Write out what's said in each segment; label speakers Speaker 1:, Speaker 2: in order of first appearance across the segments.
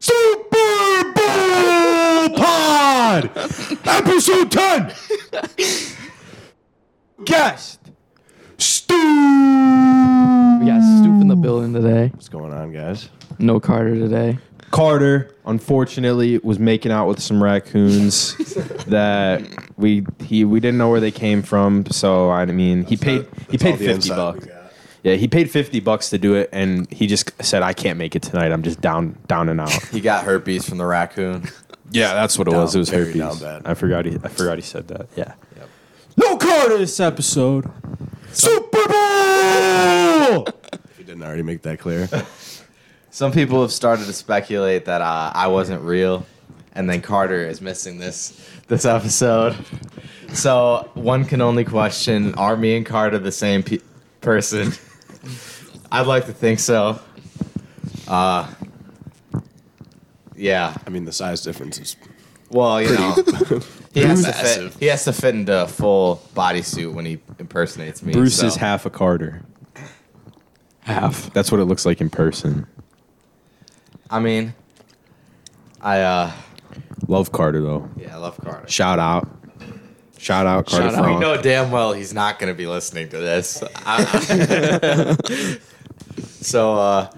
Speaker 1: God, episode 10. Guest, Stu.
Speaker 2: We got Stoop in the building today.
Speaker 3: What's going on, guys?
Speaker 2: No Carter today.
Speaker 3: Carter, unfortunately, was making out with some raccoons that we he we didn't know where they came from. So I mean, he paid he paid fifty bucks. Yeah, he paid fifty bucks to do it, and he just said, "I can't make it tonight. I'm just down down and out."
Speaker 4: He got herpes from the raccoon.
Speaker 3: yeah, that's what it was.
Speaker 4: Down,
Speaker 3: It was
Speaker 4: very
Speaker 3: herpes.
Speaker 4: down bad.
Speaker 3: I forgot he I forgot he said that. Yeah.
Speaker 1: No Carter this episode. Super Bowl.
Speaker 5: If you didn't already make that clear.
Speaker 4: Some people have started to speculate that uh, I wasn't real, and then Carter is missing this this episode. So one can only question: Are me and Carter the same pe- person? I'd like to think so. Uh, yeah.
Speaker 5: I mean, the size difference is
Speaker 4: Well, you know, he has to fit.
Speaker 5: massive.
Speaker 4: He has to fit into a full bodysuit when he impersonates me.
Speaker 3: Bruce is
Speaker 4: so-
Speaker 3: half a Carter.
Speaker 2: Half.
Speaker 3: That's what it looks like in person.
Speaker 4: I mean, I uh,
Speaker 3: Love Carter though.
Speaker 4: yeah, I love Carter.
Speaker 3: Shout out. Shout out Carter.
Speaker 2: Shout out.
Speaker 4: We
Speaker 3: Frog.
Speaker 4: know damn well he's not going to be listening to this. I- so, uh,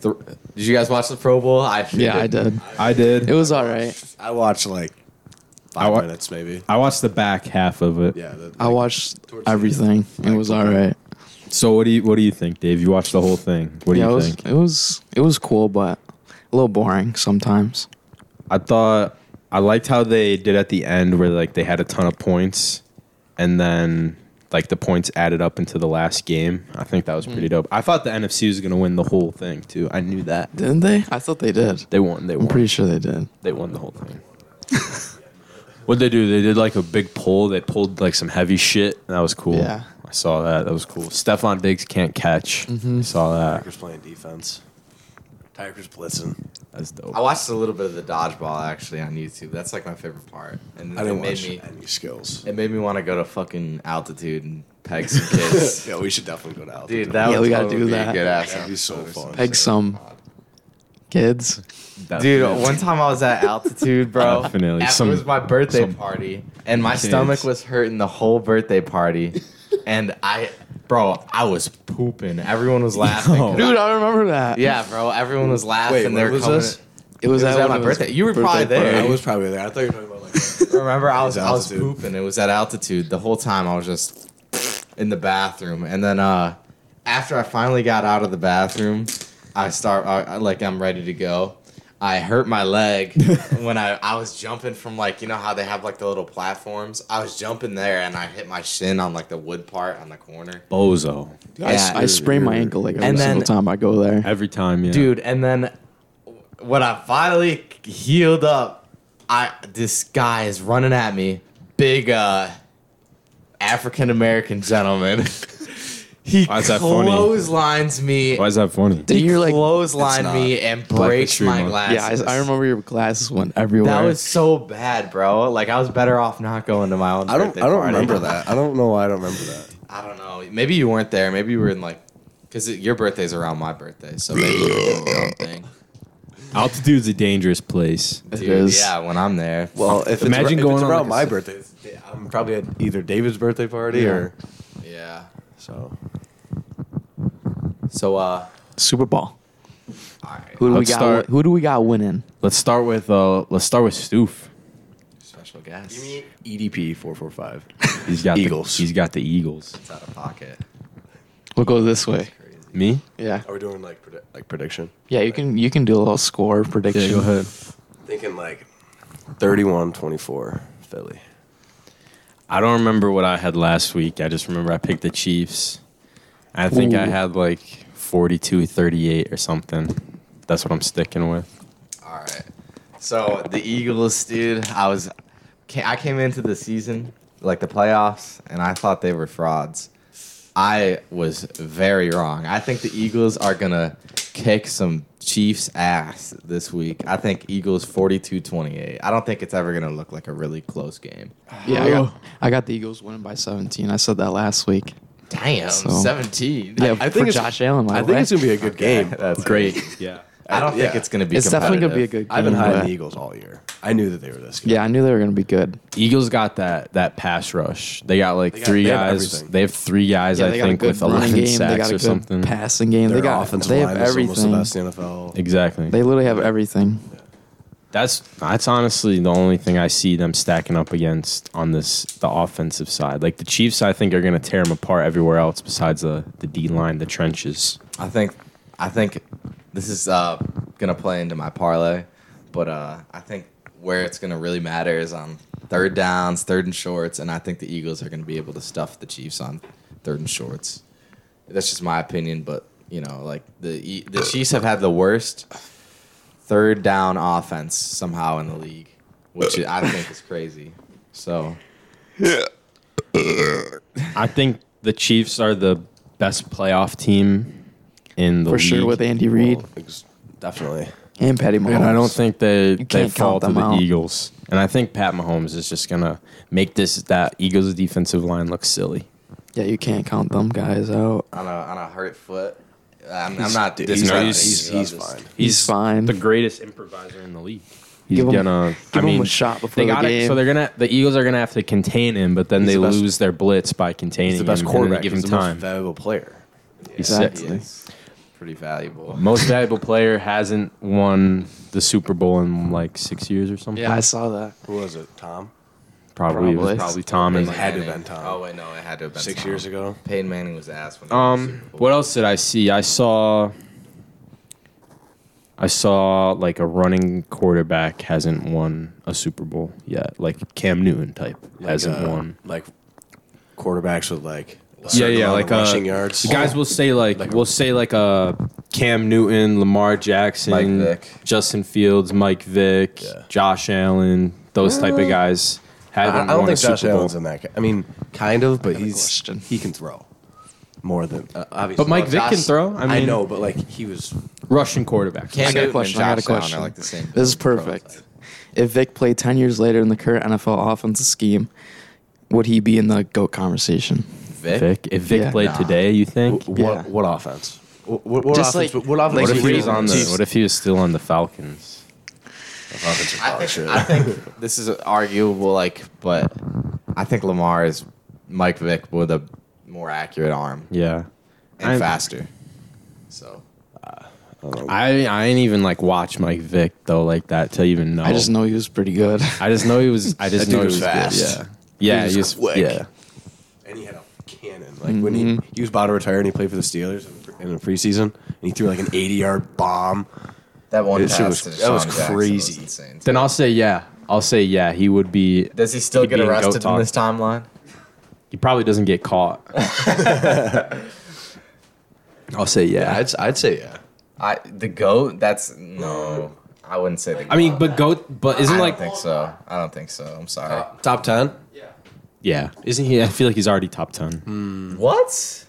Speaker 4: th- did you guys watch the Pro Bowl? I
Speaker 2: Yeah, I did.
Speaker 3: I did.
Speaker 2: It was all right.
Speaker 5: I watched like
Speaker 3: I
Speaker 5: five
Speaker 3: wa-
Speaker 5: minutes maybe.
Speaker 3: I watched the back half of it.
Speaker 5: Yeah, the,
Speaker 2: I watched everything. It was all right.
Speaker 3: So what do you what do you think, Dave? You watched the whole thing. What do
Speaker 2: Yeah, it
Speaker 3: you
Speaker 2: was,
Speaker 3: think?
Speaker 2: it was it was cool, but a little boring sometimes.
Speaker 3: I thought I liked how they did at the end where like they had a ton of points and then like the points added up into the last game. I think that was pretty dope. I thought the NFC was gonna win the whole thing too. I knew that.
Speaker 2: Didn't they? I thought they did.
Speaker 3: They won, they
Speaker 2: I'm
Speaker 3: won.
Speaker 2: pretty sure they did.
Speaker 3: they won the whole thing. What'd they do? They did like a big pull. They pulled like some heavy shit. That was cool.
Speaker 2: Yeah.
Speaker 3: I saw that. That was cool. Stefan Diggs can't catch. I saw that.
Speaker 5: Tigers playing defense. Tigers blitzing.
Speaker 3: That's dope.
Speaker 4: I watched a little bit of the dodgeball actually on YouTube. That's like my favorite part, and
Speaker 5: I
Speaker 4: it
Speaker 5: didn't
Speaker 4: made
Speaker 5: watch
Speaker 4: me
Speaker 5: any skills.
Speaker 4: it made me want to go to fucking altitude and peg some kids.
Speaker 5: Yeah, we should definitely go to altitude.
Speaker 4: Dude, that
Speaker 2: Yeah,
Speaker 4: would
Speaker 2: we gotta
Speaker 4: totally
Speaker 2: do
Speaker 4: be a
Speaker 2: that.
Speaker 4: Good ass
Speaker 5: That'd be so fun.
Speaker 2: Peg some kids.
Speaker 4: Dude, one time I was at altitude, bro.
Speaker 3: Definitely.
Speaker 4: After
Speaker 3: Some-
Speaker 4: it was my birthday
Speaker 3: some
Speaker 4: party, and my
Speaker 3: kids.
Speaker 4: stomach was hurting the whole birthday party, and I, bro, I was pooping. Everyone was laughing. 'cause
Speaker 2: Dude, I remember that.
Speaker 4: I- yeah, bro, everyone was laughing.
Speaker 5: Wait,
Speaker 4: they
Speaker 5: when
Speaker 4: were
Speaker 5: was
Speaker 4: coming-
Speaker 5: this?
Speaker 2: It was,
Speaker 4: It was
Speaker 2: at, one
Speaker 4: at my
Speaker 2: of his
Speaker 4: birthday. You were probably there.
Speaker 5: I
Speaker 2: parties.
Speaker 5: was probably there. I thought you were talking about like.
Speaker 4: Remember, I was
Speaker 5: It was
Speaker 4: I was
Speaker 5: altitude.
Speaker 4: pooping. It was at altitude the whole time. I was just in the bathroom, and then uh, after I finally got out of the bathroom, I start I, I- like I'm ready to go. I hurt my leg when I I was jumping from like you know how they have like the little platforms. I was jumping there and I hit my shin on like the wood part on the corner.
Speaker 3: Bozo.
Speaker 4: Yeah.
Speaker 2: I sprained my ankle like every
Speaker 4: And then-
Speaker 2: single time I go there.
Speaker 3: Every time, yeah.
Speaker 4: dude. And then when I finally healed up, I this guy is running at me, big uh, African American gentleman. he
Speaker 3: Why is that funny?
Speaker 4: clotheslines me.
Speaker 3: Why is that funny?
Speaker 2: Did you like?
Speaker 4: clothesline
Speaker 5: It's
Speaker 4: me
Speaker 5: not.
Speaker 4: and
Speaker 3: Black
Speaker 4: breaks
Speaker 3: History
Speaker 4: my
Speaker 3: Month.
Speaker 4: glasses.
Speaker 2: Yeah, I, I remember your glasses went everywhere.
Speaker 4: That was so bad, bro. Like I was better off not going to my own.
Speaker 5: I don't.
Speaker 4: birthday
Speaker 5: I don't
Speaker 4: party.
Speaker 5: remember that. I don't know why I don't remember that.
Speaker 4: I don't know. Maybe you weren't there. Maybe you were in like, because your birthday's around my birthday, so maybe you were doing your own thing.
Speaker 3: Altitude's a dangerous place.
Speaker 2: It
Speaker 4: Dude,
Speaker 2: is.
Speaker 4: Yeah, when I'm there.
Speaker 5: Well, if
Speaker 3: Imagine
Speaker 5: it's, ar-
Speaker 3: going
Speaker 5: if it's
Speaker 3: on,
Speaker 5: around
Speaker 3: like, a
Speaker 5: my
Speaker 3: s-
Speaker 5: birthday, it's- I'm probably at either David's birthday party or
Speaker 4: Yeah.
Speaker 5: so.
Speaker 4: So, uh,
Speaker 2: Super Bowl.
Speaker 4: all right.
Speaker 2: Who do
Speaker 3: Let's
Speaker 2: we got?
Speaker 3: start-
Speaker 2: Who do we got winning?
Speaker 3: Let's start with uh let's start with Stoof.
Speaker 4: Special guest.
Speaker 5: EDP E four four five.
Speaker 3: He's got
Speaker 5: Eagles.
Speaker 3: The, he's got the Eagles.
Speaker 4: It's out of pocket.
Speaker 2: We'll go this way.
Speaker 3: Me?
Speaker 2: Yeah,
Speaker 5: Are we doing like predi- like prediction?
Speaker 2: yeah. You can you can do a little score prediction.
Speaker 3: ahead.
Speaker 5: Thinking like 31-24 Philly.
Speaker 3: I don't remember what I had last week. I just remember I picked the Chiefs. I think I
Speaker 2: Ooh.
Speaker 3: had like 42 38 or something. That's what I'm sticking with.
Speaker 4: All right. So, the Eagles, dude, I was, ca- I came into the season, like the playoffs, and I thought they were frauds. I was very wrong. I think the Eagles are going to kick some Chiefs' ass this week. I think Eagles 42 28. I don't think it's ever going to look like a really close game.
Speaker 2: Yeah, I got, I got the Eagles winning by 17. I said that last week.
Speaker 4: Damn,
Speaker 2: So-
Speaker 4: 17.
Speaker 2: Yeah,
Speaker 5: I
Speaker 2: for
Speaker 5: think it's-
Speaker 2: Josh Allen. By
Speaker 5: I
Speaker 2: the
Speaker 5: think
Speaker 2: way.
Speaker 5: it's gonna be a good game.
Speaker 4: That's
Speaker 3: Great. yeah.
Speaker 4: I don't think
Speaker 5: Yeah.
Speaker 4: it's going to be.
Speaker 2: It's definitely gonna be a
Speaker 4: competitive.
Speaker 2: good. Game,
Speaker 5: I've been hiding
Speaker 2: but-
Speaker 5: the Eagles all year. I knew that they were this good.
Speaker 2: Yeah, I knew they were gonna be good.
Speaker 3: Eagles got that that pass rush. They got like
Speaker 5: got-
Speaker 3: three
Speaker 5: they have
Speaker 3: guys.
Speaker 5: everything.
Speaker 3: they have three guys.
Speaker 2: Yeah,
Speaker 3: I
Speaker 2: they
Speaker 3: think
Speaker 2: got a
Speaker 3: with
Speaker 2: good running
Speaker 3: 11
Speaker 2: game. They
Speaker 3: sacks
Speaker 2: got a
Speaker 3: or
Speaker 2: good
Speaker 3: something.
Speaker 2: passing game.
Speaker 5: Their
Speaker 2: they got
Speaker 5: offensive
Speaker 2: they have
Speaker 5: line is almost the
Speaker 2: everything.
Speaker 5: best in the NFL.
Speaker 3: Exactly.
Speaker 2: They literally have everything.
Speaker 3: that's that's honestly the only thing I see them stacking up against on this the offensive side. Like the Chiefs, I think are going to tear them apart everywhere else besides the the D line, the trenches.
Speaker 4: I think I think this is uh, gonna play into my parlay, but uh, I think where it's gonna really matter is on third downs, third and shorts, and I think the Eagles are gonna be able to stuff the Chiefs on third and shorts. That's just my opinion, but you know, like the E- the Chiefs have had the worst third down offense somehow in the league, which I think is crazy. So
Speaker 3: I think the Chiefs are the best playoff team in the
Speaker 2: For sure
Speaker 3: league.
Speaker 2: with Andy Reid
Speaker 5: Ex- Definitely.
Speaker 2: and Patty Mahomes.
Speaker 3: And I don't think they they
Speaker 2: can't
Speaker 3: fall
Speaker 2: count
Speaker 3: to
Speaker 2: them
Speaker 3: the
Speaker 2: out.
Speaker 3: Eagles. And I think Pat Mahomes is just gonna make this that Eagles defensive line look silly.
Speaker 2: Yeah, you can't count them guys out.
Speaker 4: on a on a hurt foot, I'm, I'm not.
Speaker 5: Dude,
Speaker 4: disrespecting
Speaker 3: he's-
Speaker 4: you,
Speaker 5: he's
Speaker 4: I'm just-
Speaker 5: fine.
Speaker 2: He's fine.
Speaker 3: The greatest improviser in the league. He's
Speaker 2: Give him-
Speaker 3: gonna.
Speaker 2: give
Speaker 3: I
Speaker 2: him
Speaker 3: mean,
Speaker 2: a shot before
Speaker 3: they
Speaker 2: the
Speaker 3: got it.
Speaker 2: game.
Speaker 3: So they're gonna. The Eagles are gonna have to contain him, but then
Speaker 5: He's
Speaker 3: they
Speaker 5: the best-
Speaker 3: lose their blitz by containing
Speaker 5: He's the best
Speaker 3: him.
Speaker 5: quarterback.
Speaker 3: And then
Speaker 5: He's
Speaker 3: give
Speaker 5: the most
Speaker 3: him time.
Speaker 5: valuable player.
Speaker 3: He's
Speaker 2: Exactly.
Speaker 3: sick.
Speaker 4: Yes. Pretty valuable.
Speaker 3: Most valuable player hasn't won the Super Bowl in like six years or something.
Speaker 2: Yeah, I saw that.
Speaker 5: Who was it? Tom?
Speaker 3: probably. It was
Speaker 2: Probably.
Speaker 3: probably Tom and
Speaker 5: It had to have been Tom.
Speaker 4: Oh wait, no, it had to have been
Speaker 5: Six
Speaker 4: Tom.
Speaker 5: years ago.
Speaker 4: Peyton Manning was asked when. he was
Speaker 3: Um,
Speaker 4: Super Bowl.
Speaker 3: what else did I see? I saw, I saw like a running quarterback hasn't won a Super Bowl yet, like Cam Newton type hasn't
Speaker 5: uh,
Speaker 3: won.
Speaker 5: Like quarterbacks with like a
Speaker 3: Yeah,
Speaker 5: certain
Speaker 3: yeah,
Speaker 5: amount
Speaker 3: like
Speaker 5: of rushing
Speaker 3: uh,
Speaker 5: yards.
Speaker 3: The guys will say like, we'll say like uh, Cam Newton, Lamar Jackson,
Speaker 4: Mike Vick.
Speaker 3: Justin Fields, Mike Vick,
Speaker 5: Yeah.
Speaker 3: Josh Allen, those type of guys haven't
Speaker 5: I, I don't
Speaker 3: won a
Speaker 5: think Josh
Speaker 3: Super Bowl.
Speaker 5: Allen's in that. ca- I mean, kind of, but he's
Speaker 2: question.
Speaker 5: he can throw more than uh, obviously.
Speaker 3: But Mike Vick can throw. I mean,
Speaker 5: I know, but like he was
Speaker 3: Russian quarterbacks.
Speaker 4: Cam
Speaker 2: I got a
Speaker 4: Newton
Speaker 2: question.
Speaker 4: and
Speaker 2: I got a
Speaker 4: Josh Allen
Speaker 2: question.
Speaker 4: are like the same
Speaker 2: This is perfect. If Vic played 10 years later in the current NFL offensive scheme, would he be in the GOAT conversation?
Speaker 4: Vic.
Speaker 3: Vic, if Vic
Speaker 2: Yeah.
Speaker 3: played
Speaker 4: Nah.
Speaker 3: today, you think?
Speaker 5: what?
Speaker 2: Yeah.
Speaker 5: What offense? What, what, what
Speaker 2: Just
Speaker 5: offense?
Speaker 2: like-
Speaker 5: what offense?
Speaker 2: like
Speaker 3: What if he
Speaker 2: Chiefs.
Speaker 3: was on the?
Speaker 2: Chiefs.
Speaker 3: What if he was still on the Falcons?
Speaker 5: offensive
Speaker 4: I
Speaker 5: power,
Speaker 4: think,
Speaker 5: sure.
Speaker 4: I think this is arguable, like, but I think Lamar is Mike Vick with a more accurate arm
Speaker 3: Yeah,
Speaker 4: and
Speaker 3: I'm-
Speaker 4: faster. So
Speaker 3: I I ain't even like watch Mike Vick though like that to even know.
Speaker 2: I just know he was pretty good.
Speaker 3: I just know he was. I just
Speaker 5: That dude
Speaker 3: know he
Speaker 5: was
Speaker 3: was
Speaker 5: fast.
Speaker 3: Good. Yeah, yeah,
Speaker 5: He
Speaker 3: he
Speaker 5: was
Speaker 3: was.
Speaker 5: quick.
Speaker 3: yeah,
Speaker 5: and he had a cannon. Like when he he was about to retire and he played for the Steelers in the, pre- in the preseason, and he threw like an 80 yard bomb.
Speaker 4: that one
Speaker 5: That shit
Speaker 4: pass
Speaker 5: was- that
Speaker 4: to Deshaun
Speaker 5: was
Speaker 4: Jackson
Speaker 5: crazy.
Speaker 4: insane.
Speaker 3: Then I'll say yeah. I'll say yeah. He would be.
Speaker 4: Does he still
Speaker 3: he'd
Speaker 4: get
Speaker 3: be in goat
Speaker 4: arrested in
Speaker 3: talk.
Speaker 4: this timeline?
Speaker 3: He probably doesn't get caught. I'll say yeah.
Speaker 5: I'd I'd say yeah.
Speaker 4: I the goat. That's no. I wouldn't say the. Goat.
Speaker 3: I mean, but goat. But
Speaker 4: I
Speaker 3: isn't
Speaker 4: don't
Speaker 3: like
Speaker 4: think so. I don't think so. I'm sorry.
Speaker 5: Top ten.
Speaker 3: yeah. Isn't he? I feel like he's already top ten.
Speaker 4: What?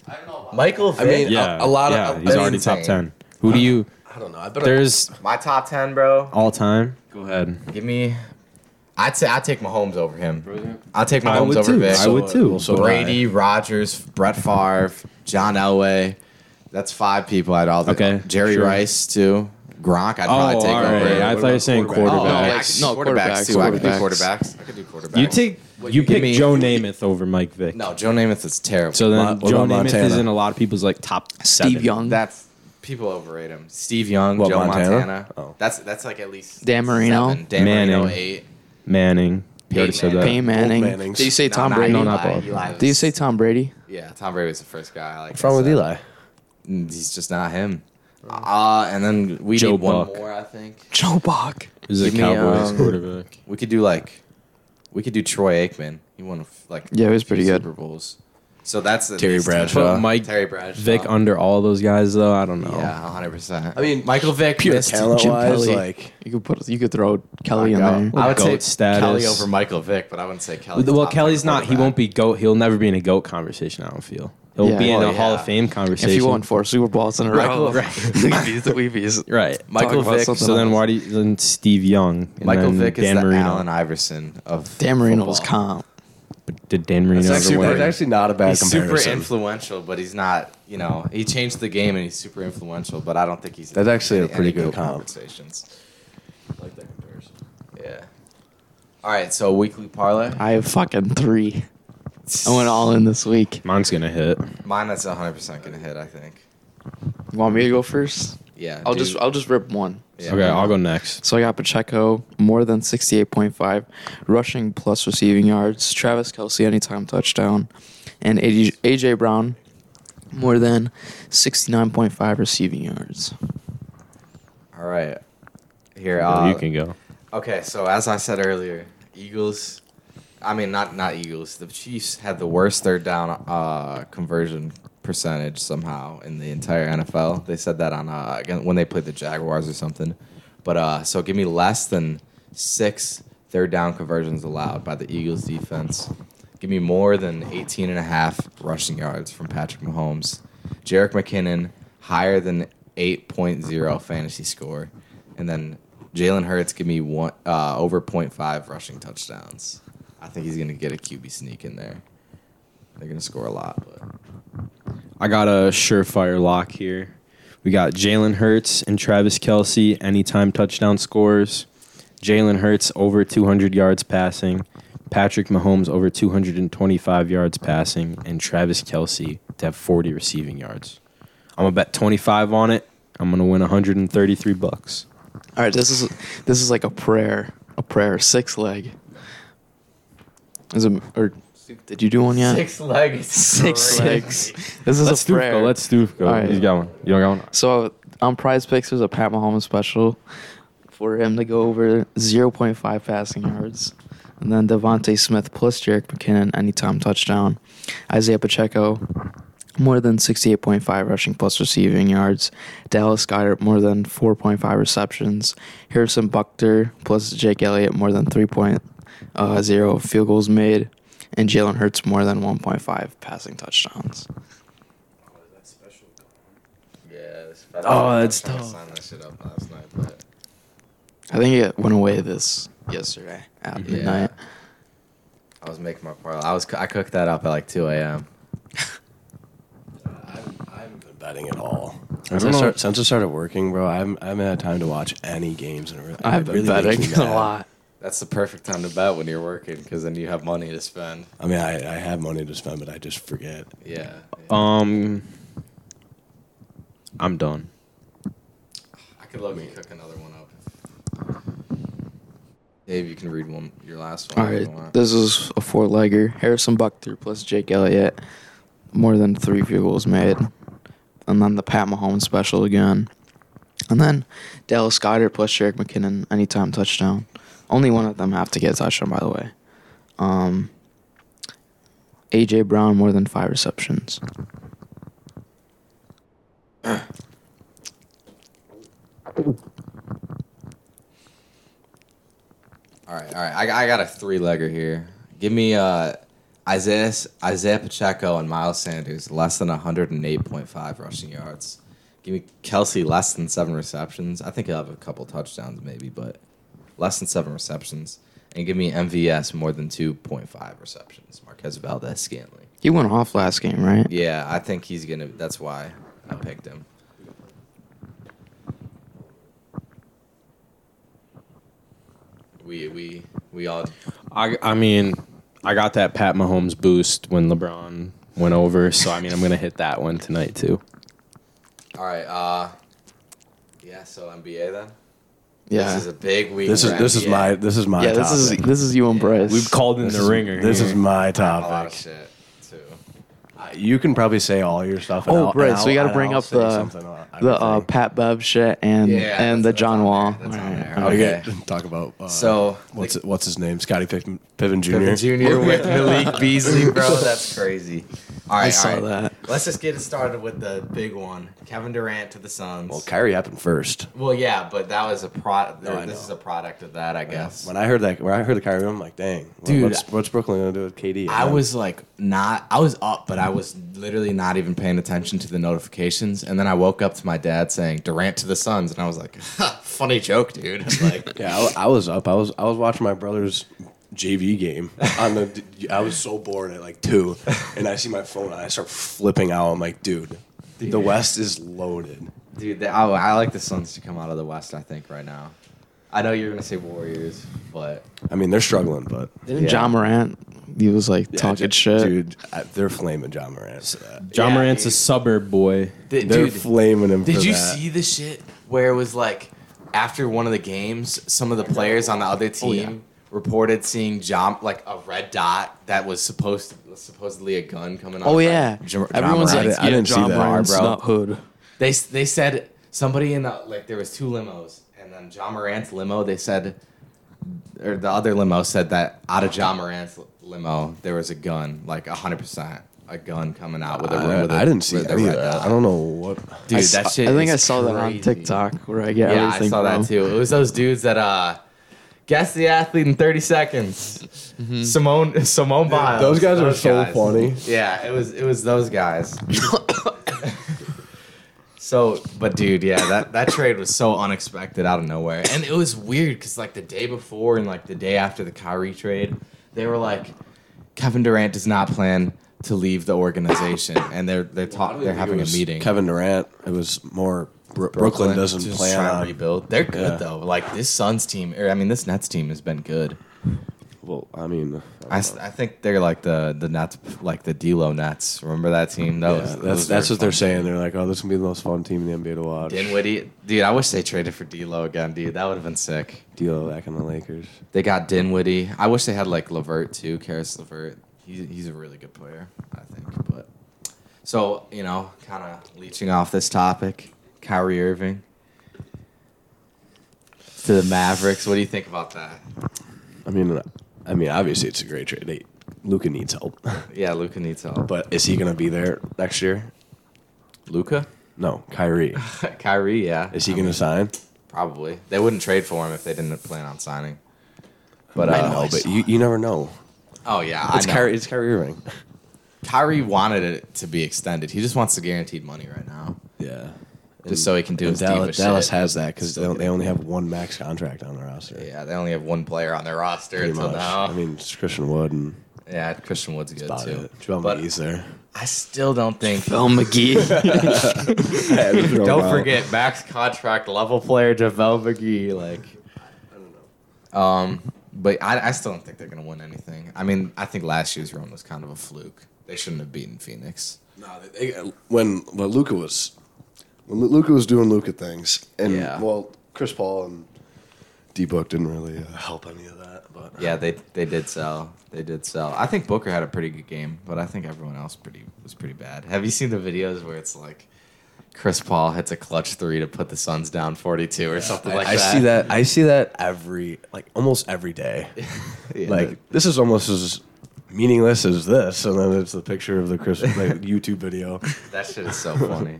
Speaker 4: Michael Vick.
Speaker 5: I mean,
Speaker 3: Hmm. Yeah,
Speaker 5: a, a lot
Speaker 3: yeah,
Speaker 5: of I
Speaker 3: he's
Speaker 5: mean,
Speaker 3: already
Speaker 4: insane.
Speaker 3: top ten. Who do you?
Speaker 5: I don't know. I bet
Speaker 3: There's
Speaker 4: my top ten, bro.
Speaker 3: all time. Go ahead.
Speaker 4: Give me. I'd say I'd take Mahomes over him. I'll take
Speaker 3: I
Speaker 4: Mahomes
Speaker 3: would
Speaker 4: over
Speaker 3: too.
Speaker 4: Vic.
Speaker 3: I would too.
Speaker 5: So
Speaker 4: Brady, Rogers, Brett Favre, John Elway. That's five people I'd all take.
Speaker 3: Okay,
Speaker 4: Jerry
Speaker 3: sure. Oh,
Speaker 4: Rice too. Gronk. I'd probably take
Speaker 3: all right.
Speaker 4: over.
Speaker 3: I
Speaker 5: What
Speaker 3: thought you were
Speaker 5: about
Speaker 3: saying
Speaker 5: quarterback?
Speaker 4: Oh, no,
Speaker 3: quarterback.
Speaker 4: I
Speaker 2: Quarterbacks.
Speaker 4: could-
Speaker 2: No,
Speaker 4: quarterbacks,
Speaker 2: quarterbacks,
Speaker 4: too. I could do
Speaker 2: quarterbacks.
Speaker 4: quarterbacks. I could do quarterbacks.
Speaker 3: You take you
Speaker 4: give
Speaker 3: pick
Speaker 4: me-
Speaker 3: Joe Namath over Mike Vick.
Speaker 4: no Joe Namath is terrible.
Speaker 3: So then
Speaker 5: What about
Speaker 3: Joe Namath
Speaker 5: Montana?
Speaker 3: is in a lot of people's like top
Speaker 2: Steve
Speaker 3: seven.
Speaker 2: Young,
Speaker 4: that's people overrate him. Steve Young,
Speaker 5: What,
Speaker 4: Joe Montana.
Speaker 5: Montana?
Speaker 4: Oh. That's that's like at least
Speaker 2: Dan Marino?
Speaker 4: seven. Dan Marino
Speaker 3: Manning.
Speaker 4: eight.
Speaker 3: Manning. You already said
Speaker 4: Peyton
Speaker 3: that.
Speaker 2: Peyton Manning.
Speaker 5: Mannings.
Speaker 2: Did you say
Speaker 4: No,
Speaker 2: Tom
Speaker 4: not
Speaker 2: Brady?
Speaker 3: No,
Speaker 4: Eli.
Speaker 3: not Bob.
Speaker 4: Eli was-
Speaker 2: Did you say Tom Brady?
Speaker 4: Yeah, Tom Brady was the first guy. I Like
Speaker 5: What's wrong with
Speaker 4: I said.
Speaker 5: Eli?
Speaker 4: Mm, He's just not him. Uh, and then we
Speaker 3: Joe
Speaker 4: need one
Speaker 3: Buck.
Speaker 4: more. I think
Speaker 2: Joe Buck.
Speaker 3: This is
Speaker 2: Give
Speaker 3: a
Speaker 2: me,
Speaker 3: Cowboys
Speaker 2: um,
Speaker 3: quarterback.
Speaker 4: we could do like we could do Troy Aikman. He won like
Speaker 2: Yeah, he was pretty
Speaker 4: two
Speaker 2: good.
Speaker 4: Super Bowls. So that's at
Speaker 5: Terry
Speaker 4: least-
Speaker 5: Bradshaw.
Speaker 3: Put Mike
Speaker 4: Terry Bradshaw.
Speaker 3: Vick under all those guys though. I don't know.
Speaker 4: Yeah, hundred percent.
Speaker 5: I mean,
Speaker 4: Michael Vick
Speaker 5: pure
Speaker 4: missed-
Speaker 5: talent
Speaker 2: Jim
Speaker 5: wise,
Speaker 2: Kelly.
Speaker 5: like
Speaker 2: You could put you could throw Kelly in
Speaker 4: I
Speaker 2: there.
Speaker 4: would
Speaker 3: Goat
Speaker 4: take
Speaker 3: status.
Speaker 4: Kelly over Michael Vick, but I wouldn't say Kelly.
Speaker 3: Well, Kelly's not. He won't be goat. He'll never be in a goat conversation. I don't feel. He'll
Speaker 2: Yeah.
Speaker 3: be in
Speaker 4: Well,
Speaker 3: a Hall
Speaker 4: yeah.
Speaker 3: of Fame conversation.
Speaker 2: If you won four Super Bowls in a row,
Speaker 4: Right.
Speaker 2: Weebies, the Weebies.
Speaker 3: right?
Speaker 4: Michael
Speaker 2: about
Speaker 4: Vick.
Speaker 2: something
Speaker 3: So then
Speaker 2: else.
Speaker 3: why do you then Steve Young? and
Speaker 4: Michael
Speaker 3: then
Speaker 4: Vick is
Speaker 3: Dan
Speaker 4: the
Speaker 3: Marino.
Speaker 4: Allen Iverson of
Speaker 2: Dan Marino was
Speaker 4: football.
Speaker 2: calm.
Speaker 6: But did Dan Marino
Speaker 5: That's
Speaker 6: ever
Speaker 5: actually,
Speaker 6: win?
Speaker 5: that's actually not a bad
Speaker 4: He's super
Speaker 5: comparison.
Speaker 4: influential, but he's not. You know, he changed the game and he's super influential, but I don't think he's.
Speaker 5: That's actually a
Speaker 4: any-
Speaker 5: pretty
Speaker 4: any
Speaker 5: good comp.
Speaker 4: conversations. I like that comparison. Yeah. All right, so weekly parlor.
Speaker 2: I have fucking three. I went all in this week.
Speaker 6: Mine's gonna hit.
Speaker 4: Mine that's 100 percent gonna hit. I think.
Speaker 2: You want me to go first?
Speaker 4: Yeah.
Speaker 2: I'll
Speaker 4: dude.
Speaker 2: just I'll just rip one.
Speaker 4: Yeah.
Speaker 6: Okay, I'll go next.
Speaker 2: So I got Pacheco more than 68.5 rushing plus receiving yards. Travis Kelsey anytime touchdown, and AJ, AJ Brown more than 69.5 receiving yards.
Speaker 4: All right. Here,
Speaker 6: Well,
Speaker 4: uh,
Speaker 6: you can go.
Speaker 4: Okay, so as I said earlier, Eagles. I mean, not not Eagles. The Chiefs had the worst third down uh, conversion percentage somehow in the entire NFL. They said that on uh, again, when they played the Jaguars or something. But uh, so give me less than six third down conversions allowed by the Eagles defense. Give me more than 18 and a half rushing yards from Patrick Mahomes. Jarek McKinnon higher than 8.0 fantasy score. And then Jalen Hurts give me one uh, over 0.5 rushing touchdowns. I think he's going to get a QB sneak in there. They're going to score a lot. But
Speaker 6: I got a surefire lock here. We got Jalen Hurts and Travis Kelsey anytime touchdown scores. Jalen Hurts over 200 yards passing. Patrick Mahomes over 225 yards passing, and Travis Kelsey to have 40 receiving yards. I'm gonna bet 25 on it. I'm gonna win 133 bucks.
Speaker 2: All right, this is this is like a prayer, a prayer six leg. Is it or did you do one yet?
Speaker 4: Six legs.
Speaker 2: six legs. This is a prayer.
Speaker 6: Let's Stufko.
Speaker 2: All right.
Speaker 6: He's got one. You don't got one?
Speaker 2: So on Prize Picks, there's a Pat Mahomes special for him to go over 0.5 passing yards. And then Devontae Smith plus Jarek McKinnon, anytime touchdown. Isaiah Pacheco, more than 68.5 rushing plus receiving yards. Dallas Goddard, more than 4.5 receptions. Harrison Buckter plus Jake Elliott, more than 3.0 field goals made. And Jalen Hurts, more than 1.5 passing touchdowns.
Speaker 4: Yeah,
Speaker 6: Oh, that's
Speaker 4: tough.
Speaker 6: tough.
Speaker 4: Sign that shit up last night, but
Speaker 2: I think it went away this yesterday at midnight.
Speaker 4: I was making my parlay. I was coo- I cooked that up at like 2 a.m.
Speaker 5: I haven't been betting at all.
Speaker 6: I
Speaker 5: Since I,
Speaker 6: don't know.
Speaker 5: start, since I started working, bro, I haven't, I haven't had time to watch any games. In a really,
Speaker 2: I've
Speaker 5: it
Speaker 2: been
Speaker 5: really makes
Speaker 2: betting
Speaker 5: me
Speaker 2: a
Speaker 5: mad.
Speaker 2: lot.
Speaker 4: That's the perfect time to bet when you're working because then you have money to spend.
Speaker 5: I mean, I, I have money to spend, but I just forget.
Speaker 4: Yeah.
Speaker 6: Um, I'm done.
Speaker 4: I could let me cook another one up. Dave, you can read one your last
Speaker 2: All
Speaker 4: one. if you
Speaker 2: right,
Speaker 4: want.
Speaker 2: this is a four legger. Harrison Buckter plus Jake Elliott, more than three field goals made, and then the Pat Mahomes special again, and then Dallas Goddard plus Jarek McKinnon anytime touchdown. Only one of them have to get a touchdown, by the way. Um, AJ Brown more than five receptions.
Speaker 4: All right, all right. I, I got a three legger here. Give me uh, Isaiah Isaiah Pacheco and Miles Sanders less than 108.5 rushing yards. Give me Kelsey less than seven receptions. I think he'll have a couple touchdowns maybe, but less than seven receptions. And give me MVS more than 2.5 receptions. Marquez Valdez Scantling.
Speaker 2: He went off last game, right?
Speaker 4: Yeah, I think he's gonna. That's why I picked him. We we we all
Speaker 6: I, I mean, I got that Pat Mahomes boost when LeBron went over, so I mean, I'm gonna hit that one tonight too.
Speaker 4: All right. Uh, yeah. So NBA then.
Speaker 2: Yeah,
Speaker 4: This is a big week.
Speaker 5: This
Speaker 4: for
Speaker 5: is this is
Speaker 4: NBA.
Speaker 5: my this is my
Speaker 2: yeah. This
Speaker 5: topic.
Speaker 2: is this is you and Bryce.
Speaker 6: We've called in
Speaker 5: This
Speaker 6: the
Speaker 5: is-
Speaker 6: ringer.
Speaker 5: This is my
Speaker 4: a lot of
Speaker 5: topic.
Speaker 4: shit too.
Speaker 5: Uh, You can probably say all your stuff. and
Speaker 2: Oh,
Speaker 5: I'll- and
Speaker 2: Bryce, we
Speaker 5: I'll-
Speaker 2: gotta
Speaker 5: and
Speaker 2: bring
Speaker 5: I'll
Speaker 2: up
Speaker 5: say
Speaker 2: the-
Speaker 5: something on- I
Speaker 2: the
Speaker 5: would
Speaker 2: uh,
Speaker 5: say.
Speaker 2: Pat Bev shit and
Speaker 4: Yeah,
Speaker 2: and the
Speaker 4: that's-
Speaker 2: John
Speaker 4: that's on
Speaker 2: Wall.
Speaker 4: there, that's on
Speaker 2: Alright.
Speaker 4: there.
Speaker 5: We
Speaker 4: Okay.
Speaker 5: get- Oh, talk about uh,
Speaker 4: So
Speaker 5: what's what's his name? Scotty Pippen, Pippen Jr.
Speaker 4: the junior with Malik Beasley, bro. That's crazy. All right. I
Speaker 2: saw that.
Speaker 4: Let's just get it started with the big one. Kevin Durant to the Suns.
Speaker 5: Well, Kyrie happened first.
Speaker 4: Well, yeah, but that was a product.
Speaker 5: No, I
Speaker 4: this
Speaker 5: know.
Speaker 4: is a product of that, I guess.
Speaker 5: When I heard that, when I heard the Kyrie, I'm like, dang,
Speaker 4: Dude,
Speaker 5: what's, what's Brooklyn gonna do with KD?
Speaker 4: I
Speaker 5: And
Speaker 4: was like not I was up, but I was literally not even paying attention to the notifications. And then I woke up to my dad saying Durant to the Suns, and I was like, "Ha, funny joke, dude. Like
Speaker 5: Yeah, I, I was up. I was I was watching my brother's JV game on the. I was so bored at like two, and I see my phone and I start flipping out. I'm like, dude, the West is loaded.
Speaker 4: Dude, they, I, I like the Suns to come out of the West. I think right now. I know you're gonna say Warriors, but
Speaker 5: I mean, they're struggling, but
Speaker 2: Didn't
Speaker 4: Yeah.
Speaker 2: John Morant? He was like
Speaker 5: Yeah,
Speaker 2: talking
Speaker 5: dude,
Speaker 2: shit.
Speaker 5: dude. I, they're flaming John Morant for that.
Speaker 6: John
Speaker 4: Yeah,
Speaker 6: Morant's a
Speaker 4: dude.
Speaker 6: suburb boy.
Speaker 4: Th-
Speaker 5: They're flaming him.
Speaker 4: Did
Speaker 5: for
Speaker 4: you
Speaker 5: that.
Speaker 4: see the shit where it was like after one of the games, some of the players on the other
Speaker 2: Oh,
Speaker 4: team reported seeing John like a red dot that was supposed supposedly a gun coming.
Speaker 2: Oh yeah, everyone's
Speaker 5: Morant. I
Speaker 2: like,
Speaker 5: didn't- I
Speaker 2: yeah,
Speaker 5: didn't see
Speaker 2: John
Speaker 5: that.
Speaker 2: Morant's
Speaker 4: Bro.
Speaker 2: not hood.
Speaker 4: they s- they said somebody in the like there was two limos and then John Morant's limo they said or the other limo said that out of John Morant's limo there was a gun like hundred percent a gun coming out with a
Speaker 5: I,
Speaker 4: with a-
Speaker 5: I didn't see
Speaker 4: with a
Speaker 5: any
Speaker 4: red
Speaker 5: of that.
Speaker 4: dot.
Speaker 5: I don't know what.
Speaker 4: Dude,
Speaker 2: I,
Speaker 4: that
Speaker 2: s-
Speaker 4: shit
Speaker 2: I think
Speaker 4: is
Speaker 2: I saw that on
Speaker 4: crazy.
Speaker 2: TikTok where I get
Speaker 4: Yeah, I
Speaker 2: everything
Speaker 4: saw
Speaker 2: from.
Speaker 4: that too. It was those dudes that uh guess the athlete in 30 seconds. Simone Simone Biles.
Speaker 5: those guys are so funny.
Speaker 4: Yeah, it was it was those guys. so, but dude, yeah, that that trade was so unexpected out of nowhere. And it was weird cuz like the day before and like the day after the Kyrie trade, they were like Kevin Durant does not plan to leave the organization and they're they're talking they're having a meeting.
Speaker 5: Kevin Durant. It was more. Bro- Brooklyn, doesn't
Speaker 4: just
Speaker 5: plan
Speaker 4: trying to
Speaker 5: on.
Speaker 4: rebuild. They're good
Speaker 5: Yeah.
Speaker 4: though. Like this Suns team, or I mean this Nets team has been good.
Speaker 5: Well, I mean,
Speaker 4: I, s- I think they're like the the Nets, like the D'Lo Nets. Remember that team? That
Speaker 5: Yeah,
Speaker 4: was,
Speaker 5: that's that's what they're saying. They're like, oh, this will be the most fun team in the NBA to watch.
Speaker 4: Dinwiddie, dude. I wish they traded for D'Lo again, dude. That would have been sick.
Speaker 5: Deal back in the Lakers.
Speaker 4: They got Dinwiddie. I wish they had like Lavert too, Karis Lavert. He, he's a really good player, I think. But so you know, kind of leeching off this topic, Kyrie Irving to the Mavericks. What do you think about that?
Speaker 5: I mean, I mean, obviously it's a great trade. They, Luca needs help,
Speaker 4: Yeah, Luca needs help.
Speaker 5: but is he gonna be there next year?
Speaker 4: Luca,
Speaker 5: No, Kyrie.
Speaker 4: Kyrie, yeah,
Speaker 5: Is he gonna sign?
Speaker 4: probably. They wouldn't trade for him if they didn't plan on signing. But
Speaker 5: I
Speaker 4: uh,
Speaker 5: know, but you, you never know.
Speaker 4: oh yeah,
Speaker 5: It's
Speaker 4: I know.
Speaker 5: Kyrie. It's Kyrie Irving.
Speaker 4: Kyrie wanted it to be extended. He just wants the guaranteed money right now,
Speaker 5: Yeah.
Speaker 4: just so he can do
Speaker 5: And
Speaker 4: his diva
Speaker 5: Dallas, Dallas
Speaker 4: shit.
Speaker 5: has that because they, they only have one max contract on their roster.
Speaker 4: Yeah, they only have one player on their roster
Speaker 5: pretty
Speaker 4: until
Speaker 5: much.
Speaker 4: now.
Speaker 5: I mean, it's Christian Wood and
Speaker 4: yeah, Christian Wood's good
Speaker 5: about
Speaker 4: too.
Speaker 5: it. Joel
Speaker 4: But-
Speaker 5: McGee's there.
Speaker 4: I still don't think.
Speaker 2: Phil McGee.
Speaker 4: Don't forget max contract level player Javel McGee. Like, um, but I, I still don't think they're gonna win anything. I mean, I think last year's run was kind of a fluke. They shouldn't have beaten Phoenix.
Speaker 5: No, they, they, when when Luca was when Luca was doing Luca things, and
Speaker 4: Yeah.
Speaker 5: well, Chris Paul and D Book didn't really uh, help any of that. But
Speaker 4: Yeah, they they did sell. They did sell. I think Booker had a pretty good game, but I think everyone else pretty was pretty bad. Have you seen the videos where it's like Chris Paul hits a clutch three to put the Suns down forty two or something like
Speaker 5: I,
Speaker 4: that?
Speaker 5: see that. I see that every like almost every day.
Speaker 4: Yeah,
Speaker 5: like this is almost as meaningless as this, and then it's the picture of the Chris like, YouTube video.
Speaker 4: that, that shit is so funny.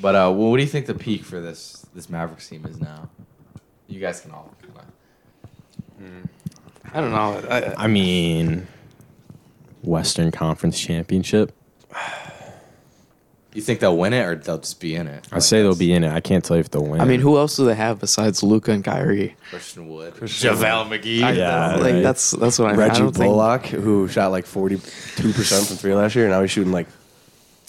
Speaker 4: but uh, well, what do you think the peak for this this Mavericks team is now? You guys can all. kinda-
Speaker 2: I don't know. I,
Speaker 6: I mean, Western Conference Championship.
Speaker 4: You think they'll win it or they'll just be in it?
Speaker 6: I say they'll be in it. I can't tell you if they'll win.
Speaker 2: I mean, who else do they have besides Luca and Kyrie?
Speaker 4: Christian Wood, JaVale McGee.
Speaker 2: I-
Speaker 6: Yeah,
Speaker 2: like
Speaker 6: right.
Speaker 2: that's that's what I, I
Speaker 5: Reggie
Speaker 2: don't think.
Speaker 5: Bullock, who shot like forty two percent from three last year, and now he's shooting like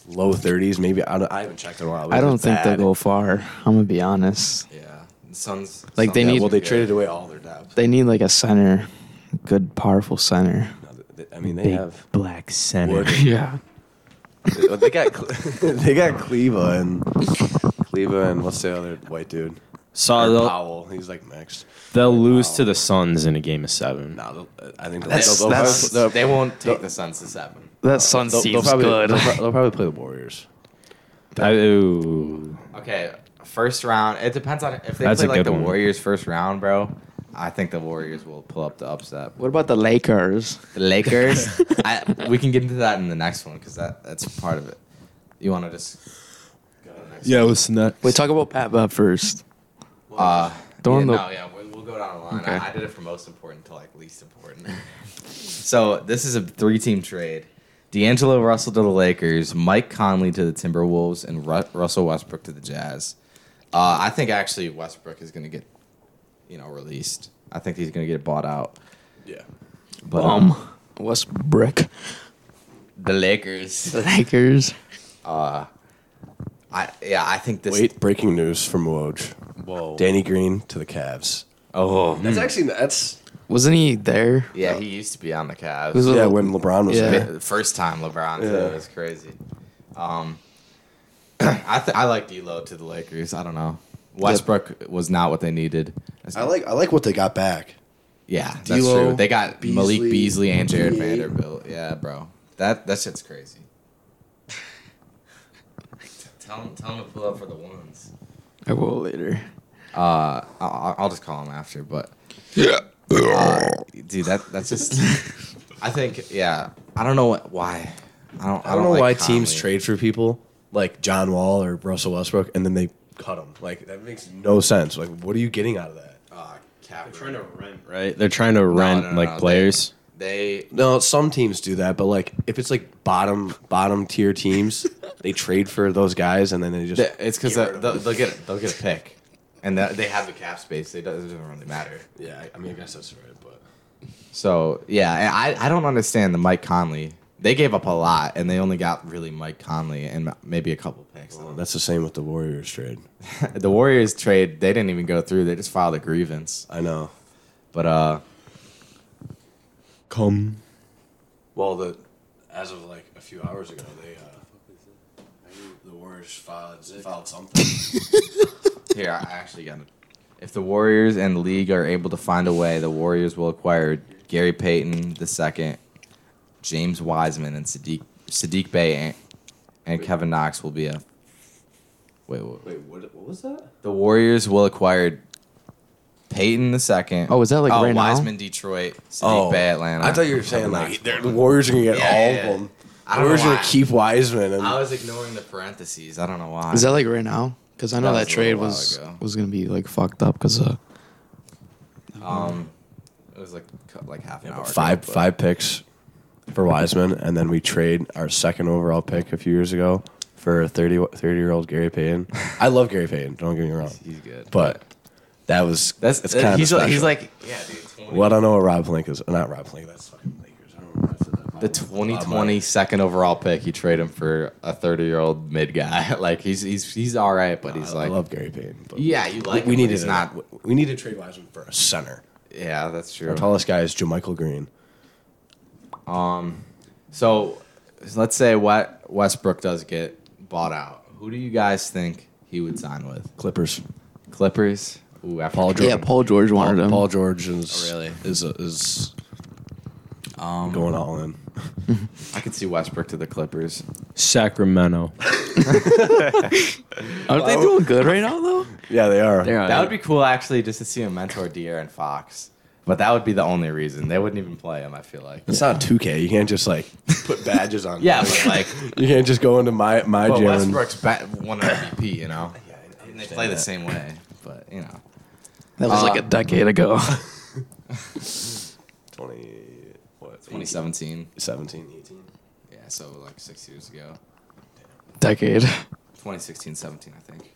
Speaker 5: low thirties. Maybe I, don't, I haven't checked in a while. but
Speaker 2: I
Speaker 5: it's
Speaker 2: don't think
Speaker 5: bad.
Speaker 2: they'll go far. I'm gonna be honest.
Speaker 4: yeah, the Suns.
Speaker 2: Like, they
Speaker 4: Suns
Speaker 2: need-
Speaker 4: are
Speaker 5: Well, they
Speaker 4: good.
Speaker 5: traded away all their depth.
Speaker 2: They need like a center, good powerful center.
Speaker 5: I mean, they
Speaker 6: Big
Speaker 5: have
Speaker 6: black center.
Speaker 5: Wood.
Speaker 2: Yeah.
Speaker 5: they got Cle- they got Cleva and Cleva and what's the other white dude?
Speaker 6: Saw
Speaker 5: Or
Speaker 6: they'll,
Speaker 5: Powell. He's like next.
Speaker 6: they'll lose to the Suns in a game of seven.
Speaker 5: No, they'll- I think they'll,
Speaker 2: That's-
Speaker 5: they'll,
Speaker 2: that's-
Speaker 5: they'll-
Speaker 4: They won't take the Suns to seven.
Speaker 2: That Suns
Speaker 5: they'll- they'll
Speaker 2: team's
Speaker 5: probably,
Speaker 2: good.
Speaker 5: They'll, pro- they'll probably play the Warriors.
Speaker 6: I, ooh.
Speaker 4: Okay, first round. It depends on if they
Speaker 6: That's
Speaker 4: play
Speaker 6: a
Speaker 4: like
Speaker 6: good
Speaker 4: the
Speaker 6: one.
Speaker 4: Warriors first round, bro. I think the Warriors will pull up the upset.
Speaker 2: what about the Lakers?
Speaker 4: The Lakers. I, we can get into that in the next one because that that's part of it. You want to just
Speaker 6: Yeah, listen that.
Speaker 2: Wait, talk about Pat Bev first.
Speaker 4: uh,
Speaker 2: Throw
Speaker 4: yeah,
Speaker 2: in the-
Speaker 4: no, yeah, we, we'll go down the line.
Speaker 2: Okay.
Speaker 4: I, I did it from most important to like least important. so this is a three-team trade. D'Angelo Russell to the Lakers, Mike Conley to the Timberwolves, and Ru- Russell Westbrook to the Jazz. Uh, I think actually Westbrook is going to get, you know, released. I think he's going to get bought out.
Speaker 5: Yeah.
Speaker 4: But um,
Speaker 2: Um, Westbrook,
Speaker 4: the Lakers.
Speaker 2: the Lakers.
Speaker 4: I yeah, I think this.
Speaker 5: Wait, breaking news from Woj.
Speaker 4: Whoa.
Speaker 5: Danny Green to the Cavs.
Speaker 4: Oh.
Speaker 5: That's actually that's
Speaker 2: Wasn't he there?
Speaker 4: Yeah, he used to be on the Cavs.
Speaker 2: Who's
Speaker 5: yeah when LeBron was
Speaker 2: Yeah.
Speaker 5: there.
Speaker 4: The First time LeBron too.
Speaker 5: Yeah.
Speaker 4: It was crazy. Um, I th- I like D'Lo to the Lakers. I don't know. Westbrook was not what they needed.
Speaker 5: I like I like what they got back.
Speaker 4: yeah, that's
Speaker 5: D'Lo,
Speaker 4: true. They got Malik
Speaker 5: Beasley,
Speaker 4: Beasley and Jared
Speaker 5: PA.
Speaker 4: Vanderbilt. Yeah, bro, that that shit's crazy. tell him tell him to pull up for the ones.
Speaker 2: I will later.
Speaker 4: Uh, I'll, I'll just call him after, but yeah, dude, that that's just. I think yeah, I don't know what, why. I don't.
Speaker 5: I don't know
Speaker 4: like
Speaker 5: why teams
Speaker 4: Conley.
Speaker 5: trade for people like John Wall or Russell Westbrook and then they cut them. Like that makes no sense. Like what are you getting out of that?
Speaker 4: Uh, cap.
Speaker 6: rent, right? They're trying to rent
Speaker 4: no, no,
Speaker 6: like
Speaker 4: no, they-
Speaker 6: players.
Speaker 4: They
Speaker 5: No, some teams do that, but like if it's like bottom bottom tier teams, they trade for those guys and then they just
Speaker 4: Th- It's because
Speaker 5: Get rid
Speaker 4: they'll,
Speaker 5: of
Speaker 4: they'll,
Speaker 5: them.
Speaker 4: they'll get they'll get a pick, and that, they have the cap space. It doesn't it doesn't really matter.
Speaker 5: yeah. I- I mean, I guess that's right, but
Speaker 4: So yeah, and I I don't understand the Mike Conley. They gave up a lot, and they only got really Mike Conley and m- maybe a couple picks.
Speaker 5: that's the same with the Warriors trade.
Speaker 4: The Warriors trade they didn't even go through. They just filed a grievance.
Speaker 5: I know.
Speaker 4: But uh,
Speaker 5: Come. Well, the as of like a few hours ago, they uh, the Warriors filed filed something.
Speaker 4: here I actually got. it. If the Warriors and the league are able to find a way, the Warriors will acquire Gary Payton II, James Wiseman, and Sadiq Sadiq Bay, and, and Kevin Knox will be a. Wait, wait,
Speaker 5: Wait, what, what was that?
Speaker 4: The Warriors will acquire Peyton the second.
Speaker 2: Oh, is that, like, right now?
Speaker 4: Wiseman, Detroit, Sadiq Bay, Atlanta.
Speaker 5: Oh, I thought you were saying like they're- the Warriors are gonna get
Speaker 4: Yeah,
Speaker 5: all
Speaker 4: yeah, yeah.
Speaker 5: of them.
Speaker 4: I don't
Speaker 5: Warriors
Speaker 4: know
Speaker 5: are gonna
Speaker 4: why.
Speaker 5: keep Wiseman and
Speaker 4: I was ignoring the parentheses. I don't know why.
Speaker 2: Is that like right now? Because I know
Speaker 4: That
Speaker 2: that,
Speaker 4: was a
Speaker 2: trade
Speaker 4: little while
Speaker 2: was
Speaker 4: ago.
Speaker 2: was gonna be like fucked up. Because uh,
Speaker 4: um? It was like cu- like half an hour.
Speaker 5: five
Speaker 4: ago, but-
Speaker 5: five picks for Wiseman, and then we trade our second overall pick a few years ago for 30, 30 year old Gary Payton. I love Gary Payton. Don't get me wrong,
Speaker 4: He's good.
Speaker 5: but that was
Speaker 4: that's
Speaker 5: it's
Speaker 4: that-
Speaker 5: kind
Speaker 4: he's
Speaker 5: of
Speaker 4: like, he's like yeah, dude. 20,
Speaker 5: well, I don't know what Rob Link is. Not Rob Link. That's fucking Lakers. I don't know. That's
Speaker 4: The 2020 second overall pick, you trade him for a 30 year old mid guy. like he's he's he's all right, but he's
Speaker 5: I
Speaker 4: like
Speaker 5: love Gary Payton. But
Speaker 4: yeah, you like.
Speaker 5: we
Speaker 4: him, but
Speaker 5: need
Speaker 4: he's
Speaker 5: to
Speaker 4: not.
Speaker 5: not. We need to trade Wiseman for a center.
Speaker 4: Yeah, that's true.
Speaker 5: Our tallest guy is Jermichael Green.
Speaker 4: So let's say what Westbrook does get bought out. Who do you guys think he would sign with?
Speaker 5: Clippers.
Speaker 4: Clippers. Ooh, after
Speaker 5: Paul George.
Speaker 2: yeah, Paul George wanted
Speaker 5: Paul,
Speaker 2: him.
Speaker 5: Paul George is
Speaker 4: Oh, really? Um,
Speaker 5: is is going all in.
Speaker 4: I could see Westbrook to the Clippers.
Speaker 6: Sacramento.
Speaker 2: Aren't they doing good right now though?
Speaker 5: Yeah, they are.
Speaker 4: That would be cool, actually, just to see him mentor De'Aaron Fox. But that would be the only reason they wouldn't even play him. I feel like.
Speaker 5: It's not 2K. You can't just like put badges on.
Speaker 4: Yeah, but like,
Speaker 5: you can't just go into my my
Speaker 4: but
Speaker 5: gym. and-
Speaker 4: Westbrook's ba- won an MVP, you know. And they play the same way, but you know.
Speaker 2: That was like a decade ago.
Speaker 5: 20 what
Speaker 4: 2017.
Speaker 5: 17 18.
Speaker 4: Yeah, so like six years ago.
Speaker 2: decade.
Speaker 4: 2016 17 i think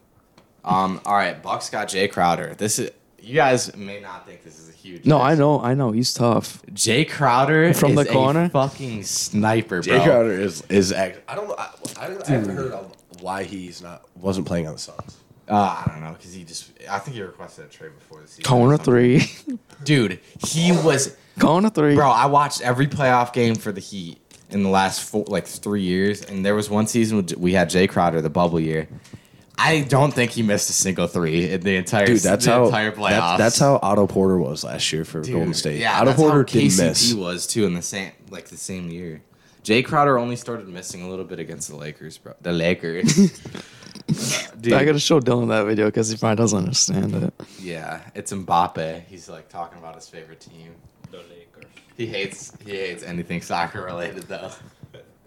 Speaker 4: um all right bucks got jay crowder this is you guys may not think this is a huge
Speaker 2: No,
Speaker 4: hit.
Speaker 2: I know, I know. He's tough.
Speaker 4: jay crowder
Speaker 2: From
Speaker 4: is
Speaker 2: the corner?
Speaker 4: a fucking sniper bro
Speaker 5: Jay Crowder is is act- I don't know I, I, don't, I haven't heard of why he's not wasn't playing on the Suns.
Speaker 4: uh, i don't know because he just i think he requested a trade before the season or
Speaker 2: Kona
Speaker 4: something.
Speaker 2: three.
Speaker 4: dude he was
Speaker 2: Kona three.
Speaker 4: bro i watched every playoff game for the heat in the last four like three years and there was one season with- we had jay crowder the bubble year I don't think he missed a single three in the entire
Speaker 5: Dude, that's
Speaker 4: the
Speaker 5: how
Speaker 4: entire playoffs.
Speaker 5: That's, that's how Otto Porter was last year for Golden State.
Speaker 4: Yeah,
Speaker 5: Otto
Speaker 4: that's
Speaker 5: Porter
Speaker 4: how
Speaker 5: didn't
Speaker 4: KCP
Speaker 5: miss.
Speaker 4: was too in the same like the same year. Jay Crowder only started missing a little bit against the Lakers, bro. The Lakers. Dude,
Speaker 2: I gotta show Dylan that video because he probably doesn't understand it.
Speaker 4: yeah, it's Mbappe. He's like talking about his favorite team, the Lakers. He hates he hates anything soccer related though.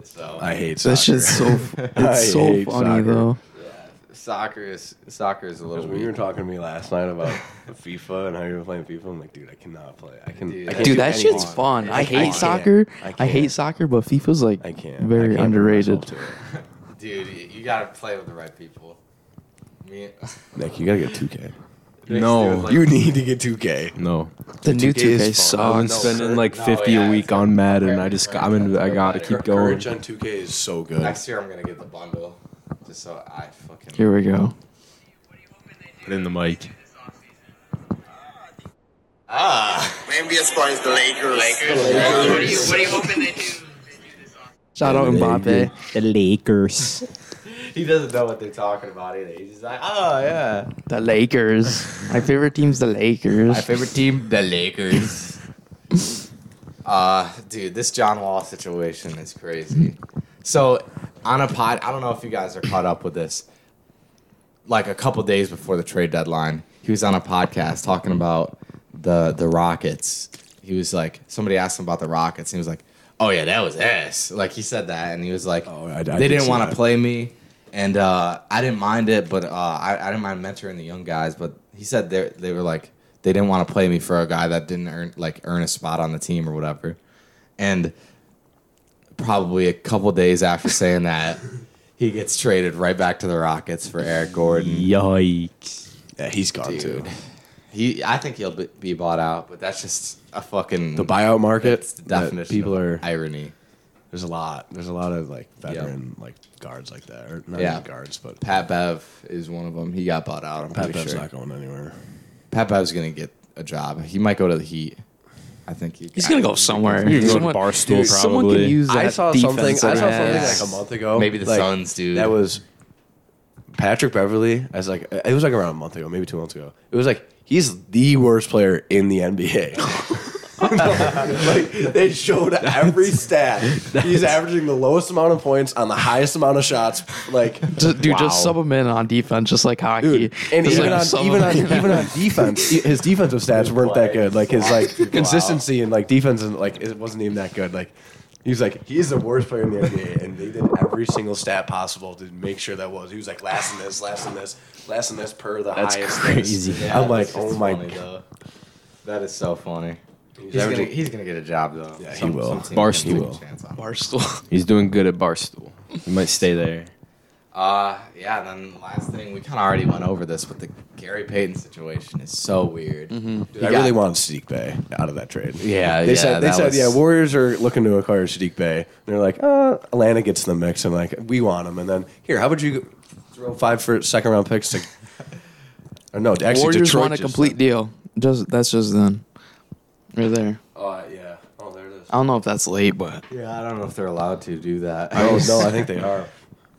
Speaker 4: So
Speaker 5: I hate
Speaker 2: That
Speaker 5: soccer.
Speaker 2: shit's so f-
Speaker 5: I
Speaker 2: it's so funny
Speaker 5: hate soccer.
Speaker 2: though.
Speaker 4: soccer is soccer is a little
Speaker 5: When you were
Speaker 4: weird.
Speaker 5: talking to me last night about FIFA and how you were playing FIFA, I'm like, dude, I cannot play. I can,
Speaker 4: Dude,
Speaker 5: I can't
Speaker 2: Dude,
Speaker 5: do
Speaker 2: that
Speaker 5: anything.
Speaker 2: shit's fun. I hate
Speaker 5: can't.
Speaker 2: soccer.
Speaker 5: I
Speaker 2: I,
Speaker 5: can't.
Speaker 2: hate soccer, but FIFA's like
Speaker 5: I can't. I
Speaker 2: very
Speaker 5: can't bring myself
Speaker 2: underrated.
Speaker 5: to it.
Speaker 4: Dude, you gotta play with the right people. Me,
Speaker 5: Nick, you gotta get 2K.
Speaker 3: No,
Speaker 5: You need to get 2K.
Speaker 3: no.
Speaker 2: The new
Speaker 5: 2K
Speaker 2: 2K,
Speaker 5: is
Speaker 3: I've
Speaker 5: fun. Oh,
Speaker 3: been
Speaker 2: sucks.
Speaker 3: spending
Speaker 5: Kurt-
Speaker 3: like
Speaker 4: no,
Speaker 3: fifty
Speaker 4: yeah,
Speaker 3: a week
Speaker 4: it's like
Speaker 3: on Madden. I
Speaker 4: compared
Speaker 3: just
Speaker 4: to
Speaker 3: I'm in, I
Speaker 4: Madden.
Speaker 3: gotta keep going.
Speaker 5: Courage on 2K is so good.
Speaker 4: Next year I'm gonna get the bundle, just so I fucking.
Speaker 2: Here we go.
Speaker 3: Put in the mic.
Speaker 4: Ah!
Speaker 7: Maybe as far as the Lakers.
Speaker 8: What are you, what are you hoping they do?
Speaker 2: Shout out Mbappe.
Speaker 3: The Lakers.
Speaker 4: He doesn't know what they're talking about either. He's just like, oh yeah.
Speaker 2: The Lakers. My favorite team's the Lakers.
Speaker 4: My favorite team, the Lakers. uh, dude, this John Wall situation is crazy. So, on a pod, I don't know if you guys are caught up with this. Like a couple days before the trade deadline, he was on a podcast talking about the the Rockets. He was like, somebody asked him about the Rockets, and he was like, "Oh yeah, that was ass." Like he said that, and he was like,
Speaker 5: Oh, I- I did
Speaker 4: "They didn't
Speaker 5: see
Speaker 4: want to
Speaker 5: that.
Speaker 4: play me." And uh, I didn't mind it, but uh, I, I didn't mind mentoring the young guys. But he said they they were like they didn't want to play me for a guy that didn't earn like earn a spot on the team or whatever. And probably a couple days after saying that, he gets traded right back to the Rockets for Eric Gordon.
Speaker 3: Yikes.
Speaker 5: yeah, he's gone too.
Speaker 4: He, I think he'll be- be bought out, but that's just a fucking
Speaker 5: The buyout market.
Speaker 4: that's the
Speaker 5: that
Speaker 4: definition.
Speaker 5: People
Speaker 4: of
Speaker 5: are.
Speaker 4: irony.
Speaker 5: There's a lot. There's a lot of like veteran like guards like that. Or not
Speaker 4: Yeah.
Speaker 5: even guards, but
Speaker 4: Pat Bev is one of them. He got bought out. I'm
Speaker 5: Pat
Speaker 4: pretty
Speaker 5: Bev's
Speaker 4: sure.
Speaker 5: not going anywhere.
Speaker 4: Pat Bev's gonna get a job. He might go to the Heat. I think he.
Speaker 2: He's gonna go somewhere.
Speaker 3: You can go to
Speaker 2: Someone-
Speaker 3: Barstool,
Speaker 2: someone
Speaker 3: probably.
Speaker 2: can use that
Speaker 5: I saw something. I
Speaker 2: defense
Speaker 5: saw
Speaker 2: that he
Speaker 5: something
Speaker 2: has.
Speaker 5: like a month ago.
Speaker 4: Maybe the
Speaker 5: like,
Speaker 4: Suns, dude.
Speaker 5: That was Patrick Beverly. As like it was like around a month ago, maybe two months ago. It was like he's the worst player in the NBA. like they showed every stat. He's averaging the lowest amount of points on the highest amount of shots. Like
Speaker 2: Just, dude, just
Speaker 5: Wow.
Speaker 2: sub him in on defense, just like hockey.
Speaker 5: Dude, and
Speaker 2: Just,
Speaker 5: even,
Speaker 2: like,
Speaker 5: on,
Speaker 2: sub
Speaker 5: even,
Speaker 2: him
Speaker 5: on,
Speaker 2: in.
Speaker 5: even on defense, e- his defensive stats weren't that good. Like his like consistency and like defense and like it wasn't even that good. Like he was like he's the worst player in the NBA, and they did every single stat possible to make sure that was. He was like last in this, last in this, last in this per the
Speaker 3: That's
Speaker 5: highest.
Speaker 3: crazy.
Speaker 5: This.
Speaker 4: Yeah,
Speaker 5: I'm like,
Speaker 4: that's
Speaker 5: oh
Speaker 4: just
Speaker 5: my
Speaker 4: funny,
Speaker 5: god.
Speaker 4: though. That is so funny. He's,
Speaker 5: averaging-
Speaker 4: gonna, he's gonna get a job though. Yeah,
Speaker 5: he will.
Speaker 3: Barstool.
Speaker 4: A chance on.
Speaker 2: Barstool.
Speaker 3: He's doing good at Barstool. He might stay there.
Speaker 4: Uh, yeah. Then the last thing we kind of already went over this, but the Gary Payton situation is so weird.
Speaker 5: Dude, I really wanted Sadiq Bay out of that trade.
Speaker 4: Yeah,
Speaker 5: they
Speaker 4: yeah,
Speaker 5: said they
Speaker 4: that
Speaker 5: said
Speaker 4: was-
Speaker 5: yeah, Warriors are looking to acquire Sadiq Bay. And they're like, uh, Atlanta gets in the mix, and like we want him. And then here, how about you throw five for second round picks to? Or no, actually,
Speaker 2: Warriors
Speaker 5: Detroit
Speaker 2: want a
Speaker 5: just-
Speaker 2: complete deal. Just that's just them. Right there.
Speaker 5: Oh yeah. Oh, there it is.
Speaker 2: I don't know if that's late, but
Speaker 4: Yeah, I don't know if they're allowed to do that.
Speaker 5: Oh no, I think they are.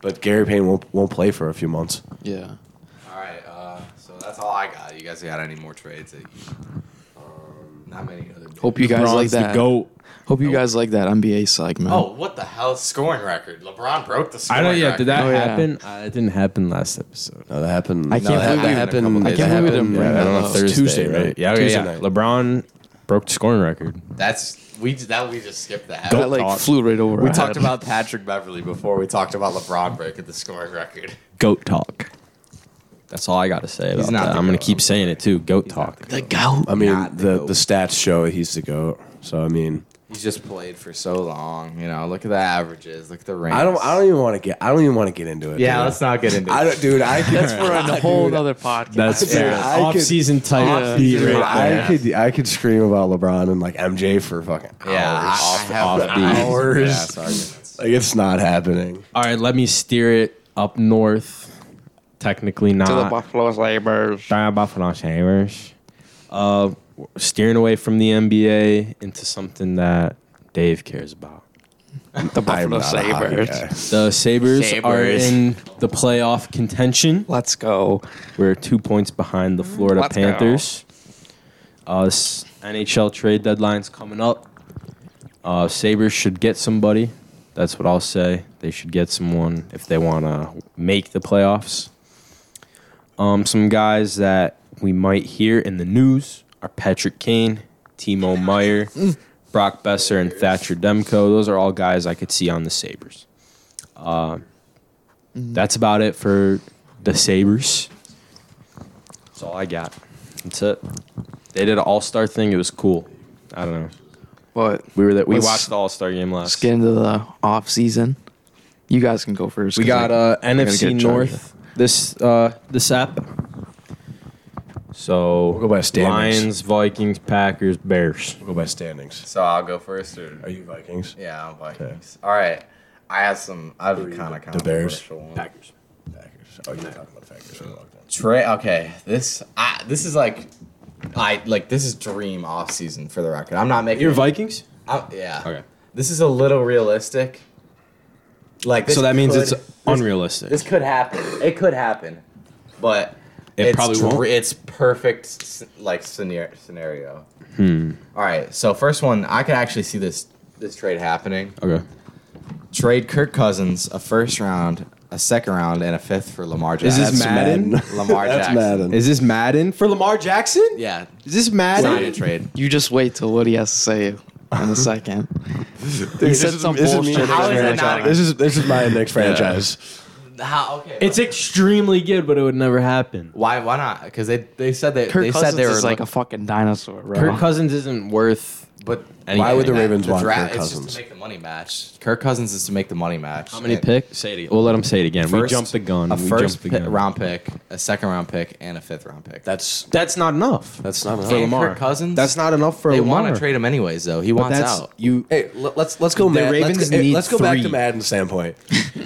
Speaker 5: But Gary Payne won't won't play for a few months.
Speaker 2: yeah.
Speaker 4: All right, uh, so that's all I got. You guys got any more trades? That you, um, not many other.
Speaker 2: Hope you guys like
Speaker 3: LeBron's
Speaker 2: that.
Speaker 3: the goat.
Speaker 2: Hope you guys like that NBA segment.
Speaker 4: Oh, what the hell? Scoring record. LeBron broke the
Speaker 3: I
Speaker 4: scoring
Speaker 3: don't. Yeah, did that
Speaker 2: Oh, yeah.
Speaker 3: happen? Uh, it didn't happen last episode.
Speaker 5: No, that happened.
Speaker 2: I can't
Speaker 5: that,
Speaker 2: believe we-
Speaker 5: happened.
Speaker 2: I
Speaker 5: that
Speaker 2: can't believe we didn't
Speaker 5: happened,
Speaker 2: bring
Speaker 5: yeah,
Speaker 2: that
Speaker 5: I don't know
Speaker 2: up.
Speaker 5: if Thursday,
Speaker 3: Tuesday,
Speaker 5: right?
Speaker 3: Yeah, okay,
Speaker 5: Tuesday
Speaker 3: yeah.
Speaker 5: night.
Speaker 3: LeBron broke the scoring record.
Speaker 4: That's we that we just skipped that.
Speaker 2: that like flew right over.
Speaker 4: we
Speaker 2: our
Speaker 4: talked
Speaker 2: head.
Speaker 4: about Patrick Beverly before we talked about LeBron breaking the scoring record.
Speaker 3: Goat talk. That's all I got to say about that.
Speaker 4: not the
Speaker 3: I'm going
Speaker 4: goat.
Speaker 3: to keep saying it too. Goat talk.
Speaker 2: the goat.
Speaker 5: I mean, the the stats show he's the goat. So I mean.
Speaker 4: He's just played for so long. You know, look at the averages. Look at the range.
Speaker 5: I don't. I don't even want to get. I don't even want to get into it.
Speaker 4: Yeah,
Speaker 5: dude.
Speaker 4: let's not get into.
Speaker 5: I don't, dude. I could. That's
Speaker 2: We're on a whole other podcast.
Speaker 3: That's
Speaker 5: Dude,
Speaker 3: fair.
Speaker 5: I could-
Speaker 3: Off-season type.
Speaker 2: Yeah.
Speaker 3: beat right
Speaker 5: I
Speaker 3: there.
Speaker 5: could. I could scream about LeBron and like MJ for fucking hours.
Speaker 4: Yeah, I- I have
Speaker 3: off
Speaker 4: the-
Speaker 3: beat.
Speaker 5: Hours.
Speaker 4: Yeah, it's arguments.
Speaker 5: Like it's not happening.
Speaker 3: All right, let me steer it up north. Technically not.
Speaker 2: Buffalo Sabres.
Speaker 3: Sorry, Buffalo Sabres. Uh, steering away from the NBA into something that Dave cares about.
Speaker 2: The Buffalo
Speaker 5: not a hockey guy.
Speaker 2: Sabres.
Speaker 3: The Sabres, are
Speaker 2: Sabres.
Speaker 3: in the playoff contention.
Speaker 2: Let's go.
Speaker 3: We're two points behind the Florida
Speaker 2: Let's go.
Speaker 3: Panthers. Uh, s- NHL trade deadline's coming up. Uh, Sabres should get somebody. That's what I'll say. They should get someone if they want to make the playoffs. Um, some guys that we might hear in the news are Patrick Kane, Timo Meyer, Brock Besser, and Thatcher Demko. Those are all guys I could see on the Sabres. Uh, that's about it for the Sabres. That's all I got. That's it. They did an All Star thing. It was cool. I don't know.
Speaker 2: But
Speaker 3: We were that we
Speaker 2: Let's-
Speaker 3: watched the All Star game
Speaker 2: let's
Speaker 3: last.
Speaker 2: get into the off season. You guys can go first.
Speaker 3: We
Speaker 2: 'cause
Speaker 3: got
Speaker 2: I-
Speaker 3: uh,
Speaker 2: I gotta
Speaker 3: NFC
Speaker 2: get charged.
Speaker 3: North this uh, this app. So
Speaker 5: go by standings.
Speaker 3: Lions, Vikings, Packers, Bears.
Speaker 5: We'll go by standings.
Speaker 4: So I'll go first. Or,
Speaker 5: Are you Vikings?
Speaker 4: yeah, I'm Vikings. All right. I have some. I have a kind of
Speaker 5: The Bears.
Speaker 4: controversial one.
Speaker 5: Packers. Packers. Oh, you're talking about Packers. for a long time.
Speaker 4: Trey, okay, this I, this is like, I like this is dream off season for the record. I'm not making.
Speaker 9: You're Vikings?
Speaker 4: I- yeah.
Speaker 9: Okay.
Speaker 4: This is a little realistic. Like this
Speaker 9: So that means
Speaker 4: could-
Speaker 9: it's unrealistic.
Speaker 4: this could happen. It could happen, but
Speaker 9: It probably
Speaker 4: dr-
Speaker 9: won't.
Speaker 4: It's perfect s- like scenario. scenario.
Speaker 3: Hmm.
Speaker 4: All right, so first one, I could actually see this this trade happening.
Speaker 9: Okay.
Speaker 4: Trade Kirk Cousins a first round, a second round, and a fifth for Lamar
Speaker 3: Is
Speaker 4: Jackson.
Speaker 3: this Madden?
Speaker 4: Lamar
Speaker 5: That's
Speaker 4: Jackson?
Speaker 5: Madden.
Speaker 3: Is this Madden for Lamar Jackson?
Speaker 4: Yeah,
Speaker 3: Is this
Speaker 4: sign a
Speaker 3: Madden?
Speaker 4: trade.
Speaker 2: You just wait till what he has to say in a second.
Speaker 5: Dude,
Speaker 2: said
Speaker 5: this is-
Speaker 2: some
Speaker 5: this is
Speaker 2: bullshit
Speaker 5: me.
Speaker 4: How is that not a-
Speaker 5: This is this is my next franchise.
Speaker 4: How? Okay.
Speaker 3: It's extremely good, but it would never happen.
Speaker 4: why? Why not? Because they they said they
Speaker 2: Kirk
Speaker 4: they
Speaker 2: Cousins
Speaker 4: said they were
Speaker 2: is like a
Speaker 4: looking-
Speaker 2: fucking dinosaur, bro.
Speaker 3: Kirk Cousins isn't worth.
Speaker 4: but
Speaker 5: Why would the Ravens want
Speaker 4: dra-
Speaker 5: Kirk
Speaker 4: it's Just
Speaker 5: Cousins?
Speaker 4: to make the money match. Kirk Cousins is to make the money match.
Speaker 3: How many
Speaker 4: And
Speaker 3: picks? Say it again. We'll let him say it again. we
Speaker 4: first-
Speaker 3: jumped the gun.
Speaker 4: A
Speaker 3: we
Speaker 4: first
Speaker 3: jumped the
Speaker 4: pi-
Speaker 3: gun.
Speaker 4: round pick, a second round pick, and a fifth round pick.
Speaker 5: That's
Speaker 3: That's not enough.
Speaker 5: that's not
Speaker 3: for
Speaker 5: enough.
Speaker 4: And
Speaker 3: Lamar.
Speaker 4: Kirk Cousins?
Speaker 3: That's not enough for
Speaker 4: they
Speaker 3: Lamar.
Speaker 4: want to trade him anyways, though. He
Speaker 3: But
Speaker 4: wants
Speaker 3: that's-
Speaker 4: out.
Speaker 3: You
Speaker 5: Hey, l- let's let's go.
Speaker 3: The
Speaker 5: Mad-
Speaker 3: Ravens
Speaker 5: let's, go- hey,
Speaker 3: need
Speaker 5: let's go back to
Speaker 3: three.
Speaker 5: Madden's standpoint.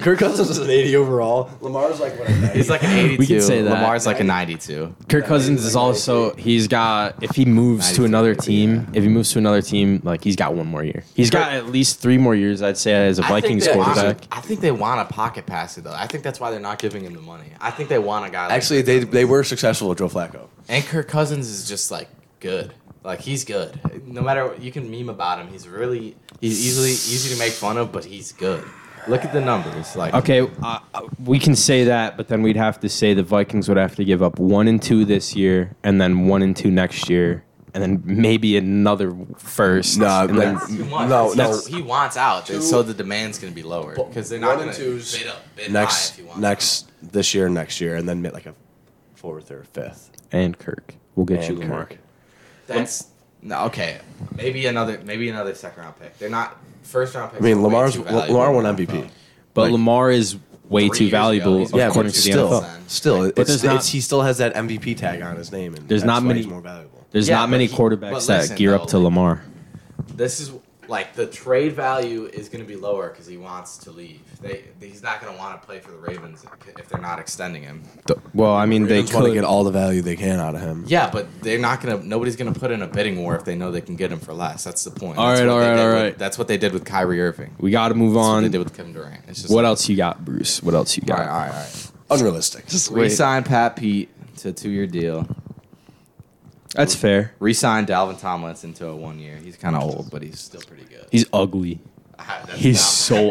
Speaker 5: Kirk Cousins is an 80 overall. Lamar's like what? a 90.
Speaker 4: He's like an 82.
Speaker 3: We can say that.
Speaker 4: Lamar's like a 92.
Speaker 3: Kirk Cousins is also he's got if he moves to another team, if he moves to another team, like he's got one more year. He's got at least three more years, I'd say, as a
Speaker 4: I think
Speaker 3: Vikings
Speaker 4: they want-
Speaker 3: quarterback.
Speaker 4: I think they want a pocket passer, though. I think that's why they're not giving him the money. I think they want a guy. Like
Speaker 5: actually they they were successful with Joe Flacco.
Speaker 4: And Kirk Cousins is just like good. Like he's good. No matter you can meme about him, he's really he's easily easy to make fun of, but he's good. Look at the numbers. Like
Speaker 3: Okay, uh, uh, we can say that, but then we'd have to say the Vikings would have to give up one and two this year, and then one and two next year, and then maybe another first.
Speaker 5: Nah,
Speaker 3: and then,
Speaker 5: like-
Speaker 4: too much.
Speaker 5: No,
Speaker 4: It's-
Speaker 5: no.
Speaker 4: He wants out, so the demand's gonna be lower because they're not
Speaker 5: One and
Speaker 4: gonna
Speaker 5: twos
Speaker 4: bid up, bid high
Speaker 5: next
Speaker 4: if you want.
Speaker 5: next this year, next year, and then like a fourth or fifth.
Speaker 3: and Kirk, we'll get you
Speaker 5: And
Speaker 3: Lamar.
Speaker 5: Kirk.
Speaker 4: that's no okay. Maybe another maybe another second round pick. They're not first round pick.
Speaker 5: I mean, Lamar's Lamar won MVP.
Speaker 3: But
Speaker 5: Like,
Speaker 3: Lamar is way
Speaker 4: three
Speaker 3: too
Speaker 4: years ago,
Speaker 3: valuable
Speaker 4: he's- Yeah,
Speaker 3: according
Speaker 4: but
Speaker 3: to the
Speaker 5: still,
Speaker 3: NFL.
Speaker 5: still, it's,
Speaker 3: there's not-
Speaker 5: it's- he still has that MVP tag on his name, and
Speaker 3: There's
Speaker 5: that's
Speaker 3: not
Speaker 5: why
Speaker 3: many-
Speaker 5: he's more valuable.
Speaker 3: There's
Speaker 4: Yeah,
Speaker 3: not
Speaker 4: but
Speaker 3: many
Speaker 4: he-
Speaker 3: quarterbacks
Speaker 4: but listen,
Speaker 3: that gear up
Speaker 4: though,
Speaker 3: to
Speaker 4: like-
Speaker 3: Lamar.
Speaker 4: This is like the trade value is going to be lower because he wants to leave. They, he's not going to want to play for the Ravens if they're not extending him.
Speaker 3: Well, I mean,
Speaker 5: They
Speaker 3: they
Speaker 5: want to
Speaker 3: could.
Speaker 5: get all the value they can out of him.
Speaker 4: Yeah, but they're not going to. Nobody's going to put in a bidding war if they know they can get him for less. That's the point.
Speaker 3: All
Speaker 4: that's
Speaker 3: right,
Speaker 4: what
Speaker 3: all
Speaker 4: they
Speaker 3: right,
Speaker 4: did
Speaker 3: all
Speaker 4: with-
Speaker 3: right.
Speaker 4: That's what they did with Kyrie Irving.
Speaker 3: we got to move
Speaker 4: That's what they
Speaker 3: on.
Speaker 4: did with Kevin Durant. It's just
Speaker 3: What
Speaker 4: like,
Speaker 3: else you got, Bruce? What else you
Speaker 4: All
Speaker 3: got?
Speaker 4: right, all right, all right.
Speaker 5: Unrealistic.
Speaker 2: Just wait.
Speaker 4: Resign Pat Pete to a two-year deal.
Speaker 3: That's fair.
Speaker 4: Resign Dalvin Tomlinson to a one-year. He's kind of old, but he's still pretty good.
Speaker 3: He's ugly.
Speaker 4: Ah, that's
Speaker 3: He's
Speaker 4: not-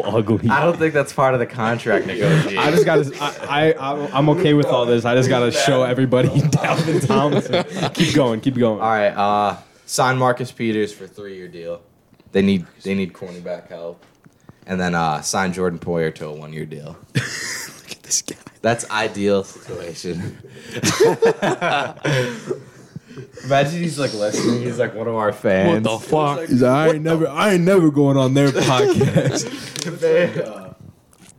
Speaker 3: so ugly.
Speaker 4: I don't think that's part of the contract negotiation.
Speaker 3: I just got to. I, I I'm okay with all this. I just got to show everybody Dalvin Thompson. keep going. Keep going.
Speaker 4: All right, uh, sign Marcus Peters for a three-year deal. They need they need cornerback help, and then uh, sign Jordan Poyer to a one-year deal.
Speaker 2: Look at this guy.
Speaker 4: That's ideal situation. Imagine he's like listening. He's like one of our
Speaker 2: What
Speaker 4: fans.
Speaker 2: the fuck?
Speaker 3: He's like, I ain't never. I ain't never going on their podcast.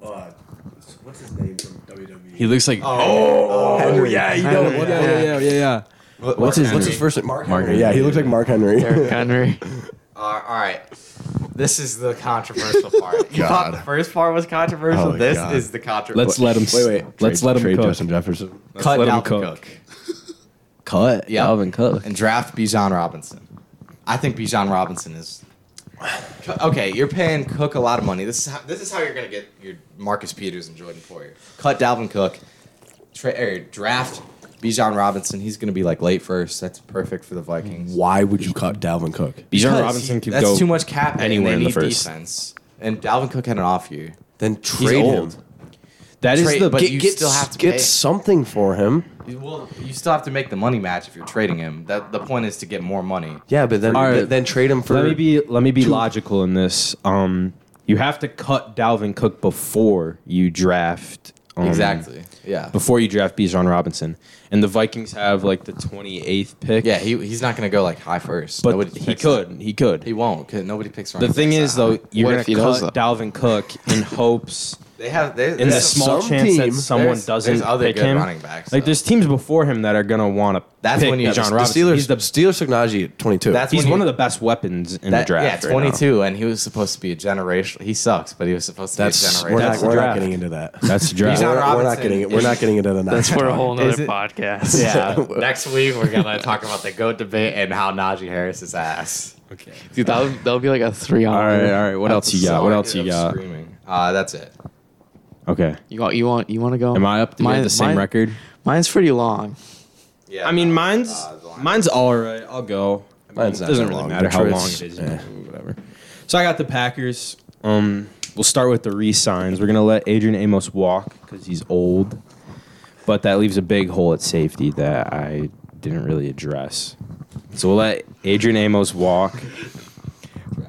Speaker 5: Uh, what's his name from WWE?
Speaker 3: he looks like. Oh,
Speaker 5: Henry. yeah, you know what?
Speaker 3: yeah, yeah, yeah, yeah, yeah.
Speaker 5: What's his What's
Speaker 4: Henry.
Speaker 5: his first name? Mark Henry. Yeah, he looks like Mark Henry.
Speaker 2: Derrick Henry.
Speaker 4: Uh, all right, this is the controversial part. You thought
Speaker 5: God.
Speaker 4: the first part was controversial.
Speaker 5: Oh,
Speaker 4: this
Speaker 5: God.
Speaker 4: is the controversial.
Speaker 3: Let's let him. s- Let's let him cook.
Speaker 5: Jefferson.
Speaker 4: cut
Speaker 3: let him
Speaker 4: Dalvin
Speaker 3: cook.
Speaker 4: Cook.
Speaker 3: Cut.
Speaker 4: Yeah.
Speaker 3: Dalvin Cook.
Speaker 4: and draft Bijan Robinson. I think Bijan Robinson is okay. You're paying Cook a lot of money. This is how, this is how you're gonna get your Marcus Peters and Jordan Poyer. Cut Dalvin Cook, tra- er, draft Bijan Robinson. He's gonna be like late first. That's perfect for the Vikings.
Speaker 5: Why would you cut Dalvin Cook?
Speaker 3: Bijan
Speaker 4: Because
Speaker 3: Robinson
Speaker 4: he-
Speaker 3: could
Speaker 4: that's
Speaker 3: go
Speaker 4: too much cap hit, and
Speaker 3: anywhere
Speaker 4: they
Speaker 3: in the
Speaker 4: need
Speaker 3: first.
Speaker 4: Defense. And Dalvin Cook had an off year.
Speaker 5: Then trade him.
Speaker 3: old. That is
Speaker 4: Trade-
Speaker 3: the.
Speaker 4: but
Speaker 5: Get,
Speaker 4: you
Speaker 5: get,
Speaker 4: still have to
Speaker 5: get
Speaker 4: pay.
Speaker 5: something for him.
Speaker 4: You- Well, you still have to make the money match if you're trading him. That the point is to get more money.
Speaker 5: Yeah, but then
Speaker 3: All right.
Speaker 5: th- then trade him for.
Speaker 3: let me be let me be logical in this. Um, you have to cut Dalvin Cook before you draft. um,
Speaker 4: Exactly. Yeah.
Speaker 3: Before you draft Bijan Robinson, and the Vikings have like the twenty eighth pick.
Speaker 4: Yeah, he, he's not going to go like high first.
Speaker 3: but
Speaker 4: Nobody
Speaker 3: he
Speaker 4: picks
Speaker 3: could. He could.
Speaker 4: He won't. Cause nobody picks.
Speaker 3: the thing is though, you're
Speaker 2: What
Speaker 3: gonna
Speaker 2: if he
Speaker 3: cut
Speaker 2: does,
Speaker 3: Dalvin Cook in hopes
Speaker 4: They have they,
Speaker 3: and the
Speaker 4: there's some-
Speaker 3: small
Speaker 5: some
Speaker 3: chance that
Speaker 5: team-
Speaker 3: someone
Speaker 4: there's-
Speaker 3: doesn't
Speaker 4: there's other
Speaker 3: pick
Speaker 4: good
Speaker 3: him.
Speaker 4: running backs,
Speaker 3: like
Speaker 4: though.
Speaker 3: there's teams before him that are gonna want to.
Speaker 4: That's
Speaker 3: pick
Speaker 4: when you-
Speaker 3: Bijan
Speaker 4: the
Speaker 3: Robinson.
Speaker 5: Steelers,
Speaker 3: He's
Speaker 5: the
Speaker 3: the
Speaker 5: Steelers took Najee at 22.
Speaker 4: That's
Speaker 3: he's
Speaker 4: when
Speaker 3: one
Speaker 4: you-
Speaker 3: of the best weapons in
Speaker 4: that-
Speaker 3: the draft.
Speaker 4: Yeah,
Speaker 3: right now.
Speaker 4: 22, and he was supposed to be a generational. He sucks, but he was supposed to
Speaker 5: that's
Speaker 4: be a
Speaker 5: we're
Speaker 4: generational.
Speaker 5: not,
Speaker 3: That's the
Speaker 5: we're not
Speaker 3: draft.
Speaker 5: getting into that.
Speaker 3: That's the draft.
Speaker 4: Bijan
Speaker 5: we're, we're not
Speaker 4: Robinson
Speaker 5: getting it. We're
Speaker 4: is-
Speaker 5: not getting into the
Speaker 2: That's
Speaker 5: Najee.
Speaker 2: for a whole
Speaker 4: Is
Speaker 2: nother
Speaker 4: it-
Speaker 2: podcast.
Speaker 4: yeah. Next week we're gonna talk about the goat debate and how Najee Harris is ass.
Speaker 3: Okay.
Speaker 2: Dude, that'll, that'll be like a three hour.
Speaker 3: All right, all right. What else you got? Uh, What
Speaker 4: Sorry,
Speaker 3: else
Speaker 4: dude,
Speaker 3: you
Speaker 4: I'm
Speaker 3: got?
Speaker 4: Screaming. Uh, that's it.
Speaker 3: Okay.
Speaker 2: You want you want you want to go?
Speaker 3: Am I up? Do we have the same
Speaker 2: mine-
Speaker 3: record?
Speaker 2: Mine's pretty long.
Speaker 4: Yeah.
Speaker 3: I mean, mine's
Speaker 4: Uh, the line-
Speaker 3: mine's all right. I'll go. I mean,
Speaker 5: Mine's
Speaker 3: it
Speaker 5: not
Speaker 3: doesn't
Speaker 5: that
Speaker 3: really
Speaker 5: long,
Speaker 3: matter
Speaker 5: but
Speaker 3: how long eh.
Speaker 5: it's-
Speaker 3: it is. Whatever. So I got the Packers. Um, we'll start with the re-signs. We're gonna let Adrian Amos walk because he's old, but that leaves a big hole at safety that I didn't really address. So we'll let Adrian Amos walk.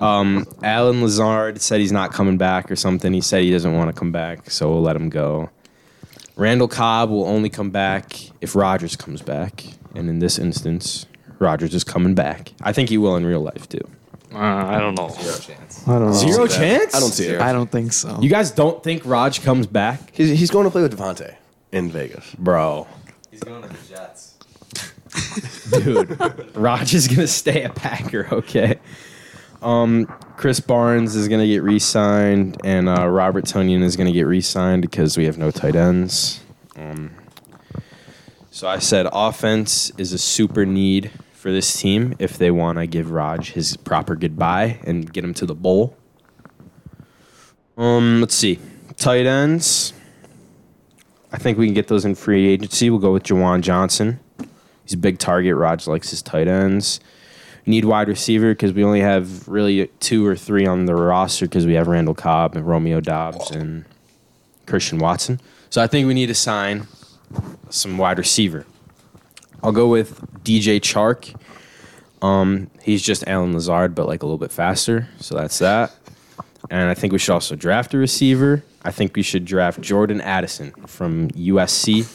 Speaker 3: Um, Alan Lazard said he's not coming back or something. He said he doesn't want to come back, so we'll let him go. Randall Cobb will only come back if Rogers comes back, and in this instance, Rogers is coming back. I think he will in real life too.
Speaker 2: Uh, I don't know.
Speaker 4: zero chance.
Speaker 2: I don't know.
Speaker 3: Zero chance.
Speaker 5: I don't see it.
Speaker 2: I don't think so.
Speaker 3: You guys don't think Raj comes back,
Speaker 5: He's, he's going to play with Devontae in Vegas.
Speaker 3: bro?
Speaker 4: He's going to the Jets.
Speaker 3: Raj is gonna stay a Packer, okay? Um, Chris Barnes is gonna get re-signed, and uh, Robert Tunyon is gonna get re-signed because we have no tight ends. Um, so I said offense is a super need for this team if they want to give Raj his proper goodbye and get him to the bowl. Um, let's see, tight ends. I think we can get those in free agency. We'll go with Jawan Johnson. He's a big target. Raj likes his tight ends. Need wide receiver because we only have really two or three on the roster because we have Randall Cobb and Romeo Dobbs and Christian Watson. So I think we need to sign some wide receiver. I'll go with DJ Chark. Um, he's just Alan Lazard, but like a little bit faster. So that's that. And I think we should also draft a receiver. I think we should draft Jordan Addison from USC.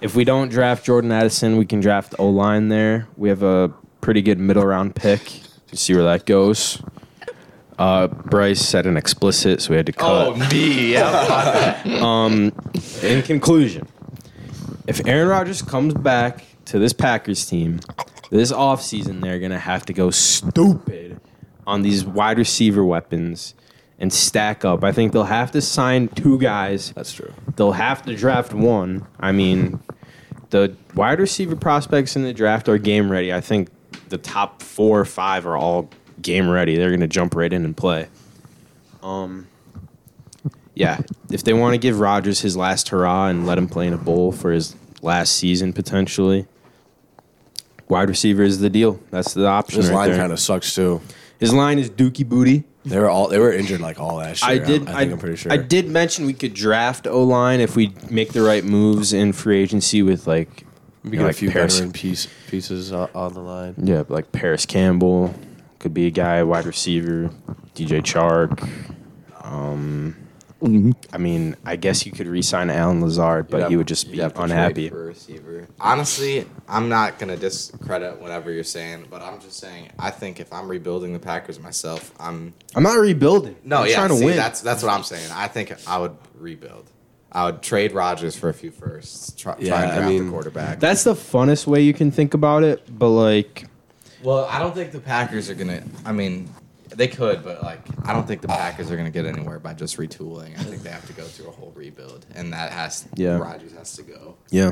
Speaker 3: If we don't draft Jordan Addison, we can draft O line there. We have a pretty good middle round pick. We'll see where that goes. Uh, Bryce said an explicit, so we had to cut.
Speaker 4: Oh me, yeah.
Speaker 3: In conclusion, if Aaron Rodgers comes back to this Packers team this offseason, they're going to have to go stupid on these wide receiver weapons and stack up. I think they'll have to sign two guys.
Speaker 5: That's true.
Speaker 3: They'll have to draft one. I mean, the wide receiver prospects in the draft are game ready. I think the top four or five are all game ready. They're going to jump right in and play. Um, yeah, if they want to give Rodgers his last hurrah and let him play in a bowl for his last season potentially, wide receiver is the deal. That's the option.
Speaker 5: This
Speaker 3: right
Speaker 5: line
Speaker 3: there.
Speaker 5: kind of sucks too.
Speaker 3: his line is Dookie Booty.
Speaker 5: They were all they were injured like all last year.
Speaker 3: I did.
Speaker 5: I think I, am pretty sure.
Speaker 3: I did mention we could draft O line if we make the right moves in free agency with like
Speaker 5: We
Speaker 3: you
Speaker 5: got a
Speaker 3: know, like
Speaker 5: few
Speaker 3: Paris.
Speaker 5: veteran piece, pieces on, on the line.
Speaker 3: Yeah, like Paris Campbell could be a guy, wide receiver, DJ Chark. Um, I mean, I guess you could re-sign Alan Lazard, but he would just be unhappy.
Speaker 4: Honestly, I'm not gonna discredit whatever you're saying, but I'm just saying I think if I'm rebuilding the Packers myself, I'm
Speaker 3: I'm not rebuilding.
Speaker 4: no
Speaker 3: I'm
Speaker 4: yeah.
Speaker 3: trying to
Speaker 4: see,
Speaker 3: win.
Speaker 4: That's that's what I'm saying. I think I would rebuild. I would trade Rodgers for a few firsts. Try,
Speaker 5: Yeah,
Speaker 4: try and
Speaker 5: I
Speaker 4: draft a
Speaker 5: mean-
Speaker 4: quarterback.
Speaker 3: That's the funnest way you can think about it, but like,
Speaker 4: well, I don't think the Packers are gonna. I mean, they could, but like, I don't think the Packers are gonna get anywhere by just retooling. I think they have to go through a whole rebuild, and that has
Speaker 3: Yeah.
Speaker 4: Rodgers has to go.
Speaker 3: yeah,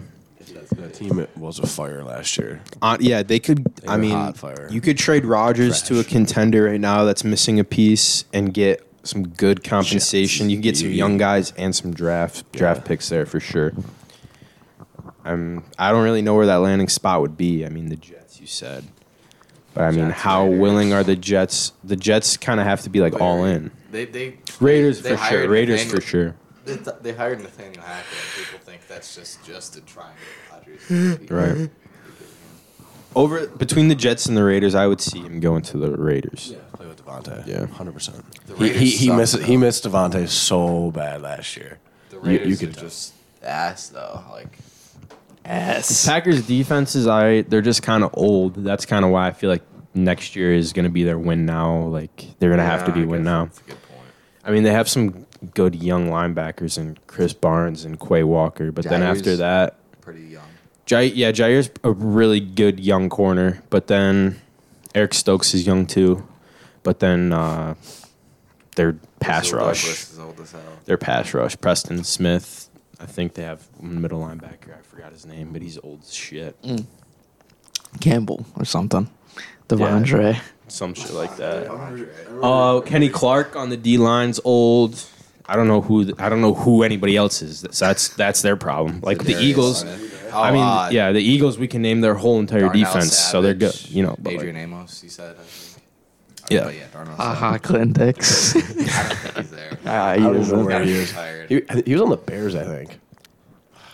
Speaker 5: The team it was a fire last year.
Speaker 3: uh, yeah, they could. I
Speaker 5: were
Speaker 3: mean,
Speaker 5: hot fire.
Speaker 3: you could trade Rodgers to a contender right now that's missing a piece and get some good compensation. You can get some young guys and some draft draft picks there for sure. I'm. I don't really know where that landing spot would be. I mean, the Jets, you said, but I mean,
Speaker 4: Jets,
Speaker 3: how
Speaker 4: Raiders.
Speaker 3: willing are the Jets? The Jets kind of have to be like all in.
Speaker 4: They they
Speaker 3: Raiders
Speaker 4: They
Speaker 3: for sure.
Speaker 4: hired
Speaker 3: Raiders
Speaker 4: Nathaniel-
Speaker 3: for sure.
Speaker 4: They, th- they hired Nathaniel Hackett. and People think that's just just to try and get Rodgers.
Speaker 3: Right. Over between the Jets and the Raiders, I would see him going to the Raiders.
Speaker 5: Play with Devontae.
Speaker 3: Yeah.
Speaker 5: hundred percent.
Speaker 4: The
Speaker 5: He
Speaker 4: Raiders
Speaker 5: he, he
Speaker 4: suck,
Speaker 5: missed
Speaker 4: though.
Speaker 5: he missed Devontae so bad last year.
Speaker 4: The
Speaker 5: You- you
Speaker 4: Raiders
Speaker 5: could
Speaker 4: are
Speaker 5: tell.
Speaker 4: just ass though. Like
Speaker 2: Yes.
Speaker 3: Packers defense is all right. They're just kind of old. That's kind of why I feel like next year is going to be their win now. Like they're going to have to
Speaker 4: Yeah, I
Speaker 3: be win
Speaker 4: guess
Speaker 3: now.
Speaker 4: That's a good point.
Speaker 3: I mean, they have some good young linebackers and Chris Barnes and Quay Walker. But then
Speaker 4: Jair's-
Speaker 3: after that,
Speaker 4: Pretty young.
Speaker 3: Jai yeah, Jair's a really good young corner, but then Eric Stokes is young too. But then uh, their pass
Speaker 4: Russell
Speaker 3: rush,
Speaker 4: Douglas is old as hell.
Speaker 3: their pass rush, Preston Smith. I think they have one middle linebacker. I forgot his name, but he's old as shit.
Speaker 2: Campbell or something. Devondre.
Speaker 3: Some shit like that. Uh, Kenny Clark on the D line's old. I don't know who. I don't know who anybody else is. That's that's, that's their problem. Like the
Speaker 4: Darius
Speaker 3: Eagles.
Speaker 4: Oh,
Speaker 3: I mean,
Speaker 4: uh,
Speaker 3: yeah, the Eagles. We can name their whole entire
Speaker 4: Darnell
Speaker 3: defense, so they're
Speaker 4: Savage,
Speaker 3: good. You know, but like-
Speaker 4: Adrian Amos, you said. I think.
Speaker 3: Yeah.
Speaker 4: But yeah, Darnell
Speaker 2: Aha, Clinton Dix.
Speaker 4: Savage. I don't think he's there.
Speaker 2: Ah,
Speaker 5: I
Speaker 2: he
Speaker 5: don't
Speaker 2: is
Speaker 5: know
Speaker 2: a-
Speaker 5: where he is.
Speaker 4: Tired.
Speaker 5: He, he was on the Bears, I think.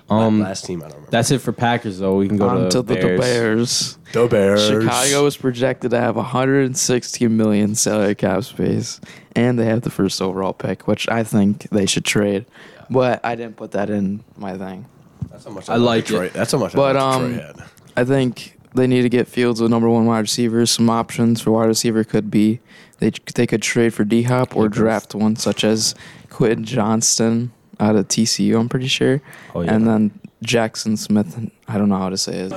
Speaker 3: um,
Speaker 5: Last team, I don't remember.
Speaker 3: That's it for Packers, though. We can go
Speaker 2: On
Speaker 3: to
Speaker 2: to the the
Speaker 3: Bears.
Speaker 2: Bears.
Speaker 5: The Bears.
Speaker 2: Chicago is projected to have 116 million salary cap space, and they have the first overall pick, which I think they should trade. But I didn't put that in my thing.
Speaker 5: That's how much
Speaker 3: I like
Speaker 5: Detroit.
Speaker 3: it.
Speaker 5: That's how much
Speaker 2: But,
Speaker 5: I like
Speaker 2: um,
Speaker 5: Detroit had.
Speaker 2: I think they need to get Fields with number one wide receiver. Some options for wide receiver could be they they could trade for D Hop or draft one such as Quinton Johnston out of TCU. I'm pretty sure,
Speaker 3: Oh, yeah.
Speaker 2: and then Jackson Smith. I don't know how to say it.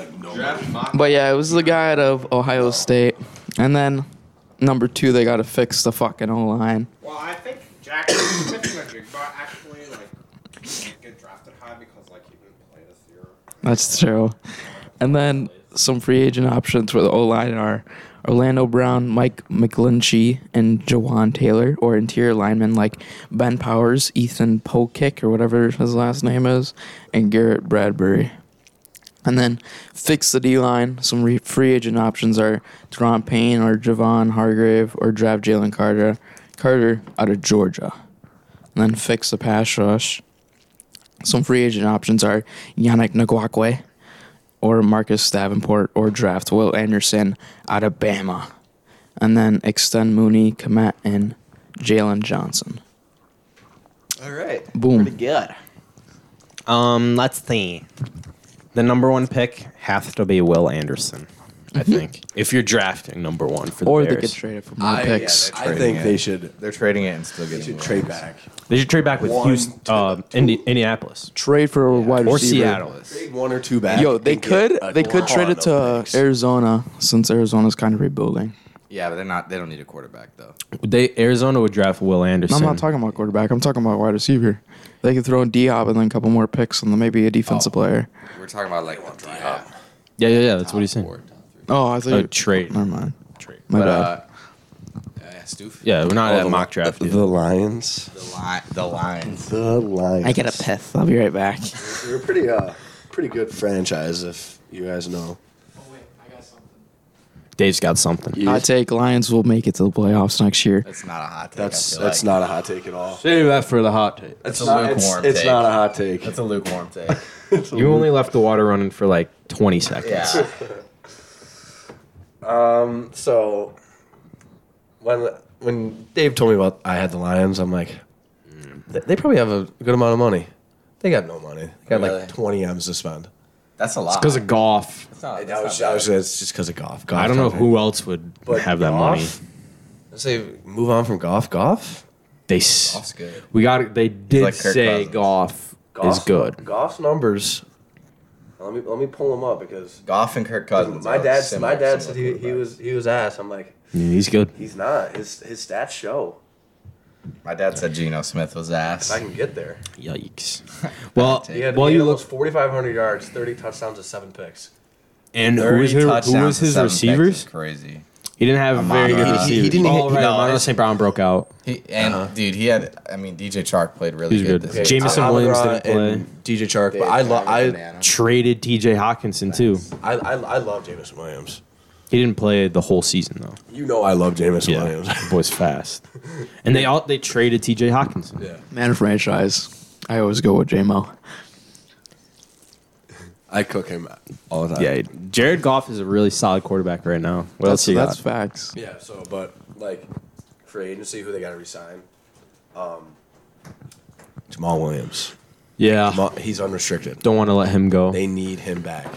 Speaker 2: But yeah, it was the guy out of Ohio State, and then number two they got to fix the fucking O line.
Speaker 10: Well, I think Jackson Smith and Jigba actually like didn't get drafted high because like he didn't play this year.
Speaker 2: That's true. And then some free agent options for the O line are Orlando Brown, Mike McGlinchey, and Jawan Taylor, or interior linemen like Ben Powers, Ethan Pokick, or whatever his last name is, and Garrett Bradbury. And then fix the D line. Some re- free agent options are Teron Payne or Javon Hargrave or draft Jalen Carter, Carter out of Georgia. And then fix the pass rush. Some free agent options are Yannick Ngakwe or Marcus Davenport or draft Will Anderson out of Bama. And then extend Mooney, Komet, and Jalen Johnson.
Speaker 4: All right.
Speaker 2: Boom.
Speaker 4: good.
Speaker 3: Um, let's see. The number one pick has to be Will Anderson, I think. if you're drafting number one for the
Speaker 2: Or they
Speaker 3: Bears,
Speaker 2: could trade it for more
Speaker 5: I-
Speaker 2: picks.
Speaker 4: yeah,
Speaker 5: I
Speaker 4: trading
Speaker 5: think
Speaker 4: it.
Speaker 5: they should
Speaker 4: They're trading it and still getting.
Speaker 5: they should
Speaker 4: Will
Speaker 5: trade
Speaker 4: Anderson.
Speaker 5: back.
Speaker 3: they should trade back with
Speaker 5: One,
Speaker 3: Houston, uh, Indi- Indianapolis
Speaker 2: trade for a wide
Speaker 3: or
Speaker 2: receiver.
Speaker 3: Seattle.
Speaker 5: Trade one or two back.
Speaker 2: Yo, they
Speaker 5: and get
Speaker 2: could
Speaker 5: a
Speaker 2: they could trade it
Speaker 5: ton of
Speaker 2: to
Speaker 5: picks.
Speaker 2: Arizona since Arizona's kind of rebuilding.
Speaker 4: Yeah, but they're not. They don't need a quarterback though.
Speaker 3: They Arizona would draft Will Anderson.
Speaker 2: I'm not talking about quarterback. I'm talking about wide receiver. They could throw in D Hop and then a couple more picks and then maybe a defensive player.
Speaker 4: We're talking about like the draft.
Speaker 3: Yeah, yeah, yeah. That's what he's saying.
Speaker 4: Or top three.
Speaker 2: Oh, I thought
Speaker 3: A
Speaker 2: you-
Speaker 3: trade.
Speaker 2: Never mind.
Speaker 3: Trade.
Speaker 2: My
Speaker 4: But
Speaker 2: bad.
Speaker 4: uh, yeah, Stoof.
Speaker 3: Yeah, we're not
Speaker 5: Oh,
Speaker 3: at
Speaker 5: the-
Speaker 3: mock draft.
Speaker 5: The,
Speaker 3: yet.
Speaker 5: Lions.
Speaker 4: The line. The lines.
Speaker 5: The Lions.
Speaker 2: I get a Oh, piss. I'll be right back.
Speaker 5: They're a pretty uh pretty good franchise if you guys know.
Speaker 3: Dave's got something.
Speaker 2: I take Lions will make it to the playoffs next year.
Speaker 4: That's not a hot take.
Speaker 5: That's
Speaker 4: I feel
Speaker 5: that's
Speaker 4: like.
Speaker 5: not a hot take at all.
Speaker 3: Save that for the hot take.
Speaker 4: That's a
Speaker 5: It's not- it's-
Speaker 4: lukewarm.
Speaker 5: It's,
Speaker 4: take.
Speaker 5: not a hot take.
Speaker 4: That's a lukewarm take.
Speaker 3: You only left the water running for like 20 seconds.
Speaker 4: yeah.
Speaker 5: So when when Dave told me about I had the Lions, I'm like, they, they probably have a good amount of money. They got no money. They got
Speaker 4: Really?
Speaker 5: like 20 m's to spend.
Speaker 4: That's a lot.
Speaker 3: Because of golf.
Speaker 4: It's not-
Speaker 5: That
Speaker 4: that's
Speaker 5: was,
Speaker 4: not
Speaker 5: that was- that's just because of golf.
Speaker 3: I don't know who else would have that money.
Speaker 5: Let's say move on from golf. Golf
Speaker 3: They s-
Speaker 4: bad. That's good.
Speaker 3: we got it. They did
Speaker 4: like Kirk
Speaker 3: say
Speaker 4: Cousins.
Speaker 3: golf,
Speaker 5: golf
Speaker 3: is good.
Speaker 5: Golf numbers. Let me let me pull them up because
Speaker 4: Goff and Kirk Cousins.
Speaker 5: my
Speaker 4: are
Speaker 5: dad
Speaker 4: similar-
Speaker 5: my dad said he,
Speaker 4: similar
Speaker 5: he
Speaker 4: quarterbacks.
Speaker 5: was he was ass. I'm like
Speaker 3: he's good.
Speaker 5: he's not. His his stats show.
Speaker 4: My dad said Geno Smith was ass.
Speaker 5: If I can get there.
Speaker 3: Yikes. Well,
Speaker 5: He had,
Speaker 3: well,
Speaker 5: he had
Speaker 3: you look
Speaker 5: almost 4,500 yards, 30 touchdowns, and seven picks.
Speaker 3: and who
Speaker 4: 30
Speaker 3: was his, who
Speaker 4: touchdowns
Speaker 3: was
Speaker 4: to
Speaker 3: his
Speaker 4: seven picks is
Speaker 3: receivers?
Speaker 4: Crazy.
Speaker 3: He didn't have very good
Speaker 4: Amon-Ra.
Speaker 3: receivers.
Speaker 4: He- he
Speaker 5: didn't
Speaker 3: oh,
Speaker 5: hit-
Speaker 3: right,
Speaker 4: no,
Speaker 3: Amon-Ra
Speaker 4: it's-
Speaker 3: St. Brown broke out.
Speaker 4: He, and dude, he had. I mean, DJ Chark played
Speaker 3: Uh-huh.
Speaker 4: really
Speaker 3: He's
Speaker 4: good.
Speaker 3: good.
Speaker 4: This year. Uh,
Speaker 3: Jameson Williams didn't play.
Speaker 5: and DJ Chark, but I, lo- I,
Speaker 4: Banana.
Speaker 3: Traded T.J. Hawkinson too.
Speaker 5: I, I, I love Jamison Williams.
Speaker 3: He didn't play the whole season though.
Speaker 5: You know I love Jamison Williams.
Speaker 3: the boy's fast. And they all they traded T.J. Hawkinson.
Speaker 5: Yeah.
Speaker 2: Man franchise. I always go with JMO.
Speaker 5: I cook him all the time.
Speaker 3: Yeah, Jared Goff is a really solid quarterback right now. What
Speaker 2: That's,
Speaker 3: else you
Speaker 2: that's
Speaker 3: got?
Speaker 2: facts.
Speaker 5: Yeah, so, but, like, free agency, who they got to resign? Um, Jamal Williams.
Speaker 3: Yeah,
Speaker 5: Jamal, he's unrestricted.
Speaker 3: don't want to let him go.
Speaker 5: They need him back.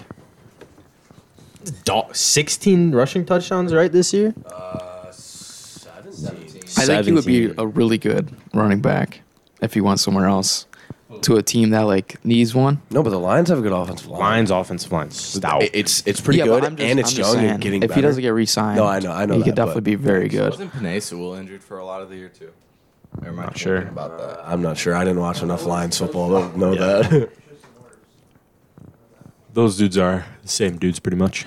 Speaker 3: Dog- 16 rushing touchdowns right this year.
Speaker 5: Uh, 17.
Speaker 2: I think he would be
Speaker 3: 17.
Speaker 2: a really good running back. if he went somewhere else to a team that like needs one.
Speaker 5: No, but the Lions have a good offensive line.
Speaker 3: Lions offensive line stout.
Speaker 5: It- It's it's pretty
Speaker 2: Yeah, but
Speaker 5: good,
Speaker 2: I'm just-
Speaker 5: and it's
Speaker 2: I'm just
Speaker 5: young
Speaker 2: saying,
Speaker 5: and getting
Speaker 2: If
Speaker 5: better.
Speaker 2: he doesn't get re-signed,
Speaker 5: No, I know- I know
Speaker 2: he could
Speaker 5: that,
Speaker 2: definitely
Speaker 5: but-
Speaker 2: be very good.
Speaker 4: Wasn't Panay Sewell injured for a lot of the year too? Or am I
Speaker 3: Not sure.
Speaker 4: thinking about that?
Speaker 5: I'm not sure. I didn't watch enough Lions football to know that.
Speaker 3: Those dudes are the same dudes pretty much.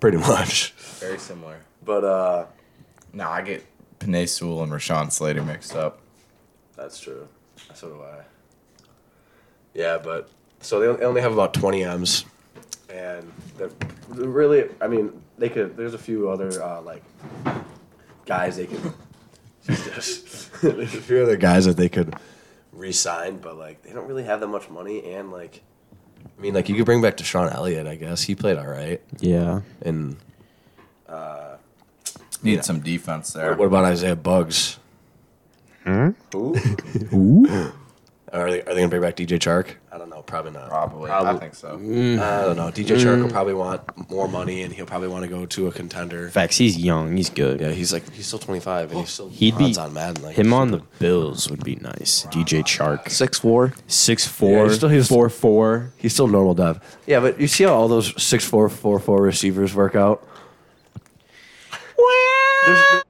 Speaker 5: pretty much.
Speaker 4: Very similar.
Speaker 5: But uh,
Speaker 4: No, I get Panay Sewell and Rashawn Slater mixed up.
Speaker 5: that's true. So do I. Yeah, but so they they only have about 20 M's, and they're they're really. I mean, they could. There's a few other uh, like guys they could. there's a few other guys that they could re-sign, but like they don't really have that much money, and like. I mean, like you could bring back Deshaun Elliott, I guess he played all right,
Speaker 3: Yeah.
Speaker 5: and
Speaker 4: Need some defense there.
Speaker 5: What about Isaiah Bugs? Who? Are they, are they gonna bring back DJ Chark? I don't know. Probably not. Mm.
Speaker 4: Probably. I think so.
Speaker 5: I don't know. DJ Chark will probably want more money, and he'll probably want to go to a contender. Oh,
Speaker 3: Facts. He's young. He's good.
Speaker 5: Yeah, he's like he's still 25, and he's still
Speaker 3: He'd be-
Speaker 5: odds on Madden. Like
Speaker 3: Him on the Bills would be nice. DJ Chark.
Speaker 2: Six four.
Speaker 3: Six four.
Speaker 5: he's still- he's-
Speaker 3: four four.
Speaker 5: he's still normal dive. Yeah, but you see how all those six four four four receivers work out. There's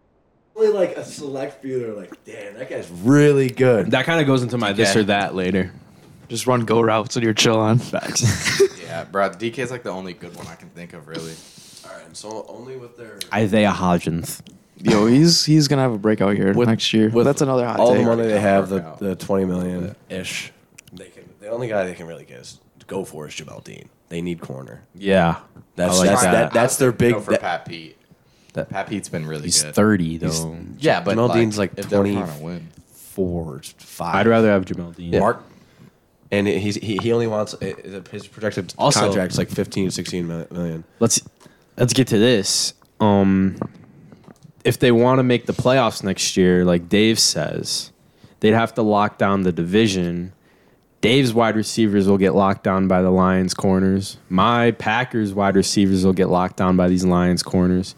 Speaker 5: only like a select few that are like, damn, that guy's really good.
Speaker 3: That kind of goes into my this or that later.
Speaker 2: Just run go routes and you're chilling.
Speaker 4: Yeah, bro. DK's like the only good one I can think of, really.
Speaker 5: All right, so only with their
Speaker 3: Isaiah Hodgins.
Speaker 2: Yo, he's he's gonna have a breakout year next year. That's another hot
Speaker 5: all
Speaker 2: take.
Speaker 5: the money they have, the,
Speaker 4: out.
Speaker 5: the twenty million ish. They can. The only guy they can really get is go for is Jamel Dean. They need corner.
Speaker 3: Yeah.
Speaker 5: That's
Speaker 3: I like
Speaker 5: that's
Speaker 3: that.
Speaker 5: that. that's their big.
Speaker 4: Go for
Speaker 5: that-
Speaker 4: Pat Pete.
Speaker 5: that-
Speaker 4: Pat Pete's been really
Speaker 3: He's
Speaker 4: good.
Speaker 3: thirty though.
Speaker 4: yeah, but
Speaker 5: Jamal
Speaker 4: like,
Speaker 5: Dean's like
Speaker 4: if they're
Speaker 5: 20
Speaker 4: trying to win.
Speaker 5: four, five.
Speaker 3: I'd rather have Jamel Dean.
Speaker 5: Mark. And he's he, he only wants uh, uh, his projected
Speaker 3: Also-
Speaker 5: contract's like 15, 16 mil- million.
Speaker 3: let's let's get to this. Um, if they want to make the playoffs next year, like Dave says, they'd have to lock down the division. Dave's wide receivers will get locked down by the Lions corners. My Packers wide receivers will get locked down by these Lions corners.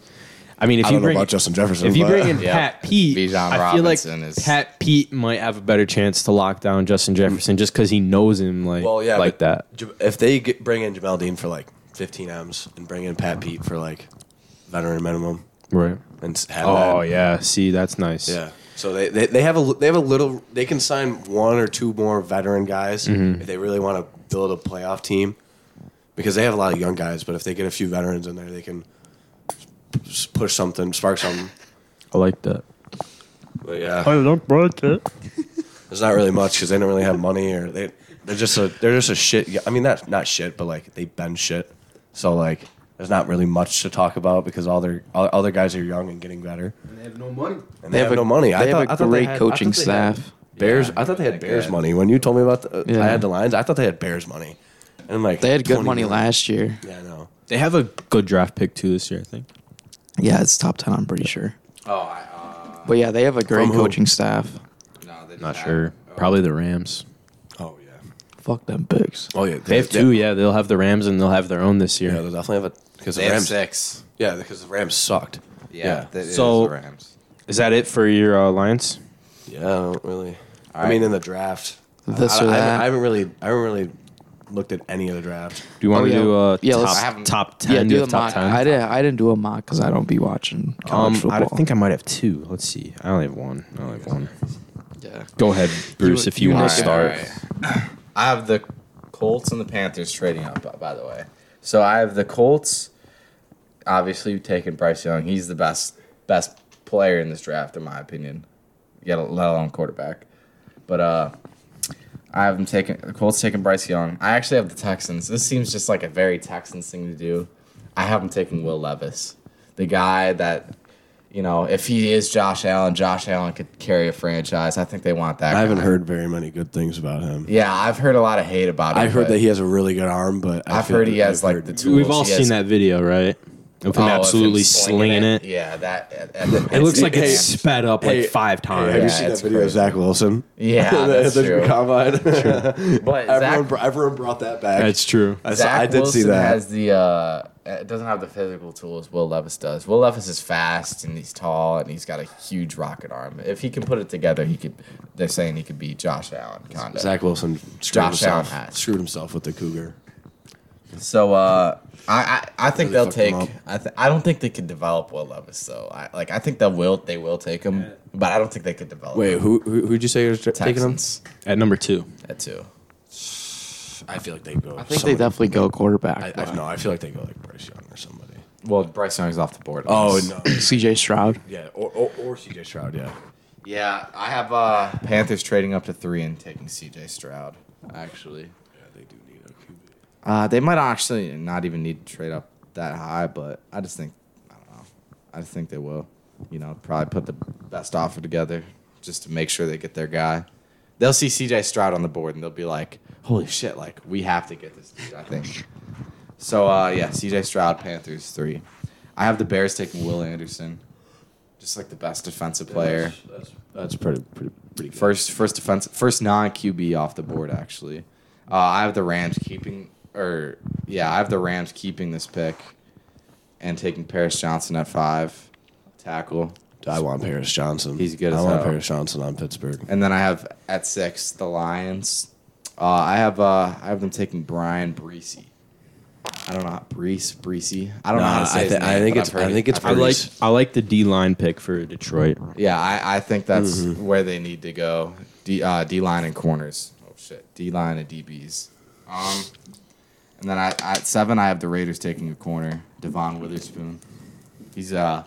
Speaker 3: I mean, if
Speaker 5: I
Speaker 3: you
Speaker 5: don't know
Speaker 3: bring
Speaker 5: about Justin Jefferson.
Speaker 3: if you
Speaker 5: but-
Speaker 3: bring in
Speaker 4: Yeah.
Speaker 3: Pat Pete,
Speaker 4: Bijan
Speaker 3: I feel like
Speaker 4: Robinson is-
Speaker 3: Pat Pete might have a better chance to lock down Justin Jefferson just because he knows him like
Speaker 5: well, yeah,
Speaker 3: like that.
Speaker 5: but J- If they get, bring in Jamel Dean for like fifteen m's and bring in Pat Pete for like veteran minimum
Speaker 3: Right.
Speaker 5: and s- have that,
Speaker 3: Oh yeah. See, that's nice.
Speaker 5: Yeah. So they, they, they have a li- they have a little they can sign one or two more veteran guys if they really want to build a playoff team because they have a lot of young guys but if they get a few veterans in there they can s- push something spark something
Speaker 3: I like that.
Speaker 5: but yeah I don't there's not really much because they don't really have money or they they're just a they're just a shit I mean not not shit but like they've been shit so like there's not really much to talk about because all their all, all their guys are young and getting better
Speaker 3: They have no money.
Speaker 5: and they, have, no money
Speaker 2: They
Speaker 5: I thought,
Speaker 2: have
Speaker 5: I thought
Speaker 2: a
Speaker 5: they
Speaker 2: great
Speaker 5: had- I thought
Speaker 2: coaching
Speaker 5: they had-
Speaker 2: staff.
Speaker 5: Bears. I thought they had
Speaker 4: think
Speaker 5: Bears
Speaker 4: that-
Speaker 5: money. When you told me about the, uh,
Speaker 2: Yeah.
Speaker 5: I had the Lions, I thought they had Bears money. And I'm like,
Speaker 2: They had good
Speaker 5: 20
Speaker 2: money
Speaker 5: million.
Speaker 2: last year.
Speaker 5: Yeah, I know.
Speaker 3: They have a good draft pick too this year, I think.
Speaker 2: Yeah, it's top ten. I'm pretty sure.
Speaker 4: Oh,
Speaker 5: uh,
Speaker 4: I,
Speaker 2: But yeah, they have a great
Speaker 5: From who?
Speaker 2: coaching staff.
Speaker 4: uh, no, they didn't
Speaker 3: Not
Speaker 4: have-
Speaker 3: sure.
Speaker 4: oh.
Speaker 3: Probably the Rams.
Speaker 5: Oh yeah.
Speaker 2: Fuck them picks.
Speaker 5: Oh yeah.
Speaker 3: They have two, yeah. They'll have the Rams and they'll have their own this
Speaker 5: Yeah,
Speaker 3: year.
Speaker 5: they definitely have a because the
Speaker 4: They have
Speaker 5: Rams.
Speaker 4: six.
Speaker 5: Yeah, because the Rams sucked.
Speaker 4: Yeah,
Speaker 5: Yeah.
Speaker 4: that is
Speaker 3: So-
Speaker 4: the Rams.
Speaker 3: Is that it for your uh, Lions?
Speaker 5: Yeah, I don't really. I
Speaker 4: right.
Speaker 5: mean, in the draft,
Speaker 2: This
Speaker 5: I,
Speaker 2: or
Speaker 5: I haven't-
Speaker 2: that.
Speaker 5: I haven't really, I haven't really looked at any of the draft.
Speaker 3: Do you want
Speaker 2: Oh,
Speaker 3: to
Speaker 2: yeah.
Speaker 3: do uh,
Speaker 2: Yeah, let's- I
Speaker 3: top,
Speaker 4: haven't-
Speaker 3: top 10?
Speaker 2: yeah,
Speaker 3: Do you
Speaker 2: do the
Speaker 3: have top
Speaker 2: mock.
Speaker 3: 10?
Speaker 2: I didn't. I didn't do a mock because I don't be watching college
Speaker 3: um,
Speaker 2: football.
Speaker 3: I think I might have two. Let's see. I only have one. I only have one.
Speaker 2: yeah.
Speaker 3: Go ahead, Bruce,
Speaker 2: You-
Speaker 3: if you,
Speaker 2: you
Speaker 3: want
Speaker 2: look
Speaker 3: to
Speaker 2: at-
Speaker 3: start.
Speaker 4: right. I have the Colts and the Panthers trading up, by- by the way. So I have the Colts. Obviously, taking Bryce Young. He's the best best player in this draft, in my opinion. Yet, let alone quarterback. But uh, I have them taking the Colts taking Bryce Young. I actually have the Texans. This seems just like a very Texans thing to do. I have them taking Will Levis, the guy that. You know, if he is Josh Allen, Josh Allen could carry a franchise. I think they want that.
Speaker 5: I haven't
Speaker 4: guy.
Speaker 5: heard very many good things about him.
Speaker 4: Yeah, I've heard a lot of hate about him.
Speaker 5: I've heard
Speaker 4: but
Speaker 5: that he has a really good arm, but I
Speaker 4: I've
Speaker 5: feel
Speaker 4: heard he has
Speaker 5: I've
Speaker 4: like
Speaker 5: heard-
Speaker 4: the tools.
Speaker 3: We've all
Speaker 4: He has-
Speaker 3: seen that video, right? Of him
Speaker 4: Oh, of him
Speaker 3: absolutely slinging, it.
Speaker 4: Yeah, that. at- at-
Speaker 3: It looks like
Speaker 5: Hey,
Speaker 3: it's sped up like
Speaker 5: hey,
Speaker 3: five
Speaker 5: Have you
Speaker 3: times.
Speaker 4: yeah,
Speaker 5: seen that
Speaker 4: it's
Speaker 5: video of
Speaker 4: crazy.
Speaker 5: Zach Wilson?
Speaker 4: Yeah, that's
Speaker 5: The
Speaker 4: true.
Speaker 5: Combine. everyone,
Speaker 4: But Zach,
Speaker 5: br- everyone brought that back.
Speaker 3: That's true.
Speaker 5: I, saw,
Speaker 4: Zach
Speaker 5: I did
Speaker 4: Wilson
Speaker 5: see that.
Speaker 4: has the uh, uh, doesn't have the physical tools Will Levis does. Will Levis is fast and he's tall and he's got a huge rocket arm. If he can put it together, he could. They're saying he could be Josh Allen, kind of.
Speaker 5: Zach Wilson screwed
Speaker 4: Josh Allen
Speaker 5: himself.
Speaker 4: has.
Speaker 5: Screwed himself with the Cougar.
Speaker 4: So uh, I, I I think
Speaker 5: Really
Speaker 4: they'll
Speaker 5: fucked
Speaker 4: take.
Speaker 5: him
Speaker 4: I th- I don't think they could develop Will Levis though. I like I think they will they will take him, but I don't think they could develop.
Speaker 5: Wait, who who who'd you say was taking him?
Speaker 4: Texans
Speaker 3: At number two.
Speaker 4: at two.
Speaker 5: I feel like they go.
Speaker 2: I think they definitely go quarterback.
Speaker 5: I, I, no, I feel like they go like Bryce Young or somebody.
Speaker 4: Well, Bryce Young's off the board.
Speaker 5: Oh no,
Speaker 2: CJ Stroud.
Speaker 5: yeah, or or, or CJ Stroud, yeah.
Speaker 4: yeah, I have uh Panthers trading up to three and taking C.J. Stroud. Actually,
Speaker 5: Yeah, they do need a QB.
Speaker 4: uh, they might actually not even need to trade up that high, but I just think I don't know. I just think they will. You know, probably put the best offer together just to make sure they get their guy. They'll see C.J. Stroud on the board and they'll be like, "Holy shit! Like we have to get this dude." I think. So uh, yeah, C.J. Stroud, Panthers three. I have the Bears taking Will Anderson, just like the best defensive player.
Speaker 5: That's, that's pretty pretty pretty good.
Speaker 4: First, first defense, first non QB off the board. Actually, uh, I have the Rams keeping, or yeah, I have the Rams keeping this pick and taking Paris Johnson at five tackle,
Speaker 5: I want Paris Johnson.
Speaker 4: He's good
Speaker 5: I
Speaker 4: as
Speaker 5: want
Speaker 4: hell.
Speaker 5: Paris Johnson on Pittsburgh.
Speaker 4: and then I have at six the Lions. Uh, I have uh, I have them taking Brian Breesy. I don't know how, Brees Breesy. I don't know
Speaker 5: Nah,
Speaker 4: how to say
Speaker 5: I
Speaker 4: his
Speaker 5: thi-
Speaker 4: name,
Speaker 5: I think
Speaker 4: but
Speaker 5: it's-
Speaker 4: I've heard
Speaker 5: I
Speaker 4: it-
Speaker 5: think it's
Speaker 4: I've
Speaker 3: I
Speaker 4: heard it.
Speaker 3: like I like the D line pick for Detroit.
Speaker 4: Yeah, I, I think that's
Speaker 5: Mm-hmm.
Speaker 4: where they need to go. D uh, D line and corners. Oh shit, D line and DBs. Um, and then I, I at seven I have the Raiders taking a corner. Devon Witherspoon. He's uh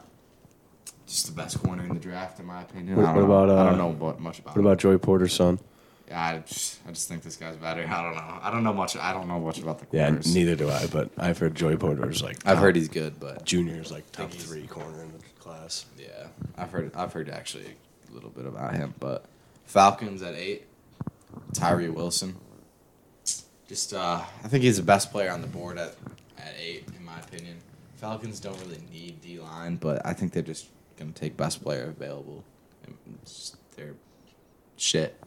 Speaker 4: just the best corner in the draft in my opinion. I
Speaker 5: What- what
Speaker 4: don't know,
Speaker 5: about,
Speaker 4: I
Speaker 5: uh,
Speaker 4: don't know what, much about.
Speaker 5: What about Joey Porter's son?
Speaker 4: him. Yeah, I just, I just think this guy's better. I don't know. I don't know much. I don't know much about the
Speaker 5: Yeah,
Speaker 4: corners.
Speaker 5: neither do I. But I've heard Joey Porter's like
Speaker 4: I've heard he's good, but
Speaker 5: juniors like top three corner in the class.
Speaker 4: yeah, I've heard I've heard actually a little bit about him. But Falcons at eight, Tyree Wilson. Just uh, I think he's the best player on the board at at eight, in my opinion. Falcons don't really need D line, but I think they're just gonna take best player available. And it's just- They're shit.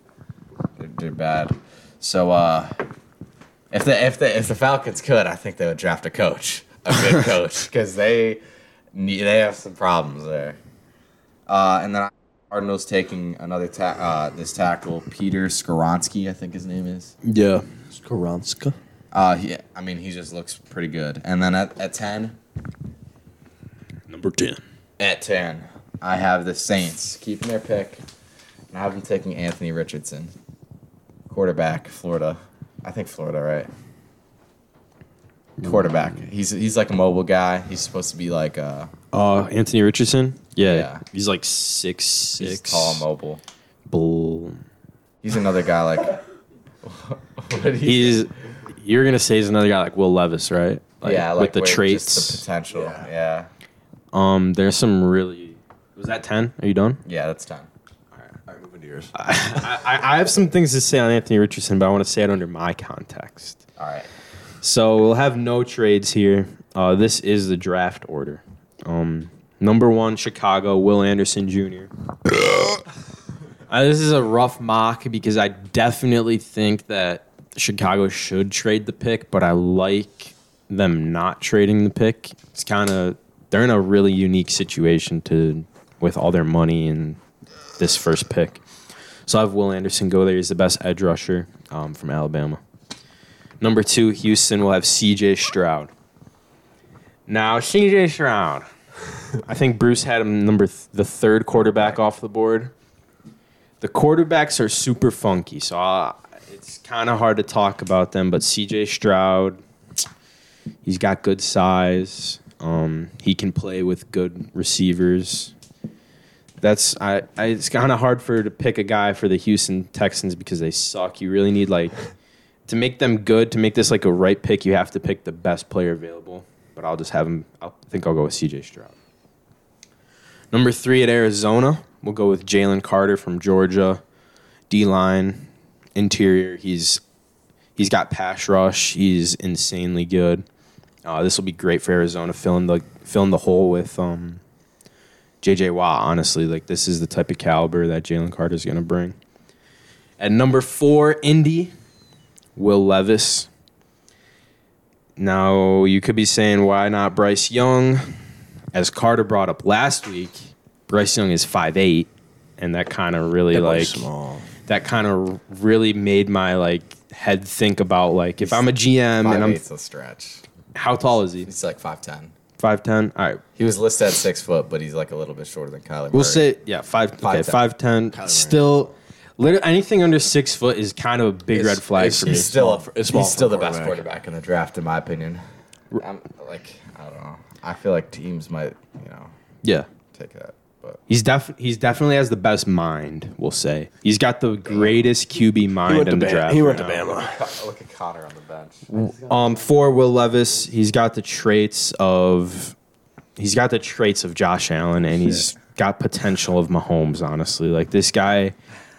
Speaker 4: They're, they're bad. So uh, if the if the if the Falcons could, I think they would draft a coach, a good coach, because they need, they have some problems there. Uh, and then I- Cardinals taking another ta- uh, this tackle, Peter Skoronsky, I think his name is.
Speaker 5: Yeah, Skoranska.
Speaker 4: Uh, he, I mean, he just looks pretty good. And then at, at 10,
Speaker 3: Number ten.
Speaker 4: at 10, I have the Saints keeping their pick. And I have them taking Anthony Richardson, quarterback, Florida. I think Florida, right? Quarterback. He's he's like a mobile guy. He's supposed to be like uh,
Speaker 3: Uh, Anthony Richardson. Yeah,
Speaker 4: Yeah.
Speaker 3: he's like six six.
Speaker 4: he's tall, mobile.
Speaker 3: bull.
Speaker 4: He's another guy like. what do you-
Speaker 3: He's. You're gonna say he's another guy like Will Levis, right? Like,
Speaker 4: yeah, like
Speaker 3: with the
Speaker 4: where
Speaker 3: traits.
Speaker 4: just the potential. Yeah. yeah,
Speaker 3: um, there's some really. Was that ten? Are you done?
Speaker 4: that's time.
Speaker 5: All right, moving to yours.
Speaker 3: I, I have some things to say on Anthony Richardson, but I want to say it under my context.
Speaker 4: All right.
Speaker 3: So we'll have no trades here. Uh, this is the draft order. Um, number one, Chicago, Will Anderson Jr. Uh, this is a rough mock because I definitely think that Chicago should trade the pick, but I like them not trading the pick. It's kind of they're in a really unique situation to with all their money and this first pick. So I have Will Anderson go there. He's the best edge rusher um, from Alabama. Number two, Houston will have CJ Stroud. Now, CJ Stroud. I think Bruce had him number th- the third quarterback off the board. The quarterbacks are super funky, so I, it's kind of hard to talk about them. But CJ Stroud, he's got good size. Um, he can play with good receivers. That's I, I it's kind of hard for to pick a guy for the Houston Texans because they suck. You really need like to make them good, to make this like a right pick, you have to pick the best player available. But I'll just have him. I'll, I think I'll go with C.J. Stroud. Number three at Arizona, we'll go with Jalen Carter from Georgia. D line, interior. He's he's got pass rush. He's insanely good. Uh, this will be great for Arizona, filling the filling the hole with um, J.J. Watt. Honestly, like this is the type of caliber that Jalen Carter is going to bring. At number four, Indy. Will Levis. Now, you could be saying, why not Bryce Young? As Carter brought up last week, Bryce Young is 5'8, and that kind of really, like,
Speaker 5: small.
Speaker 3: that kind of really made my, like, head think about, like, if I'm a GM and
Speaker 4: Five
Speaker 3: I'm,
Speaker 4: eight's a stretch.
Speaker 3: how tall is he?
Speaker 4: He's like five ten.
Speaker 3: 5'10? All right.
Speaker 4: He was listed at six foot, but he's like a little bit shorter than Kyler.
Speaker 3: We'll
Speaker 4: Murray.
Speaker 3: say yeah, five okay,
Speaker 4: Five ten.
Speaker 3: five ten. Still, literally, anything under six foot is kind of a big red flag for me.
Speaker 4: he's still a,
Speaker 5: it's small
Speaker 4: he's still
Speaker 5: for a
Speaker 4: the best
Speaker 5: quarterback.
Speaker 4: quarterback in the draft, in my opinion. I'm like I don't know. I feel like teams might you know
Speaker 3: yeah,
Speaker 4: take that, but
Speaker 3: he's def he's definitely has the best mind. We'll say he's got the greatest QB mind
Speaker 5: He went, to,
Speaker 3: in the
Speaker 5: Bam-
Speaker 3: draft.
Speaker 5: he went to
Speaker 3: right now.
Speaker 5: Bama.
Speaker 4: look at Connor on the bench.
Speaker 3: Um, for Will Levis, he's got the traits of he's got the traits of Josh Allen, and he's got potential of Mahomes. Honestly, like this guy,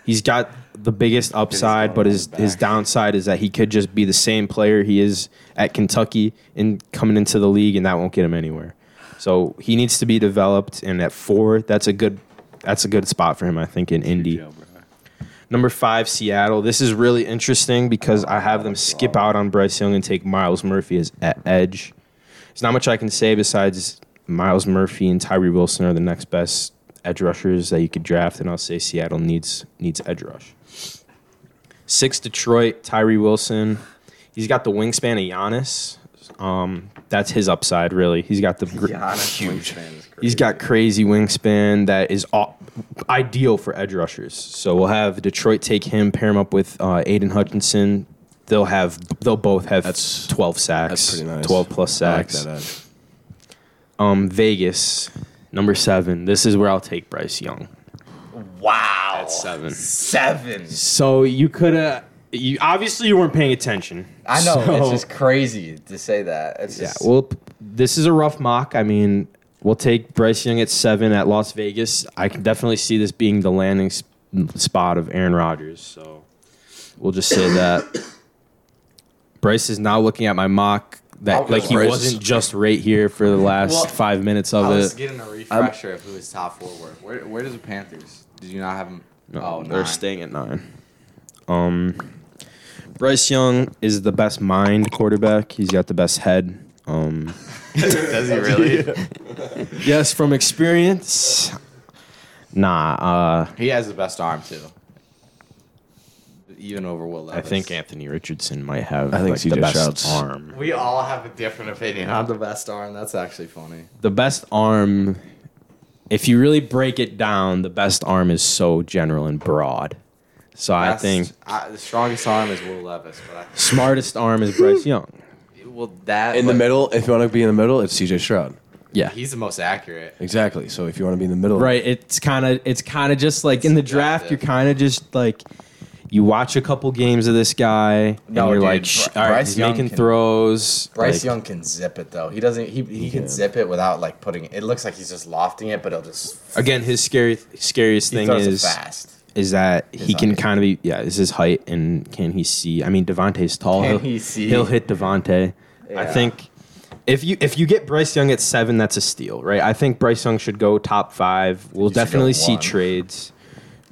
Speaker 3: he's got the biggest upside, but his his downside is that he could just be the same player he is at Kentucky and coming into the league, and that won't get him anywhere. So he needs to be developed, and at four, that's a good that's a good spot for him, I think, in Indy. Number five, Seattle. This is really interesting because I have them skip out on Bryce Young and take Miles Murphy as at edge. There's not much I can say besides Miles Murphy and Tyree Wilson are the next best edge rushers that you could draft, and I'll say Seattle needs needs edge rush. Six, Detroit. Tyree Wilson. He's got the wingspan of Giannis. Um, that's his upside, really. He's got the gr-
Speaker 4: Huge.
Speaker 3: He's got crazy wingspan that is au- ideal for edge rushers. So we'll have Detroit take him, pair him up with uh, Aiden Hutchinson. They'll have they'll both have
Speaker 5: That's-
Speaker 3: twelve sacks,
Speaker 5: That's pretty nice.
Speaker 3: twelve plus
Speaker 5: I like
Speaker 3: sacks.
Speaker 5: that edge.
Speaker 3: um, Vegas number seven. This is where I'll take Bryce Young.
Speaker 4: Wow.
Speaker 3: seven.
Speaker 4: Seven.
Speaker 3: So you could have you obviously you weren't paying attention.
Speaker 4: I know.
Speaker 3: So-
Speaker 4: It's just crazy to say that. It's
Speaker 3: Yeah,
Speaker 4: just
Speaker 3: well, p- this is a rough mock. I mean, we'll take Bryce Young at seven at Las Vegas. I can definitely see this being the landing s- spot of Aaron Rodgers. So we'll just say that Bryce is now looking at my mock that like he
Speaker 5: Bryce-
Speaker 3: wasn't just right here for the last
Speaker 4: Well,
Speaker 3: five minutes
Speaker 4: I
Speaker 3: of
Speaker 4: was
Speaker 3: it.
Speaker 4: getting a refresher of who his top four were. Where, where does the Panthers? Did you not have him? oh,
Speaker 3: they're
Speaker 4: nine.
Speaker 3: staying at nine. Um, Bryce Young is the best mind quarterback. He's got the best head. Um,
Speaker 4: Does he really?
Speaker 3: yes, from experience. Nah, uh,
Speaker 4: He has the best arm too. Even over Will
Speaker 3: I
Speaker 4: Levis.
Speaker 3: think Anthony Richardson might have
Speaker 5: I think
Speaker 3: like, the
Speaker 5: CJ
Speaker 3: best
Speaker 5: Stroud's-
Speaker 3: arm.
Speaker 4: we all have a different opinion on the best arm. That's actually funny.
Speaker 3: The best arm, if you really break it down, the best arm is so general and broad. So I
Speaker 4: Best-
Speaker 3: think
Speaker 4: I, the strongest arm is Will Levis, but I,
Speaker 3: smartest arm is Bryce Young.
Speaker 4: well that
Speaker 5: In the
Speaker 4: but
Speaker 5: middle, if you want to be in the middle, it's CJ Stroud.
Speaker 3: Yeah.
Speaker 4: He's the most accurate.
Speaker 5: Exactly. So if you want to be in the middle,
Speaker 3: Right. It's kind of it's kind of just like in the draft,
Speaker 4: subjective.
Speaker 3: you're kind of just like you watch a couple games of this guy and
Speaker 4: No,
Speaker 3: you're
Speaker 4: dude,
Speaker 3: like,
Speaker 4: Br-
Speaker 3: Shh, all right,
Speaker 4: Bryce
Speaker 3: he's
Speaker 4: Young
Speaker 3: making
Speaker 4: can-
Speaker 3: throws.
Speaker 4: Bryce
Speaker 3: Like,
Speaker 4: Young can zip it though. He doesn't. He he, can, zip it without like putting. It looks like he's just lofting it, but it'll just.
Speaker 3: again, his scary scariest
Speaker 4: He
Speaker 3: thing
Speaker 4: throws
Speaker 3: is
Speaker 4: it fast.
Speaker 3: is that he can
Speaker 4: height.
Speaker 3: kind of be yeah is his height and can he see i mean devante's tall
Speaker 4: Can
Speaker 3: he'll,
Speaker 4: he see?
Speaker 3: he'll hit devante i
Speaker 4: Yeah.
Speaker 3: think if you if you get bryce young at seven that's a steal right i think bryce young should go top five we'll
Speaker 4: should go
Speaker 3: definitely see
Speaker 4: one.
Speaker 3: trades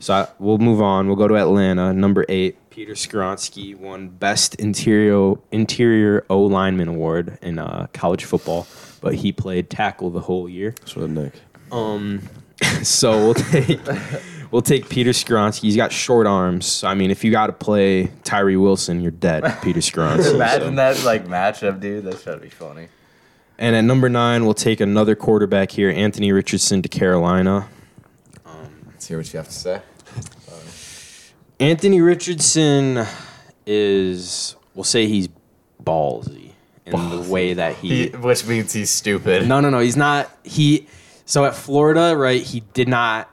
Speaker 3: so I, we'll move on we'll go to atlanta number eight peter skronsky won best interior interior o lineman award in uh, college football but he played tackle the whole year
Speaker 5: That's what Nick.
Speaker 3: Um, so we'll take we'll take Peter Skronsky. He's got short arms. So, I mean, if you got to play Tyree Wilson, you're dead, Peter Skronsky.
Speaker 4: Imagine
Speaker 3: So-
Speaker 4: that like matchup, dude. That should be funny.
Speaker 3: And at number nine, we'll take another quarterback here, Anthony Richardson to Carolina.
Speaker 4: Let's hear what you have to say.
Speaker 3: Anthony Richardson is we'll say he's ballsy in the way that he
Speaker 4: which means he's stupid.
Speaker 3: No, no, no. He's not. He so at Florida, right? He did not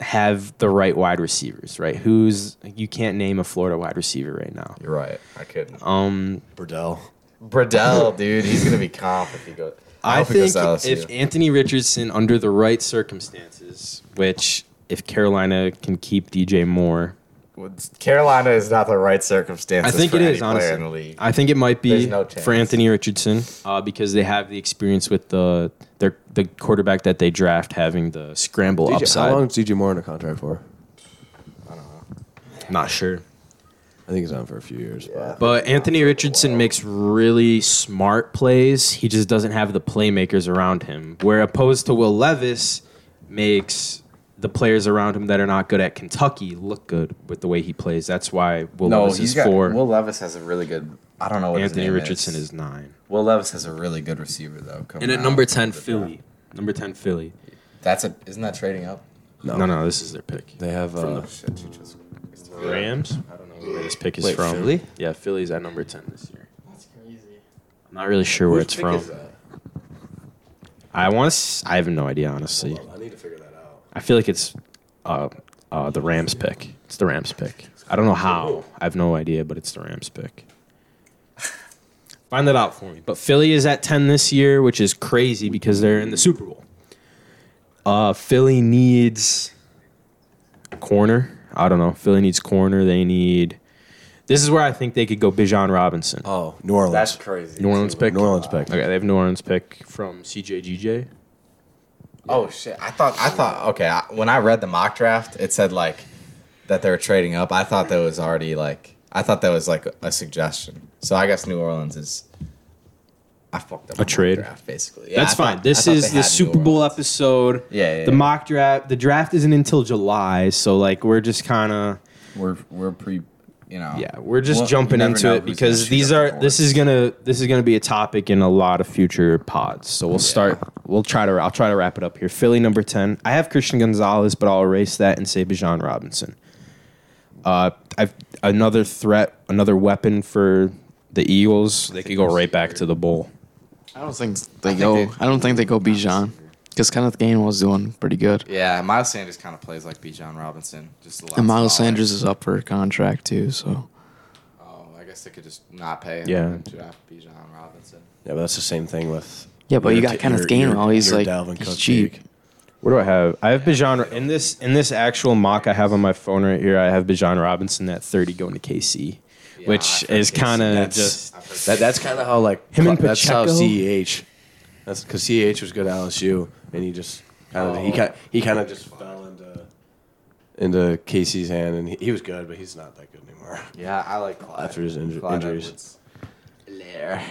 Speaker 3: have the right wide receivers, right? Who's you can't name a Florida wide receiver right now.
Speaker 4: You're right. I couldn't.
Speaker 3: Um,
Speaker 5: Burdell.
Speaker 4: Bradell, dude, he's gonna be comp if he goes.
Speaker 3: I,
Speaker 4: hope he goes
Speaker 3: think
Speaker 4: to LSU.
Speaker 3: if Anthony Richardson, under the right circumstances, which if Carolina can keep DJ Moore,
Speaker 4: Carolina is not the right circumstances.
Speaker 3: I think
Speaker 4: for
Speaker 3: it
Speaker 4: any
Speaker 3: is
Speaker 4: player
Speaker 3: honestly.
Speaker 4: in the league.
Speaker 3: I think it might be
Speaker 4: There's no chance.
Speaker 3: for Anthony Richardson uh, because they have the experience with the their the quarterback that they draft having the scramble
Speaker 5: DJ,
Speaker 3: upside.
Speaker 5: how long is DJ Moore in a contract for?
Speaker 3: Not sure.
Speaker 5: I I think he's on for a few years. But
Speaker 3: But Anthony Richardson makes really smart plays. He just doesn't have the playmakers around him. Where opposed to Will Levis makes the players around him that are not good at Kentucky look good with the way he plays. That's why Will
Speaker 4: No,
Speaker 3: Levis
Speaker 4: he's
Speaker 3: is
Speaker 4: got.
Speaker 3: four.
Speaker 4: Will Levis has a really good. I don't know what his
Speaker 3: Anthony
Speaker 4: name
Speaker 3: Richardson is nine.
Speaker 4: Will Levis has a really good receiver though. coming
Speaker 3: And at
Speaker 4: out.
Speaker 3: number ten, Philly. Number ten, Philly.
Speaker 4: That's a. Isn't that trading up? Oh,
Speaker 3: No, no, this is their pick.
Speaker 5: they have uh,
Speaker 4: Shit, you just.
Speaker 3: Rams. I don't know where this pick is
Speaker 5: Wait,
Speaker 3: from.
Speaker 5: Philly?
Speaker 3: Yeah, Philly's at number ten this year.
Speaker 2: That's crazy.
Speaker 3: I'm not really sure where
Speaker 5: whose
Speaker 3: it's
Speaker 5: pick
Speaker 3: from.
Speaker 5: is that?
Speaker 3: I want. to. I have no idea, honestly.
Speaker 5: Hold on, I need to figure that out.
Speaker 3: I feel like it's uh, uh, the Rams pick. It's the Rams pick. I don't know how. I have no idea, but it's the Rams pick. Find that out for me. But Philly is at 10 this year, which is crazy because they're in the Super Bowl. Uh, Philly needs corner. I don't know. Philly needs corner. They need. This is where I think they could go Bijan Robinson.
Speaker 5: Oh, New Orleans.
Speaker 4: That's crazy.
Speaker 3: New Orleans pick.
Speaker 5: New Orleans pick.
Speaker 3: Okay, they have New Orleans pick from CJGJ.
Speaker 4: Oh shit! I thought I thought okay. I, when I read the mock draft, it said like that they were trading up. I thought that was already like I thought that was like a suggestion. So I guess New Orleans is. I fucked up
Speaker 3: A
Speaker 4: my mock
Speaker 3: trade.
Speaker 4: draft basically. Yeah,
Speaker 3: That's
Speaker 4: I thought-
Speaker 3: fine.
Speaker 4: I
Speaker 3: this
Speaker 4: thought
Speaker 3: is
Speaker 4: they
Speaker 3: the
Speaker 4: had New
Speaker 3: Super Bowl
Speaker 4: Orleans.
Speaker 3: episode.
Speaker 4: Yeah, yeah,
Speaker 3: The
Speaker 4: yeah.
Speaker 3: mock draft. The draft isn't until July, so like we're just kind of
Speaker 4: We're we're pre, you know.
Speaker 3: yeah, we're just
Speaker 4: Well, you
Speaker 3: jumping
Speaker 4: never
Speaker 3: into
Speaker 4: know
Speaker 3: it
Speaker 4: who's gonna
Speaker 3: because
Speaker 4: shoot
Speaker 3: these
Speaker 4: up
Speaker 3: are
Speaker 4: the
Speaker 3: this is
Speaker 4: boards.
Speaker 3: gonna this is gonna be a topic in a lot of future pods. So we'll start. We'll try to I'll try to wrap it up here. Philly number ten. I have Christian Gonzalez, but I'll erase that and say Bijan Robinson. Uh, I've another threat, another weapon for the Eagles. They could go right back to the bowl.
Speaker 2: I don't think they go. I don't think they go Bijan because Kenneth Gainwell was doing pretty good.
Speaker 4: Yeah, Miles Sanders kind of plays like B. John Robinson. Just a lot
Speaker 2: And Miles
Speaker 4: smaller.
Speaker 2: Sanders is up for a contract too, so
Speaker 4: Oh, I guess they could just not pay him.
Speaker 3: Yeah.
Speaker 4: and draft B. John Robinson.
Speaker 5: Yeah, but that's the same thing with.
Speaker 2: yeah. But you
Speaker 5: your
Speaker 2: got
Speaker 5: t-
Speaker 2: Kenneth
Speaker 5: your- your-
Speaker 2: Gainwell. He's
Speaker 5: your
Speaker 2: like
Speaker 5: Dalvin
Speaker 2: he's
Speaker 5: Cook
Speaker 2: cheap.
Speaker 5: take.
Speaker 3: What do I have? I have Bijan in this in this actual mock I have on my phone right here. I have Bijan Robinson at thirty going to KC,
Speaker 4: Yeah,
Speaker 3: which
Speaker 4: I've heard
Speaker 3: is
Speaker 4: KC.
Speaker 3: kind of
Speaker 5: That's-
Speaker 3: just
Speaker 4: I've heard
Speaker 5: That, that's kind of how like
Speaker 3: Him and
Speaker 5: that's how
Speaker 3: Pacheco?
Speaker 5: Ceh. That's because Ceh was good at LSU, and he just kind of he kind he kind of just fell into into Casey's hand, and he, he was good, but he's not that good anymore.
Speaker 4: Yeah, I like Clyde.
Speaker 5: After his inju-
Speaker 4: Clyde
Speaker 5: injuries.
Speaker 4: Edwards. Lair.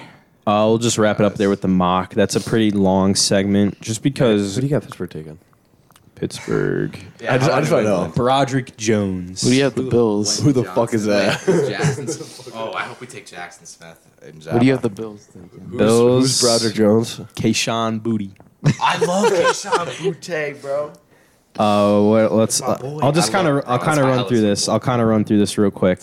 Speaker 3: I'll just wrap it up there with the mock. That's a pretty long segment, just because
Speaker 5: you got Pittsburgh taking?
Speaker 3: Pittsburgh.
Speaker 4: Yeah,
Speaker 5: I just,
Speaker 4: how
Speaker 5: I
Speaker 4: about
Speaker 5: just want to
Speaker 4: New
Speaker 5: know
Speaker 4: England?
Speaker 3: Broderick Jones.
Speaker 2: Who do you have the Bills?
Speaker 5: who the fuck is that?
Speaker 4: Who's Jackson Smith? oh, I hope we take Jackson Smith. and
Speaker 2: What do you have
Speaker 4: Java.
Speaker 2: the Bills? Thinking?
Speaker 5: Who's Broderick Jones?
Speaker 3: Kayshawn Booty.
Speaker 4: I love Keyshawn Butte, bro.
Speaker 3: Uh, what, let's. I'll just
Speaker 4: I love
Speaker 3: kind of.
Speaker 4: it, bro.
Speaker 3: I'll
Speaker 4: That's
Speaker 3: kind of
Speaker 4: my
Speaker 3: run through
Speaker 4: Ellison
Speaker 3: this. I'll kind of run through this real quick.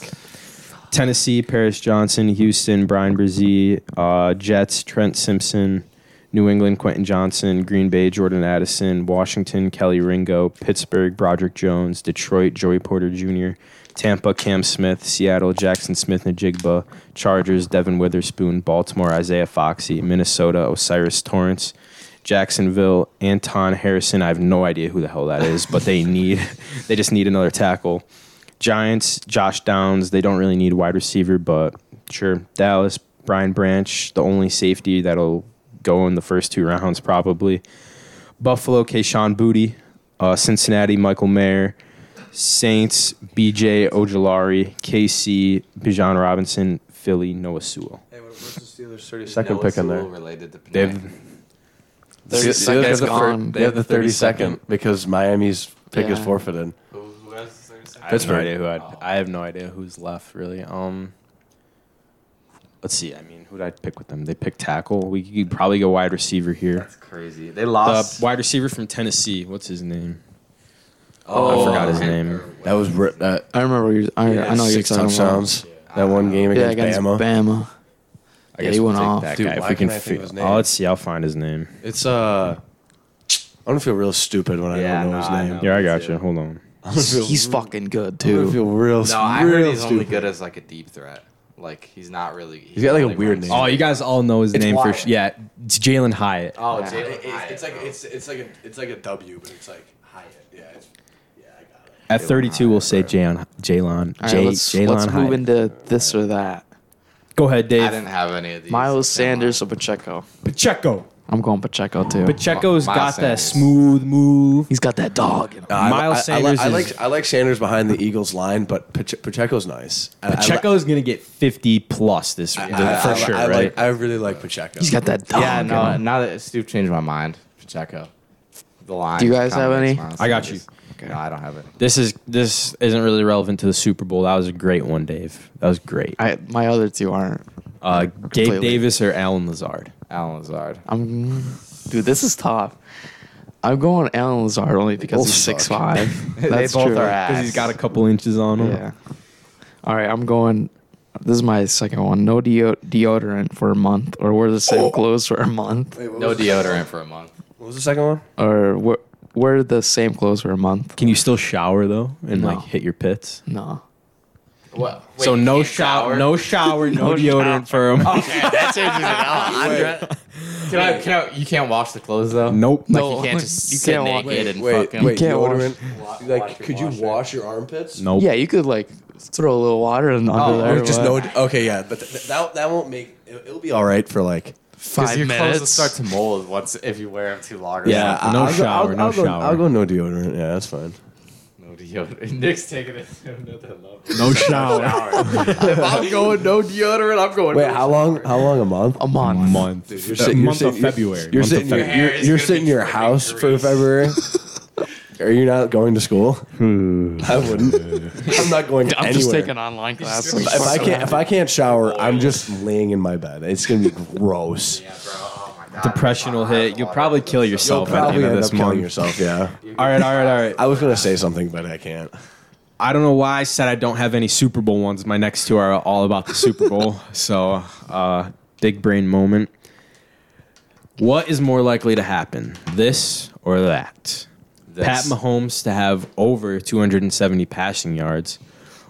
Speaker 3: Tennessee, Paris Johnson, Houston, Brian Brzee, uh, Jets, Trent Simpson, New England, Quentin Johnson, Green Bay, Jordan Addison, Washington, Kelly Ringo, Pittsburgh, Broderick Jones, Detroit, Joey Porter Jr., Tampa, Cam Smith, Seattle, Jackson Smith, Najigba, Chargers, Devin Witherspoon, Baltimore, Isaiah Foxy, Minnesota, Osiris Torrance, Jacksonville, Anton Harrison. I have no idea who the hell that is, but they need, they just need another tackle. Giants, Josh Downs, they don't really need wide receiver, but sure. Dallas, Brian Branch, the only safety that'll go in the first two rounds probably. Buffalo, Kayshawn Booty. Uh, Cincinnati, Michael Mayer. Saints, BJ Ojolari. KC, Bijan Robinson. Philly, Noah Sewell.
Speaker 5: Second pick in there.
Speaker 4: Related to
Speaker 3: They
Speaker 4: Panay.
Speaker 3: have
Speaker 5: They have
Speaker 2: Thirty seconds
Speaker 5: the fir-
Speaker 2: gone.
Speaker 5: They have the thirty second because Miami's pick is
Speaker 2: Yeah.
Speaker 5: forfeited.
Speaker 4: Who- who has the third second?
Speaker 3: I have no idea who I'd, I have no idea who's left really. Um, let's see. I mean, who'd I pick with them? They picked tackle. We could probably go wide receiver here.
Speaker 4: That's crazy. They
Speaker 3: The
Speaker 4: lost.
Speaker 3: wide receiver from Tennessee. What's his name?
Speaker 4: oh,
Speaker 3: I forgot his name.
Speaker 5: That was ri- that
Speaker 2: I remember. You're, I, I know you're
Speaker 5: six
Speaker 2: talking about.
Speaker 5: touchdowns. That one game
Speaker 2: Yeah,
Speaker 5: against,
Speaker 2: against
Speaker 5: Bama.
Speaker 2: Bama.
Speaker 3: I
Speaker 2: Yeah, he went off.
Speaker 3: that
Speaker 5: Dude,
Speaker 3: guy if
Speaker 5: why
Speaker 3: we can
Speaker 5: can't I think of
Speaker 3: fi-
Speaker 5: his name?
Speaker 3: Oh, let's see. I'll find his name.
Speaker 5: It's uh, I'm gonna feel real stupid when I
Speaker 4: Yeah,
Speaker 5: don't know his
Speaker 4: nah, I
Speaker 5: name.
Speaker 4: know.
Speaker 3: Yeah, I
Speaker 4: me
Speaker 3: got
Speaker 4: too.
Speaker 3: you. Hold on.
Speaker 5: I'm gonna feel
Speaker 2: He's fucking good
Speaker 5: I'm gonna
Speaker 2: too.
Speaker 5: feel real,
Speaker 4: No, I
Speaker 5: real
Speaker 4: heard he's
Speaker 5: stupid.
Speaker 4: only good as like a deep threat. Like he's not really. He's
Speaker 5: got, like, a
Speaker 4: really
Speaker 5: weird
Speaker 4: runs-
Speaker 5: name.
Speaker 3: Oh, you guys all know his name
Speaker 4: Wyatt.
Speaker 3: sure. Yeah, it's Jalen Hyatt.
Speaker 4: Oh, Jalen
Speaker 5: It- it's,
Speaker 4: Hyatt,
Speaker 5: it's like
Speaker 4: bro.
Speaker 5: it's it's like a it's like a W, but it's like Hyatt. Yeah, it's, yeah, I got it.
Speaker 3: At 32, we'll say Jalen. Jalen.
Speaker 2: All right,
Speaker 3: Jay-
Speaker 2: let's, let's
Speaker 3: Jalen
Speaker 2: move
Speaker 3: Hyatt.
Speaker 2: into this or that.
Speaker 3: Go ahead,
Speaker 4: I
Speaker 3: Dave.
Speaker 4: didn't have any of these.
Speaker 2: Miles
Speaker 4: Never mind.
Speaker 2: Sanders or Pacheco.
Speaker 3: Pacheco.
Speaker 2: I'm going Pacheco too.
Speaker 3: Pacheco's
Speaker 4: Miles
Speaker 3: got that
Speaker 4: Sanders.
Speaker 3: smooth move.
Speaker 2: He's got that dog. in him.
Speaker 5: I-
Speaker 3: Miles
Speaker 5: I, I, li-
Speaker 3: Sanders
Speaker 5: I,
Speaker 3: is-
Speaker 5: like I like Sanders behind the Eagles line, but Pache- Pacheco's nice. I- I li-
Speaker 3: Pacheco's gonna get 50 plus this
Speaker 5: I- I-
Speaker 3: for
Speaker 5: I-
Speaker 3: sure,
Speaker 5: I like-
Speaker 3: right?
Speaker 5: I really like Pacheco.
Speaker 2: He's got that dog.
Speaker 4: yeah,
Speaker 2: in
Speaker 4: no.
Speaker 2: him.
Speaker 4: Now that Stu changed my mind, Pacheco, the line.
Speaker 2: Do you guys have any?
Speaker 3: I got you.
Speaker 4: No, I don't have any.
Speaker 3: this is this isn't really relevant to the Super Bowl. That was a great one, Dave. That was great.
Speaker 2: I, my other two aren't.
Speaker 3: Uh, Gabe
Speaker 2: Completely.
Speaker 3: Davis or Alan Lazard.
Speaker 4: Alan Lazard.
Speaker 2: I'm, dude, this is tough. I'm going Alan Lazard only because
Speaker 5: both
Speaker 2: he's
Speaker 5: suck.
Speaker 2: six five.
Speaker 4: Oh, They both are ass.
Speaker 3: Because he's got a couple inches on him.
Speaker 2: Yeah. All right, I'm going. This is my second one. No deo- deodorant for a month, or wear the
Speaker 4: Oh.
Speaker 2: same clothes for a month,
Speaker 4: No deodorant for a month.
Speaker 5: What was the second one?
Speaker 2: or wear, wear the same clothes for a month.
Speaker 3: Can you still shower though and
Speaker 2: No.
Speaker 3: like hit your pits?
Speaker 2: No.
Speaker 4: What?
Speaker 3: so no shower, no shower, no, deodorant for him.
Speaker 4: that changes it all. I'm dre- can I? Can I? You can't wash the clothes though.
Speaker 3: Nope.
Speaker 4: Like
Speaker 2: No.
Speaker 4: you can't just
Speaker 2: You
Speaker 4: sit
Speaker 2: can't wa-
Speaker 4: naked and
Speaker 5: Wait,
Speaker 4: fucking.
Speaker 5: wait,
Speaker 2: can't wash-
Speaker 5: deodorant. like, could you wash your armpits?
Speaker 3: Nope.
Speaker 2: Yeah, you could like throw a little water in under there.
Speaker 5: Or Oh, just
Speaker 2: but
Speaker 5: no. Okay, yeah, but th- th- that that won't make. It'll, it'll be all right for like.
Speaker 4: Because
Speaker 2: five
Speaker 4: your clothes will
Speaker 2: minutes.
Speaker 4: start to mold once if you wear them too long. Or
Speaker 3: Yeah.
Speaker 4: something.
Speaker 3: no
Speaker 5: I'll go-
Speaker 3: shower,
Speaker 5: I'll,
Speaker 3: no
Speaker 5: I'll go,
Speaker 3: shower.
Speaker 5: I'll go no deodorant. Yeah, that's fine.
Speaker 4: No deodorant. Nick's taking it to another level.
Speaker 3: No shower.
Speaker 4: if I'm going no deodorant, I'm going.
Speaker 5: Wait,
Speaker 4: no
Speaker 5: how long? How long a month?
Speaker 2: a month.
Speaker 3: Month.
Speaker 5: You're sitting- you're
Speaker 3: month of
Speaker 5: sitting- you're-
Speaker 3: February.
Speaker 5: You're
Speaker 3: Month of
Speaker 5: sitting. Your,
Speaker 11: February.
Speaker 5: you're
Speaker 11: Hair is
Speaker 5: you're
Speaker 11: gonna
Speaker 5: sitting
Speaker 11: be
Speaker 5: in your
Speaker 11: freaking
Speaker 5: house for
Speaker 11: grease.
Speaker 5: February. Are you not going to school?
Speaker 3: Hmm.
Speaker 5: I wouldn't. I'm not going
Speaker 2: I'm
Speaker 5: anywhere.
Speaker 2: just taking online classes.
Speaker 5: if I can't, if I can't shower, I'm just laying in my bed. It's gonna be gross.
Speaker 11: Yeah, bro. Oh my god.
Speaker 3: Depression will hit. You'll probably kill
Speaker 5: You'll
Speaker 3: yourself at the
Speaker 5: probably
Speaker 3: end of
Speaker 5: end
Speaker 3: this
Speaker 5: up killing
Speaker 3: month.
Speaker 5: yourself. Yeah.
Speaker 3: All right, all right, all right.
Speaker 5: I was gonna say something, but I can't.
Speaker 3: I don't know why I said I don't have any Super Bowl ones. My next two are all about the Super Bowl. so, uh, big brain moment. What is more likely to happen, this or that? Pat Mahomes to have over 270 passing yards,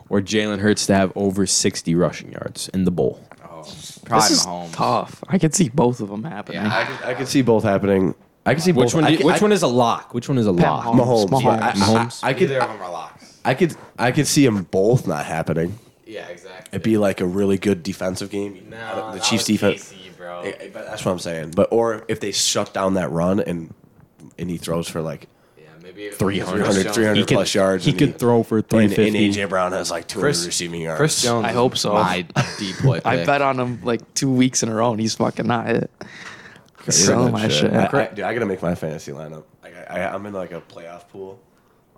Speaker 3: or Jalen Hurts to have over 60 rushing yards in the bowl?
Speaker 4: Probably
Speaker 2: this is
Speaker 4: Mahomes.
Speaker 2: tough. I can see both of them happening.
Speaker 4: Yeah,
Speaker 5: I could, I could see both happening. I could see
Speaker 3: Which
Speaker 5: both.
Speaker 3: one?
Speaker 5: I
Speaker 3: do you-
Speaker 5: could-
Speaker 3: which
Speaker 5: I,
Speaker 3: one is a lock? Which one is a lock?
Speaker 5: Mahomes.
Speaker 2: Mahomes.
Speaker 5: Yeah, I- I-
Speaker 3: Mahomes.
Speaker 5: I, could.
Speaker 4: Either of them are locks.
Speaker 5: I could. I could see them both not happening.
Speaker 4: Yeah, exactly.
Speaker 5: It'd be like a really good defensive game.
Speaker 4: No,
Speaker 5: the
Speaker 4: that
Speaker 5: Chiefs
Speaker 4: was
Speaker 5: defense.
Speaker 4: AC, bro.
Speaker 5: Eh, eh, but that's what I'm saying. But or if they shut down that run and and he throws for like
Speaker 4: yeah, maybe
Speaker 5: 300, 300
Speaker 3: can-
Speaker 5: plus yards.
Speaker 3: he
Speaker 5: and
Speaker 3: can throw for
Speaker 5: and, and
Speaker 3: 350.
Speaker 5: AJ Brown has like 200 receiving yards.
Speaker 4: Chris Jones.
Speaker 2: I hope so.
Speaker 4: My decoy.
Speaker 2: I
Speaker 4: pick.
Speaker 2: bet on him like two weeks in a row, and he's fucking not it. Selling my shit.
Speaker 5: I, I, dude, I gotta make my fantasy lineup. Like, I, I, I'm in like a playoff pool.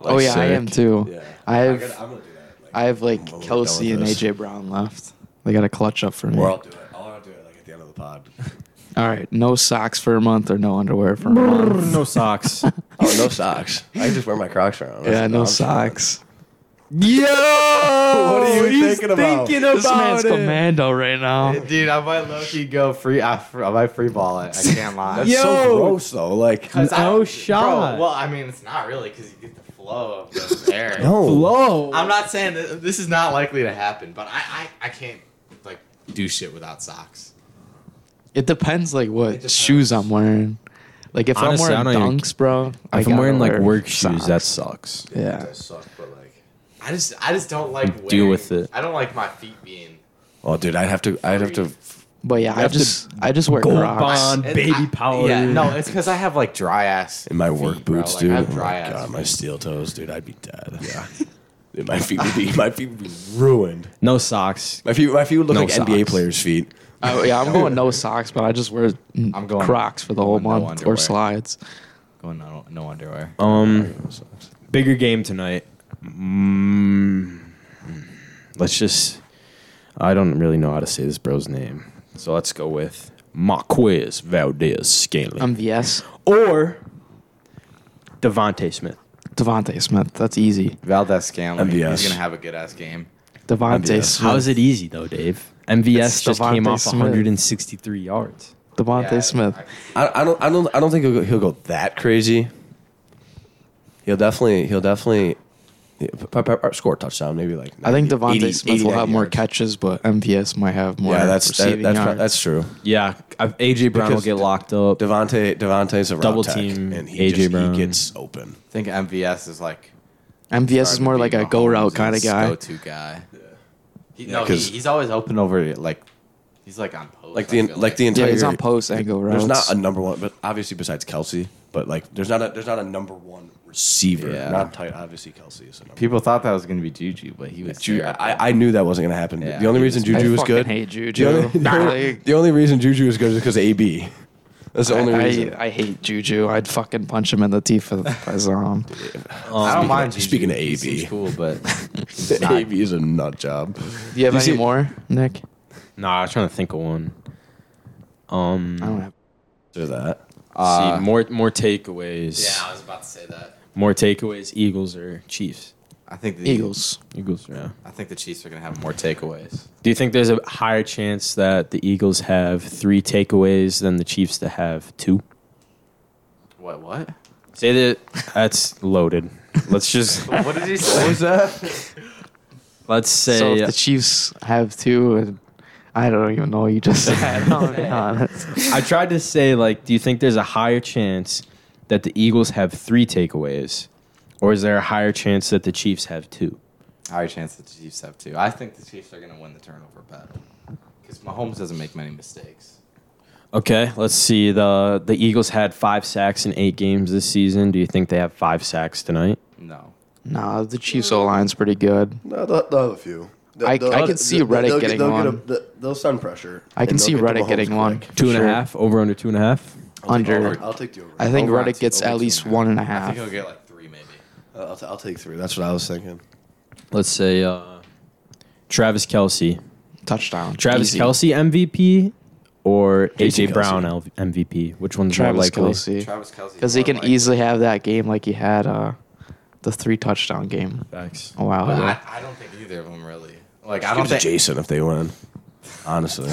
Speaker 2: oh yeah, I am too.
Speaker 5: Yeah,
Speaker 2: I have I,
Speaker 5: gotta, I'm gonna do that. Like,
Speaker 2: have like
Speaker 5: I'm done
Speaker 2: Kelsey
Speaker 5: with
Speaker 2: and
Speaker 5: this.
Speaker 2: AJ Brown left. They got a clutch up for me.
Speaker 5: Or I'll do it. I'll do it like at the end of the pod.
Speaker 2: All right, no socks for a month or no underwear for a month.
Speaker 3: no socks.
Speaker 5: Oh, no socks. I can just wear my Crocs around.
Speaker 2: Yeah, no
Speaker 5: I'm
Speaker 2: socks.
Speaker 3: Yo! What
Speaker 5: are you thinking about?
Speaker 2: This man's commando right now.
Speaker 4: Dude, I might low key go free. I, fr- I might free ball it. I can't lie.
Speaker 5: That's so gross though. Like,
Speaker 4: Because I-
Speaker 3: No
Speaker 4: bro,
Speaker 3: shot.
Speaker 4: well, I mean, it's not really because you get the flow of the air.
Speaker 5: no.
Speaker 3: Blow.
Speaker 4: I'm not saying that this is not likely to happen, but I, I, I can't like do shit without socks.
Speaker 2: It depends, like what shoes I'm wearing. Like if
Speaker 3: Honestly, I
Speaker 2: I'm wearing
Speaker 3: don't even-
Speaker 2: dunks, bro. I
Speaker 3: If I'm
Speaker 2: gotta
Speaker 3: wearing like
Speaker 2: wear
Speaker 3: work shoes,
Speaker 2: socks.
Speaker 3: that sucks.
Speaker 2: yeah.
Speaker 5: suck, but like.
Speaker 4: I just I just don't like wearing,
Speaker 3: Deal with it.
Speaker 4: I don't like my feet being.
Speaker 5: Oh, dude, I'd have to. I'd have to.
Speaker 2: But yeah, I
Speaker 3: have to
Speaker 2: just I just wear Crocs.
Speaker 4: And I-
Speaker 3: baby powder.
Speaker 4: Yeah, no, it's because I have like dry ass
Speaker 5: In my
Speaker 4: feet,
Speaker 5: work
Speaker 4: bro.
Speaker 5: boots,
Speaker 4: Like,
Speaker 5: dude.
Speaker 4: I have
Speaker 5: oh
Speaker 4: dry
Speaker 5: my
Speaker 4: ass.
Speaker 5: god,
Speaker 4: feet.
Speaker 5: my steel toes, dude. I'd be dead. Yeah. Dude, my feet would be. My feet would be ruined.
Speaker 3: No socks.
Speaker 5: My feet. My feet would look
Speaker 3: No
Speaker 5: like NBA
Speaker 3: socks.
Speaker 5: players' feet.
Speaker 2: Oh, yeah, I'm going no socks, but I just wear
Speaker 4: I'm going-
Speaker 2: Crocs for the whole
Speaker 4: I'm going no
Speaker 2: month or
Speaker 4: underwear.
Speaker 2: slides.
Speaker 4: Going no, no underwear.
Speaker 5: Oh.
Speaker 3: Um, bigger game tonight. Mm, let's just. I don't really know how to say this bro's name, so let's go with Marquez Valdez Scanley
Speaker 2: I'm VS
Speaker 3: or Devonte Smith.
Speaker 2: Devonte Smith. That's easy.
Speaker 4: Valdez Scanlon.
Speaker 5: MVS.
Speaker 4: He's gonna have a good ass game.
Speaker 2: Devonte
Speaker 5: MVS.
Speaker 2: Smith.
Speaker 3: How is it easy though, Dave? MVS
Speaker 2: It's
Speaker 3: just came
Speaker 2: Devontae
Speaker 3: off
Speaker 2: Smith.
Speaker 3: 163 yards.
Speaker 2: Devonte
Speaker 4: Yeah,
Speaker 2: Smith.
Speaker 4: I-
Speaker 5: I, I don't. I don't. I don't think he'll go, he'll go that crazy. He'll definitely. He'll definitely. yeah, p- p- p- Score a touchdown, maybe like.
Speaker 2: I
Speaker 5: 90,
Speaker 2: think Devonte
Speaker 5: 80,
Speaker 2: Smith will
Speaker 5: 80,
Speaker 2: have more
Speaker 5: 90 yards.
Speaker 2: catches, but MVS might have more.
Speaker 5: Yeah, that's that,
Speaker 2: receiving
Speaker 5: that's pro-
Speaker 2: yards.
Speaker 5: that's true.
Speaker 3: Yeah, I've, AJ Brown
Speaker 5: Because
Speaker 3: will get locked up.
Speaker 5: Devonte Devonte's a route
Speaker 3: Double
Speaker 5: tech,
Speaker 3: team
Speaker 5: and he
Speaker 3: AJ
Speaker 5: just
Speaker 3: Brown.
Speaker 5: he gets open.
Speaker 4: I think MVS is like
Speaker 2: MVS is more like a go route kind of guy.
Speaker 4: Go to guy. He, no, he,
Speaker 5: Yeah, 'cause-
Speaker 4: he's always open over like He's like on post.
Speaker 5: Like
Speaker 4: I
Speaker 5: the
Speaker 4: feel
Speaker 5: like the
Speaker 2: Yeah,
Speaker 5: entire.
Speaker 2: he's on post angle routes.
Speaker 5: There's not a number one, but obviously besides Kelsey, but like there's not a there's not a number one receiver.
Speaker 4: Yeah.
Speaker 5: Not tight. Obviously Kelsey is a number.
Speaker 4: people thought that was gonna be Juju, but he was.
Speaker 5: Ju-
Speaker 4: terrible.
Speaker 5: I, I knew that wasn't going to happen.
Speaker 4: Yeah,
Speaker 5: the only
Speaker 4: he
Speaker 5: reason
Speaker 4: was-
Speaker 5: Juju
Speaker 2: I
Speaker 5: was
Speaker 2: fucking
Speaker 5: good.
Speaker 2: hate Juju.
Speaker 5: The only, the, only,
Speaker 2: Like,
Speaker 5: the only reason Juju was good is because AB. That's the only
Speaker 2: I,
Speaker 5: reason.
Speaker 2: I, I hate Juju. I'd fucking punch him in the teeth if I saw him.
Speaker 4: I don't mind.
Speaker 5: of- speaking of
Speaker 4: Juju. He seems
Speaker 5: AB.
Speaker 4: cool, but
Speaker 5: AB is a nut job.
Speaker 2: Do you have
Speaker 5: You
Speaker 2: any
Speaker 5: see-
Speaker 2: more, Nick?
Speaker 3: Nah, I was trying to think of one. Um,
Speaker 2: I don't have.
Speaker 5: After that,
Speaker 3: see, more more takeaways.
Speaker 4: uh, I was about to say that.
Speaker 3: More takeaways. Eagles or Chiefs?
Speaker 4: I think the
Speaker 2: Eagles.
Speaker 3: Eagles. Yeah.
Speaker 4: I think the Chiefs are gonna have more takeaways.
Speaker 3: Do you think there's a higher chance that the Eagles have three takeaways than the Chiefs to have two?
Speaker 4: What? What?
Speaker 3: Say that that's loaded. Let's just
Speaker 4: What did he say? What was that?
Speaker 3: let's
Speaker 2: so
Speaker 3: say
Speaker 2: if the Chiefs have two, and I don't even know what you just said. No, I'm honest.
Speaker 3: I tried to say like, do you think there's a higher chance that the Eagles have three takeaways, or is there a higher chance that the Chiefs have two?
Speaker 4: Higher chance the Chiefs have two. I think the Chiefs are gonna win the turnover battle because Mahomes doesn't make many mistakes.
Speaker 3: Okay, let's see. the The Eagles had five sacks in eight games this season. Do you think they have five sacks tonight?
Speaker 4: No.
Speaker 2: Nah, the Chiefs O line's pretty good.
Speaker 12: No, they'll, they'll have a few. They'll-
Speaker 2: I-
Speaker 12: they'll-
Speaker 2: I can see
Speaker 12: they'll-
Speaker 2: Reddick
Speaker 12: they'll
Speaker 2: getting
Speaker 12: they'll
Speaker 2: one.
Speaker 12: Get a, they'll send pressure.
Speaker 2: I can
Speaker 12: and they'll
Speaker 2: see
Speaker 12: get to
Speaker 2: Reddick
Speaker 12: Mahomes
Speaker 2: getting one.
Speaker 12: quick.
Speaker 3: Two and a half
Speaker 2: for sure.
Speaker 3: over under two and a half.
Speaker 2: Under.
Speaker 12: I'll take the over.
Speaker 2: I think
Speaker 4: Over on
Speaker 2: Reddick
Speaker 4: two-
Speaker 2: gets
Speaker 4: over
Speaker 2: at
Speaker 4: two
Speaker 2: least
Speaker 4: and a half.
Speaker 2: one and a
Speaker 4: I
Speaker 2: half.
Speaker 4: think he'll get like three maybe.
Speaker 12: I'll, t- I'll take three. That's what I was thinking.
Speaker 3: Let's say uh, Travis Kelsey,
Speaker 2: Touchdown.
Speaker 3: Travis
Speaker 2: Easy.
Speaker 3: Kelsey MVP, or AJ
Speaker 5: Kelsey.
Speaker 3: Brown L- MVP. Which one's more
Speaker 2: Travis
Speaker 3: likely?
Speaker 2: Kelsey.
Speaker 4: Travis Kelsey.
Speaker 2: Because he can easily have that game like he had uh, the three touchdown game
Speaker 3: Facts.
Speaker 2: a while ago.
Speaker 4: I, I don't think either of them really. Like I don't
Speaker 5: give it
Speaker 4: think.
Speaker 5: to Jason if they win. Honestly,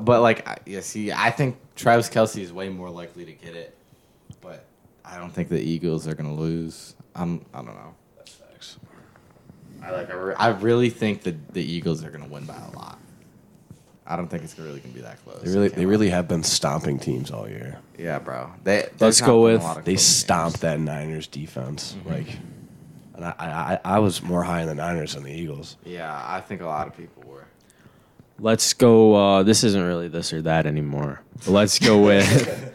Speaker 4: But like, I- yeah, see, I think Travis Kelsey is way more likely to get it, but I don't think the Eagles are gonna lose. I'm, I don't know. I like, I, re- I really think that the Eagles are gonna win by a lot. I don't think it's really gonna be that close.
Speaker 5: they really
Speaker 4: I
Speaker 5: they
Speaker 4: can't
Speaker 5: really
Speaker 4: lie.
Speaker 5: have been stomping teams all year.
Speaker 4: yeah, bro. They there's
Speaker 3: Let's
Speaker 4: not
Speaker 3: go
Speaker 4: been a
Speaker 3: with
Speaker 4: lot of
Speaker 5: They
Speaker 4: close games.
Speaker 5: stomped that Niners defense.
Speaker 3: Mm-hmm.
Speaker 5: Like, and I, I I I was more high on the Niners than the Eagles.
Speaker 4: Yeah, I think a lot of people were.
Speaker 3: Let's go. Uh, this isn't really this or that anymore. But let's go with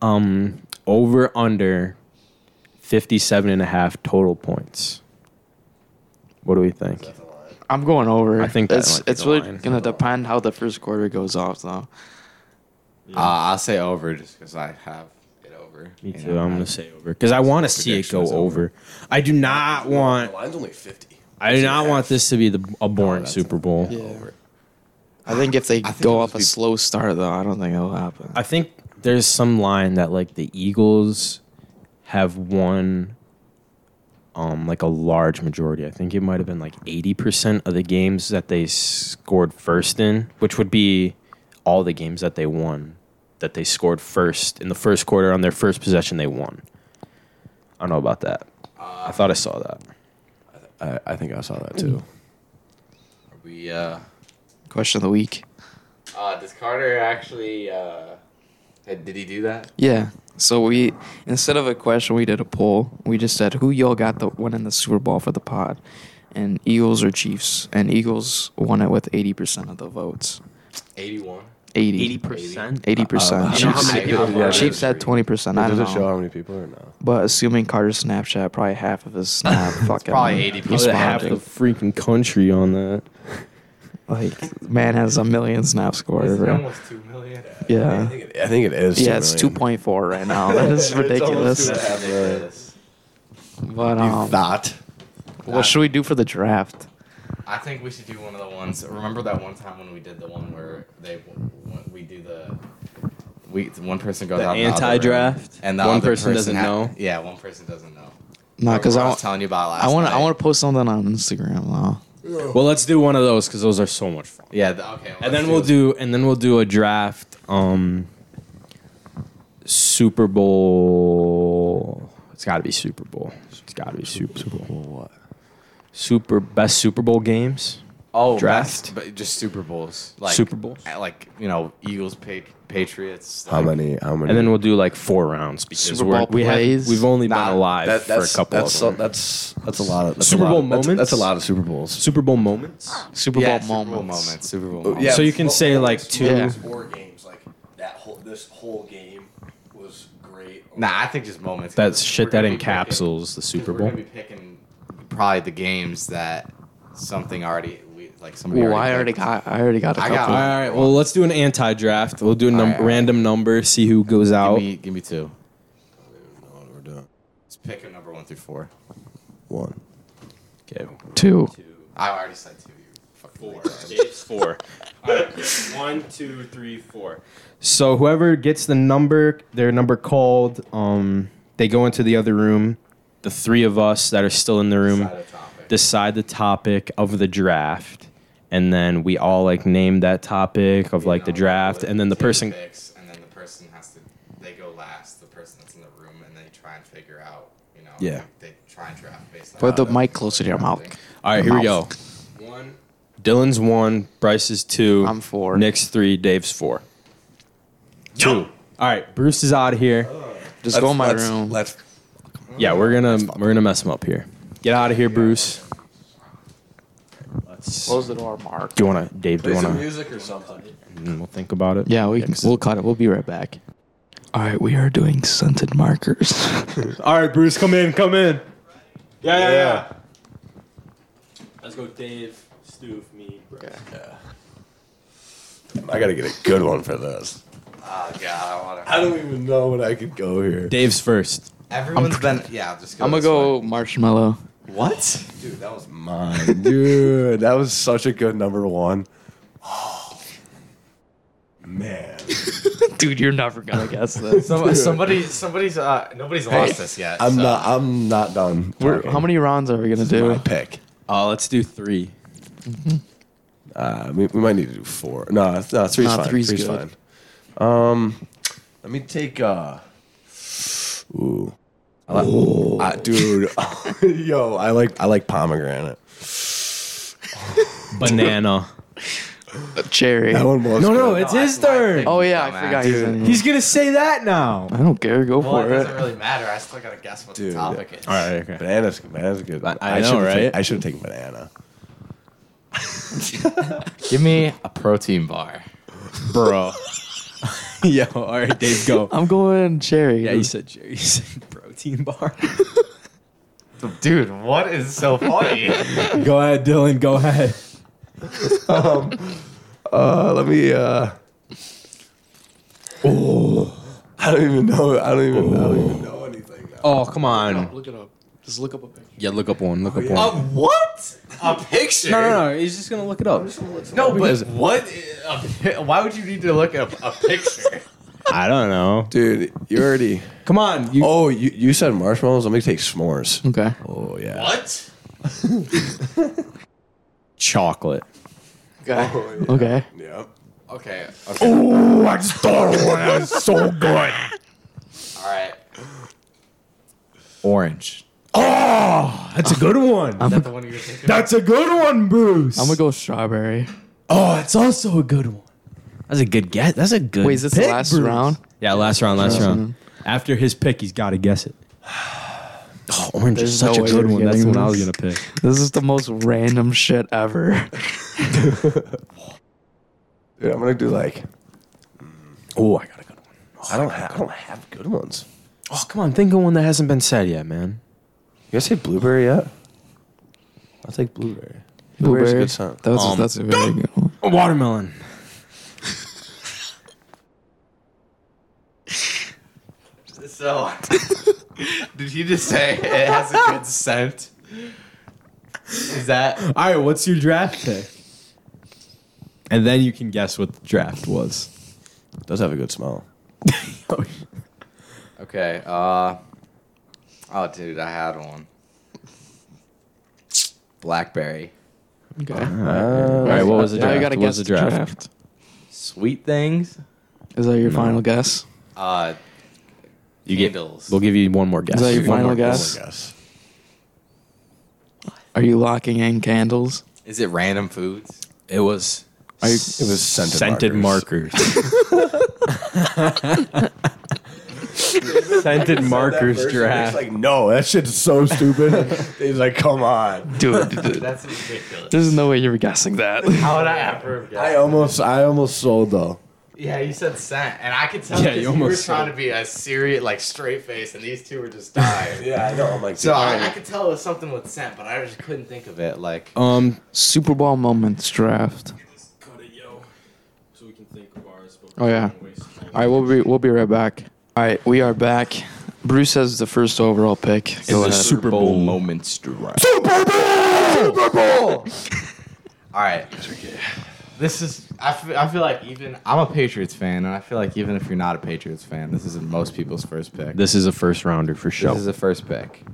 Speaker 3: um, over under 57 and a half total points. What do we think?
Speaker 2: I'm going over.
Speaker 3: I think that
Speaker 2: it's
Speaker 3: might be
Speaker 2: it's
Speaker 3: the
Speaker 2: really
Speaker 3: line.
Speaker 2: gonna depend how the first quarter goes off though.
Speaker 4: Uh, I'll say over just because I have it over.
Speaker 3: Me
Speaker 4: you
Speaker 3: too.
Speaker 4: know,
Speaker 3: I'm
Speaker 4: I-
Speaker 3: gonna say over because I want to see it
Speaker 4: prediction
Speaker 3: go
Speaker 4: is
Speaker 3: over.
Speaker 4: over.
Speaker 3: I do not want.
Speaker 5: line's only fifty.
Speaker 3: I do not want this to be the a boring Super Bowl.
Speaker 2: I think if they
Speaker 4: think
Speaker 2: go
Speaker 4: it'll
Speaker 2: off
Speaker 4: just
Speaker 2: a
Speaker 4: be-
Speaker 2: slow start though, I don't think it'll happen.
Speaker 3: I think there's some line that like the Eagles have won um like a large majority. I think it might have been like 80% of the games that they scored first in, which would be all the games that they won that they scored first in the first quarter on their first possession they won. I don't know about that. I thought I saw that.
Speaker 5: I, I think I saw that too.
Speaker 4: Are we uh,
Speaker 2: Question of the week.
Speaker 4: uh, does Carter actually? Uh, had- did he do that?
Speaker 2: Yeah. So we instead of a question, we did a poll. We just said who y'all got the winning the Super Bowl for the pod, and Eagles or Chiefs, and Eagles won it with eighty percent of the votes.
Speaker 4: 81.
Speaker 2: 80
Speaker 3: percent.
Speaker 2: 80 percent.
Speaker 4: You know how
Speaker 2: Chiefs,
Speaker 4: many people voted?
Speaker 2: Chiefs had twenty percent. I don't
Speaker 5: Does it
Speaker 2: know.
Speaker 5: show how many people or no?
Speaker 2: But assuming Carter's Snapchat, probably half of his snap. fucking
Speaker 4: probably 80 people.
Speaker 3: Probably half the
Speaker 2: responded.
Speaker 3: freaking country on that.
Speaker 2: Like man has a million snap score.
Speaker 4: Is it
Speaker 2: bro.
Speaker 4: almost 2 million?
Speaker 2: Yeah.
Speaker 5: I think it is.
Speaker 2: Yeah, it's two point four right now. That is ridiculous.
Speaker 4: That's ridiculous.
Speaker 2: But um,
Speaker 5: Not.
Speaker 2: what should we do for the draft?
Speaker 4: I think we should do one of the ones. Remember that one time when we did the one where they when we do the we one person goes
Speaker 3: The
Speaker 4: out in other room,
Speaker 3: anti-draft?
Speaker 4: and the
Speaker 3: One
Speaker 4: other
Speaker 3: person doesn't know?
Speaker 4: Yeah, one person doesn't know.
Speaker 2: No, because I
Speaker 4: was
Speaker 2: want.
Speaker 4: telling you about last.
Speaker 2: I want to.
Speaker 4: night.
Speaker 2: I want to post something on Instagram though.
Speaker 3: Well, let's do one of those cuz those are so much fun.
Speaker 4: Yeah. The, okay. well,
Speaker 3: and
Speaker 4: let's
Speaker 3: then we'll do and then we'll do a draft um super bowl it's got to be super bowl it's got to be super, super bowl what super best super bowl games
Speaker 4: Oh,
Speaker 13: Draft?
Speaker 4: that's- but just Super Bowls, like
Speaker 3: Super Bowls?
Speaker 4: like you know Eagles, pa- Patriots.
Speaker 5: How
Speaker 4: like-
Speaker 5: many? How many?
Speaker 3: And then we'll do like four rounds because
Speaker 2: Super
Speaker 3: we're,
Speaker 2: Bowl
Speaker 3: we have,
Speaker 2: plays?
Speaker 3: we've only
Speaker 4: Nah,
Speaker 3: been alive
Speaker 5: that,
Speaker 3: for a
Speaker 5: that's,
Speaker 3: couple
Speaker 5: that's,
Speaker 3: of them.
Speaker 5: That's that's a lot of that's
Speaker 3: Super
Speaker 5: a lot
Speaker 3: Bowl
Speaker 5: of- that's-
Speaker 3: moments?
Speaker 5: That's, a lot of Super Bowls.
Speaker 3: Super Bowl moments.
Speaker 2: Super Bowl
Speaker 4: yeah, Super Bowl
Speaker 2: moments.
Speaker 4: moments. Super Bowl
Speaker 5: Oh, yeah.
Speaker 4: moments.
Speaker 3: so you can say like two.
Speaker 2: Yeah.
Speaker 5: Four games like that whole this whole game was great.
Speaker 4: Nah, I think just moments.
Speaker 3: That's
Speaker 4: We're
Speaker 3: shit that
Speaker 4: gonna be picking-
Speaker 3: encapsulates the Super
Speaker 4: we're
Speaker 3: Bowl.
Speaker 4: gonna be picking probably the games that something already we, like somebody.
Speaker 2: Well, I already
Speaker 4: already picked.
Speaker 2: got. I already got a
Speaker 4: I
Speaker 2: couple.
Speaker 4: got
Speaker 3: All right. Well, let's do an anti-draft. We'll do a num-
Speaker 4: All right.
Speaker 3: random number, see who goes out.
Speaker 4: Give me, give me two.
Speaker 5: we're done.
Speaker 4: Let's pick a number one through four.
Speaker 5: One.
Speaker 3: Okay.
Speaker 2: Two.
Speaker 4: I already said two. You fucking
Speaker 3: Four.
Speaker 4: retard.
Speaker 3: Dave's four. All right. One, two, three, four. So whoever gets the number, their number called, um, they go into the other room. The three of us that are still in the room
Speaker 4: Side of topic.
Speaker 3: decide the topic of the draft, and then we all like name that topic of like the
Speaker 4: know,
Speaker 3: draft,
Speaker 4: with
Speaker 3: and then the
Speaker 4: two
Speaker 3: person.
Speaker 4: picks, and then the person has to they go last. The person that's in the room and they try and figure out. You know,
Speaker 3: Yeah.
Speaker 4: They try and draft based. on
Speaker 2: Put the
Speaker 4: how
Speaker 2: mic
Speaker 4: they-
Speaker 2: closer to your mouth.
Speaker 3: All right, here we go.
Speaker 4: One.
Speaker 3: Dylan's one, Bryce's two,
Speaker 2: I'm four.
Speaker 3: Nick's three, Dave's four. Two. All right, Bruce is out of here.
Speaker 2: Just go in my
Speaker 5: let's,
Speaker 2: room.
Speaker 5: Let's
Speaker 3: Yeah, we're gonna we're gonna mess him up here. Get out of here, Bruce. Let's.
Speaker 2: Close the door, Mark.
Speaker 3: Do you wanna, Dave? Do you wanna?
Speaker 5: music or something.
Speaker 3: mm, We'll think about it.
Speaker 2: Yeah, we can,
Speaker 3: 'cause-
Speaker 2: we'll cut it. We'll be right back. All right, we are doing scented markers.
Speaker 3: All right, Bruce, come in, come in. Yeah, yeah, yeah. Let's go, Dave, Stu, me.
Speaker 5: I gotta get a good one for this.
Speaker 4: Oh god, I want to.
Speaker 5: I don't even know what I could go here.
Speaker 3: Dave's first.
Speaker 4: Everyone's been. Yeah, I'll just go.
Speaker 2: I'm gonna
Speaker 4: this
Speaker 2: go marshmallow.
Speaker 4: way. What? Dude, that was.
Speaker 5: Mine, dude. That was such a good number one. Oh, man.
Speaker 2: Dude, you're never gonna guess this.
Speaker 4: Some, somebody, somebody's. Uh, nobody's lost this yet.
Speaker 5: I'm
Speaker 4: so.
Speaker 5: not. I'm not done.
Speaker 2: We're,
Speaker 5: talking.
Speaker 2: how many rounds are we gonna
Speaker 5: My
Speaker 2: do?
Speaker 5: pick.
Speaker 3: Uh, let's do three.
Speaker 5: Uh, we, we might need to do four. No, it's- no three's
Speaker 2: No,
Speaker 5: fine.
Speaker 2: three's
Speaker 5: Three's,
Speaker 2: good.
Speaker 5: fine. Um, let me take. Uh, ooh. I like- I- dude, yo, I like I like pomegranate.
Speaker 3: Banana.
Speaker 2: Cherry.
Speaker 5: That one was good.
Speaker 3: it's his turn.
Speaker 2: Oh yeah, I
Speaker 4: Dumbass.
Speaker 2: forgot he's in. here.
Speaker 3: He's gonna say that now.
Speaker 2: I don't care. Go
Speaker 4: Well, it
Speaker 2: for it.
Speaker 4: doesn't really matter. I still gotta guess what
Speaker 5: Dude.
Speaker 4: the topic is.
Speaker 3: All right. Okay.
Speaker 5: Banana's, banana's good.
Speaker 3: I- I know,
Speaker 5: should've
Speaker 3: right?
Speaker 5: taken- I should have taken banana.
Speaker 4: Give me a protein bar.
Speaker 3: bro. Yo, all right, Dave, go.
Speaker 2: I'm going cherry.
Speaker 3: Yeah, you said Jerry. You said protein bar.
Speaker 4: Dude, what is so funny?
Speaker 3: go ahead, Dylan. Go ahead.
Speaker 5: Uh, let me. Uh, oh, I don't even know. I don't even. I don't even know anything. Now.
Speaker 3: Oh, come on.
Speaker 2: Look it up. Just look up a picture.
Speaker 3: Oh, Yeah, look up one. Look up
Speaker 4: a
Speaker 3: one.
Speaker 4: what? A picture?
Speaker 3: No, no, no. He's just gonna look it up.
Speaker 4: No, but what? A, pi- why would you need to look up a picture?
Speaker 3: I don't know.
Speaker 5: Dude, you already.
Speaker 3: Come on. You.
Speaker 5: Oh, you, you said marshmallows. Let me take s'mores.
Speaker 2: Okay.
Speaker 5: Oh yeah.
Speaker 4: what?
Speaker 3: Chocolate.
Speaker 2: Okay. Okay.
Speaker 5: Yep.
Speaker 4: Okay. okay. All
Speaker 5: I just thought of one. That was so good.
Speaker 4: right.
Speaker 3: Orange. Oh, that's a good one.
Speaker 4: Is that the one you were thinking?
Speaker 3: that's a good one, Bruce.
Speaker 2: I'm gonna go strawberry.
Speaker 3: oh, it's also a good one. That's a good guess. That's a good.
Speaker 2: Wait, is this the
Speaker 3: pick,
Speaker 2: last
Speaker 3: Bruce.
Speaker 2: round?
Speaker 3: Yeah, last round. Last round. After his pick, he's got to guess it. Oh, orange
Speaker 2: There's
Speaker 3: is such
Speaker 2: no
Speaker 3: a
Speaker 2: way
Speaker 3: good
Speaker 2: you're
Speaker 3: one. That's the
Speaker 2: getting
Speaker 3: one I was
Speaker 2: this.
Speaker 3: gonna pick.
Speaker 2: This is the most random shit ever.
Speaker 5: Dude, I'm gonna do like. Oh, I got a good one. I don't. Ha- I don't have good ones.
Speaker 3: Oh, come on. Think of one that hasn't been said yet, man.
Speaker 5: You guys say blueberry yet? I'll take blueberry. Blueberry's a
Speaker 2: Blueberry.
Speaker 5: good scent.
Speaker 2: That's
Speaker 3: Um,
Speaker 2: that's a very good one.
Speaker 3: A watermelon.
Speaker 4: So, did he just say it has a good scent? Is that
Speaker 3: All right, what's your draft pick? And then you can guess what the draft was.
Speaker 5: Does have a good smell.
Speaker 4: okay? Uh, oh, dude, I had one. Blackberry,
Speaker 2: Okay.
Speaker 3: All right, what was the
Speaker 2: Now
Speaker 3: draft?
Speaker 2: you Uh, gotta
Speaker 3: What was
Speaker 2: guess the draft.
Speaker 4: sweet things.
Speaker 2: Is that your final guess?
Speaker 4: Uh,
Speaker 3: You get.
Speaker 4: candles.
Speaker 3: We'll give you one more guess.
Speaker 2: Is that your
Speaker 3: One
Speaker 2: final
Speaker 3: more
Speaker 2: guess?
Speaker 5: Yes.
Speaker 2: Are you locking in candles?
Speaker 4: Is it random foods?
Speaker 3: It was
Speaker 5: I, it was scented,
Speaker 3: scented
Speaker 5: markers.
Speaker 3: markers. scented markers
Speaker 5: It's
Speaker 3: draft.
Speaker 5: like no, that shit's so stupid. He's like, come on.
Speaker 2: Dude, dude,
Speaker 4: That's ridiculous.
Speaker 2: there's no way you were guessing that.
Speaker 4: How would I ever guess?
Speaker 5: I almost, I almost sold though.
Speaker 4: Yeah, you said scent, and I could tell
Speaker 3: Yeah,
Speaker 4: yeah,
Speaker 3: you
Speaker 4: you, were
Speaker 3: almost
Speaker 4: trying to be a serious, like straight face, and these two were just dying.
Speaker 5: Yeah, I know. I'm like,
Speaker 4: so I, I could tell it was something with scent, but I just couldn't think of it. Like,
Speaker 3: Um,
Speaker 2: Super Bowl moments draft. Oh yeah. All right, we'll be we'll be right back. All right, we are back. Bruce has the first overall pick. Go
Speaker 4: Oh,
Speaker 2: ahead.
Speaker 3: Super Bowl moment.
Speaker 4: all right, this is. I fe- I feel like even I'm a Patriots fan, and I feel like even if you're not a Patriots fan, this is most people's first pick.
Speaker 3: This is a first rounder for
Speaker 4: This
Speaker 3: sure.
Speaker 4: is the first pick.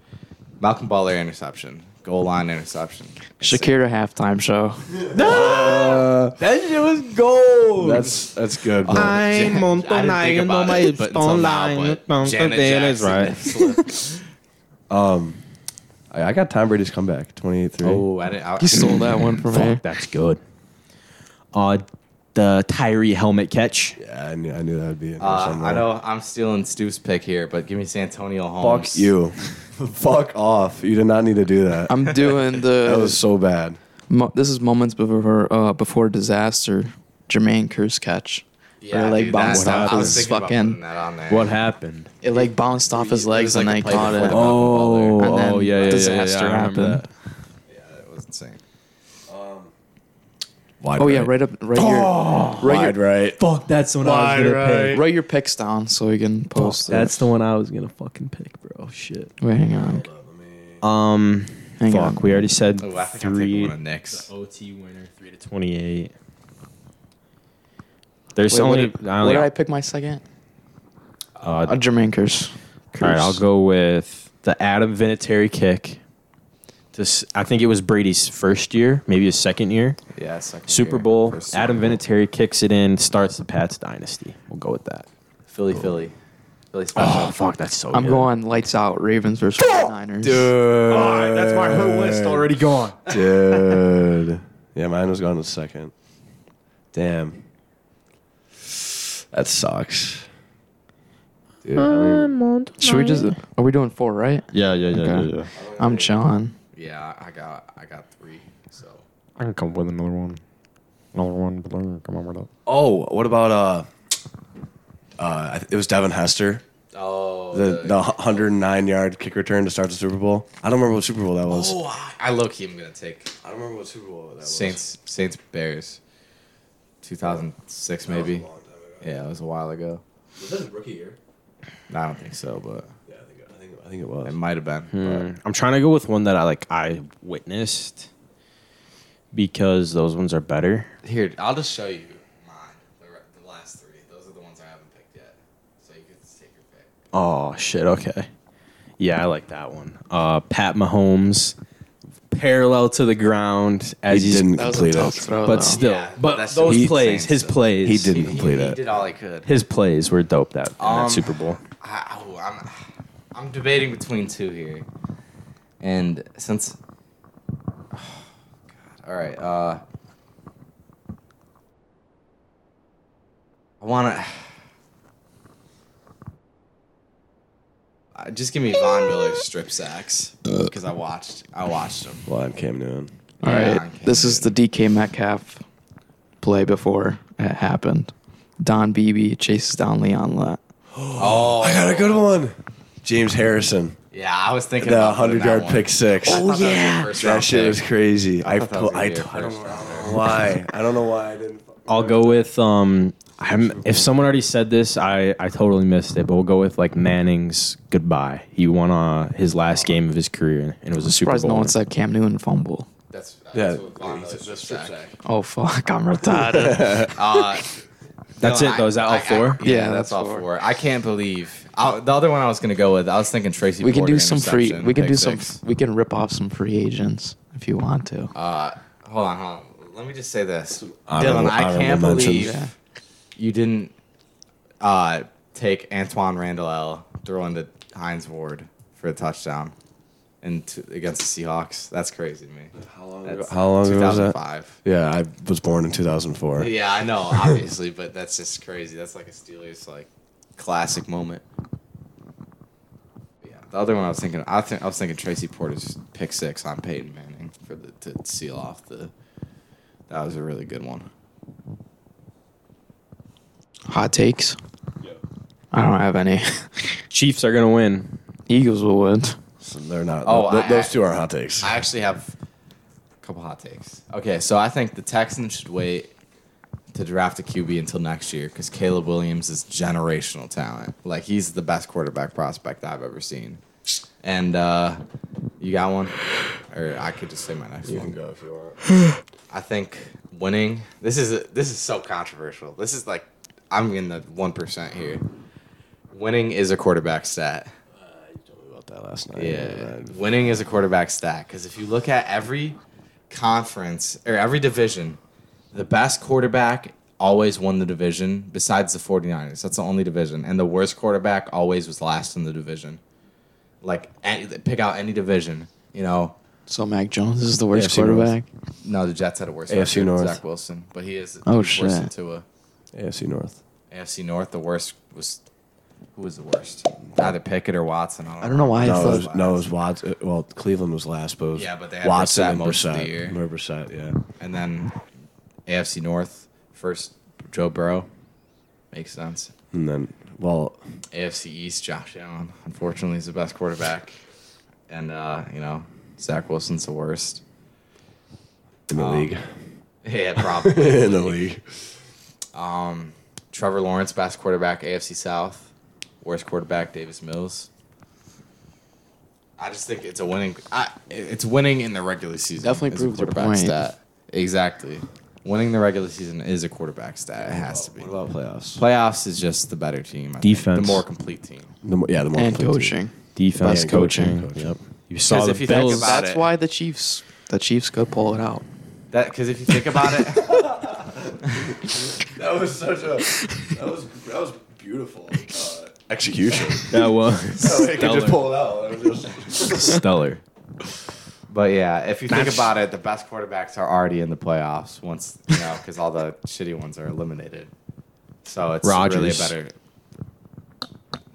Speaker 4: Malcolm Butler interception, goal line interception.
Speaker 2: Shakira halftime show.
Speaker 4: That shit was gold.
Speaker 5: uh, that's that's good. Bro.
Speaker 4: Uh, Jan- I didn't think about it, but somehow, but Janet Jackson slipped.
Speaker 5: I, I got Tom Brady's comeback, 28 3.
Speaker 4: Oh, I didn't. I,
Speaker 2: He stole that one from me.
Speaker 3: That's good. Uh, the Tyree helmet catch.
Speaker 5: Yeah, I knew, I knew that would be in there
Speaker 4: Uh,
Speaker 5: somewhere.
Speaker 4: I know I'm stealing Stu's pick here, but give me Santonio Holmes.
Speaker 5: Fuck you. Fuck off. You did not need to do that.
Speaker 2: I'm doing
Speaker 5: that
Speaker 2: the.
Speaker 5: was so bad.
Speaker 2: mo- this is moments before uh, before disaster. Jermaine Curse catch.
Speaker 4: Yeah,
Speaker 2: Or, like,
Speaker 4: dude,
Speaker 2: bounced
Speaker 4: that-
Speaker 2: off
Speaker 4: I was
Speaker 2: his
Speaker 4: thinking about
Speaker 2: fucking-
Speaker 4: putting that on there.
Speaker 3: What happened?
Speaker 2: It like bounced off his
Speaker 4: It was
Speaker 2: legs
Speaker 4: like
Speaker 2: and
Speaker 4: a
Speaker 2: they
Speaker 4: play
Speaker 2: caught
Speaker 4: before
Speaker 2: it.
Speaker 4: the ball.
Speaker 3: Oh,
Speaker 2: And then
Speaker 3: oh, yeah, yeah, yeah, yeah,
Speaker 2: disaster
Speaker 3: yeah, I remember
Speaker 2: happened.
Speaker 3: that.
Speaker 4: That was insane.
Speaker 5: Wide
Speaker 2: Oh yeah, right up, right
Speaker 3: Oh.
Speaker 5: right. Wide right.
Speaker 3: Fuck, that's when I was gonna
Speaker 2: your,
Speaker 3: pick.
Speaker 2: write your picks down so we can post. it.
Speaker 3: That's the one I was gonna fucking pick, bro. Shit.
Speaker 2: Wait, hang on,
Speaker 3: Um,
Speaker 2: hang
Speaker 3: fuck.
Speaker 2: on.
Speaker 3: We already said
Speaker 4: Oh, I think I'm taking
Speaker 3: three.
Speaker 4: one of Nick's.
Speaker 3: OT winner, three to twenty-eight. There's
Speaker 2: Wait, what
Speaker 3: only.
Speaker 2: did-
Speaker 3: I
Speaker 2: What
Speaker 3: only
Speaker 2: did I pick my second?
Speaker 3: uh,
Speaker 2: Uh, Jermaine Curse.
Speaker 3: All right, I'll go with the Adam Vinatieri kick. This, I think it was Brady's first year, maybe his second year.
Speaker 4: Yeah, second
Speaker 3: Super
Speaker 4: year.
Speaker 3: Bowl.
Speaker 4: First Super
Speaker 3: Adam
Speaker 4: Bowl.
Speaker 3: Vinatieri kicks it in, starts the Pats dynasty. We'll go with that.
Speaker 4: Philly, Philly. Philly special.
Speaker 3: Oh fuck, that's so.
Speaker 2: I'm
Speaker 3: good.
Speaker 2: going lights out. Ravens versus 49ers.
Speaker 5: Dude.
Speaker 3: that's my whole list already gone.
Speaker 5: Dude. Yeah, mine was gone in a second. Damn. That sucks. Dude, I mean,
Speaker 2: Should we just? Are we doing four? Right?
Speaker 3: Yeah, yeah, yeah,
Speaker 2: Okay.
Speaker 3: yeah, yeah.
Speaker 2: I'm chilling.
Speaker 4: Yeah, I got, I got three. So
Speaker 3: I can come up with another one. Another one. but I'm gonna Come on with it.
Speaker 5: oh, what about uh, uh, I th- it was Devin Hester,
Speaker 4: oh,
Speaker 5: the the 109 yard kick return to start the Super Bowl. I don't remember what Super Bowl that was.
Speaker 4: oh, I- I low key am gonna take
Speaker 5: I don't remember what Super Bowl that was.
Speaker 4: Saints, Saints Bears, 2006 maybe. Yeah, it was a while ago.
Speaker 5: Was that his rookie year?
Speaker 4: I don't think so, but
Speaker 5: Yeah, I think I think, I think it was.
Speaker 4: it might have been.
Speaker 5: Hmm.
Speaker 4: but-
Speaker 3: I'm trying to go with one that I like. I witnessed because those ones are better.
Speaker 4: Here, I'll just show you mine. The, re- the last three. Those are the ones I haven't picked yet. So you can take your pick.
Speaker 3: Oh shit! Okay, yeah, I like that one. Uh, Pat Mahomes, parallel to the ground as
Speaker 5: he
Speaker 3: he's,
Speaker 5: didn't
Speaker 2: That was a
Speaker 5: complete
Speaker 2: tough
Speaker 5: it.
Speaker 2: throw.
Speaker 3: but
Speaker 2: though.
Speaker 3: still,
Speaker 4: Yeah,
Speaker 3: but
Speaker 4: that's-
Speaker 3: those
Speaker 4: he-
Speaker 3: plays, his
Speaker 4: Saints,
Speaker 3: plays,
Speaker 5: He didn't
Speaker 4: He-
Speaker 5: complete
Speaker 4: he,
Speaker 5: it.
Speaker 4: did all he could.
Speaker 3: His plays were dope that, in that
Speaker 4: Um,
Speaker 3: Super Bowl.
Speaker 4: I, oh, I'm, I'm debating between two here. And since. God. All right. Uh, I want to. Uh, just give me Von Miller strip sacks
Speaker 5: Uh.
Speaker 4: because I watched I watched him.
Speaker 5: Well, I'm Cam Newton.
Speaker 2: All right.
Speaker 4: Yeah, I can't
Speaker 2: this
Speaker 4: do
Speaker 2: is
Speaker 4: it.
Speaker 2: the DK Metcalf play before it happened. Don Beebe chases down Leon Lett.
Speaker 4: Oh,
Speaker 5: I got a good one. James Harrison,
Speaker 4: Yeah, I was thinking
Speaker 5: the
Speaker 4: about putting
Speaker 5: 100 yard
Speaker 4: that
Speaker 5: pick six.
Speaker 4: Oh yeah,
Speaker 5: That shit was crazy. I,
Speaker 4: thought that
Speaker 5: put-
Speaker 4: was gonna
Speaker 5: I,
Speaker 4: be
Speaker 5: t-
Speaker 4: a
Speaker 5: I don't
Speaker 4: first
Speaker 5: know why. I don't know why I didn't.
Speaker 3: I'll go with um. I'm, if someone already said this, I, I totally missed it, but we'll go with like Manning's goodbye. He won uh, his last game of his career, and it was a Super
Speaker 2: Surprised
Speaker 3: Bowl.
Speaker 2: no one
Speaker 3: win.
Speaker 2: said Cam Newton fumble.
Speaker 4: That's,
Speaker 5: Yeah,
Speaker 4: what Von Miller's strip sack.
Speaker 2: Oh fuck, I'm retarded.
Speaker 4: Uh,
Speaker 3: That's
Speaker 4: no,
Speaker 3: it, though. Is that all
Speaker 4: I- I-
Speaker 3: four?
Speaker 4: yeah,
Speaker 2: Yeah,
Speaker 4: that's,
Speaker 2: that's
Speaker 4: all
Speaker 2: four.
Speaker 4: four. I can't believe I, the other one I was gonna go with. I was thinking Tracy.
Speaker 2: we can
Speaker 4: Porter
Speaker 2: do some free.
Speaker 4: interception,
Speaker 2: We can
Speaker 4: pick
Speaker 2: do some.
Speaker 4: six.
Speaker 2: We can rip off some free agents if you want to.
Speaker 4: Uh, hold on, hold on. Let me just say this,
Speaker 5: Honorable-
Speaker 4: Dylan. I can't
Speaker 5: honorable mentions.
Speaker 4: believe
Speaker 2: Yeah.
Speaker 4: you didn't uh, take Antoine Randall L. throwing to Heinz Ward for a touchdown. and t- against the Seahawks. That's crazy to me.
Speaker 5: How long
Speaker 4: That's
Speaker 5: ago, how long ago was that?
Speaker 4: 2005.
Speaker 5: Yeah, I was born in 2004.
Speaker 4: Yeah, I know, obviously, but that's just crazy. That's like a Steelers like classic moment. Yeah, the other one I was thinking, I think I was thinking Tracy Porter's pick six on Peyton Manning for the to seal off the. That was a really good one.
Speaker 2: Hot takes. I don't have any.
Speaker 3: Chiefs are gonna win.
Speaker 2: Eagles will win.
Speaker 5: So they're not.
Speaker 4: Oh,
Speaker 5: th-
Speaker 4: I-
Speaker 5: those two are hot takes.
Speaker 4: I actually have a couple hot takes. Okay, so I think the Texans should wait to draft a QB until next year because Caleb Williams is generational talent. Like he's the best quarterback prospect I've ever seen. And uh, you got one, or I could just say my next one.
Speaker 5: go if you want.
Speaker 4: I think winning. This is this is so controversial. This is like I'm in the one percent here. Winning is a quarterback stat.
Speaker 5: About that last night.
Speaker 4: Yeah, winning is a quarterback stat because if you look at every conference or every division, the best quarterback always won the division besides the 49ers. That's the only division. And the worst quarterback always was last in the division. Like, any, pick out any division, you know.
Speaker 2: So Mac Jones is the worst
Speaker 5: AFC North.
Speaker 2: quarterback.
Speaker 4: No, the Jets had a worse
Speaker 5: AFC
Speaker 4: record than
Speaker 5: North.
Speaker 4: Zach Wilson, but he is
Speaker 2: Oh,
Speaker 4: he's worse than
Speaker 2: shit.
Speaker 4: Tua.
Speaker 5: AFC North.
Speaker 4: AFC North, the worst was who was the worst? Either Pickett or Watson. I don't know.
Speaker 2: I don't know why I
Speaker 5: No, it
Speaker 2: thought.
Speaker 5: was, no, it was Watson. Well, Cleveland was last, but it was
Speaker 4: Yeah, but they had
Speaker 5: Watson
Speaker 4: Brissett
Speaker 5: and
Speaker 4: most of the
Speaker 5: Brissett.
Speaker 4: year.
Speaker 5: Remember Brissett, yeah.
Speaker 4: And then AFC North, first Joe Burrow. Makes sense.
Speaker 5: And then, well,
Speaker 4: AFC East, Josh Allen, unfortunately, is the best quarterback. And, uh, you know, Zach Wilson's the worst.
Speaker 5: in the
Speaker 4: Um,
Speaker 5: league,
Speaker 4: Yeah, probably.
Speaker 5: in the league,
Speaker 4: Trevor Lawrence, best quarterback, AFC South. Worst quarterback, Davis Mills. I just think it's a winning. I, it's winning in the regular season.
Speaker 2: Definitely
Speaker 4: is a
Speaker 2: proved your
Speaker 4: quarterback
Speaker 2: point.
Speaker 4: stat. Exactly. Winning the regular season is a quarterback stat. It has to be.
Speaker 5: what about playoffs?
Speaker 4: Playoffs is just the better team. I think.
Speaker 3: Defense.
Speaker 4: the more complete team.
Speaker 5: The, mo- yeah, the more
Speaker 2: and
Speaker 5: complete team.
Speaker 2: coaching.
Speaker 3: Defense
Speaker 5: Yeah,
Speaker 3: coaching.
Speaker 5: Yep.
Speaker 3: You saw
Speaker 4: 'Cause
Speaker 3: the
Speaker 4: if you think
Speaker 3: Bills.
Speaker 4: about
Speaker 2: That's
Speaker 4: it.
Speaker 2: why the Chiefs. The Chiefs could pull it out.
Speaker 4: That because if you think about it,
Speaker 5: That was such a that was that was beautiful uh, execution.
Speaker 3: that was
Speaker 5: they could just pull it out. It was just-
Speaker 3: stellar.
Speaker 4: but yeah, if you think about it, the best quarterbacks are already in the playoffs once you know because all the shitty ones are eliminated. So it's really a
Speaker 3: Rodgers.
Speaker 4: better.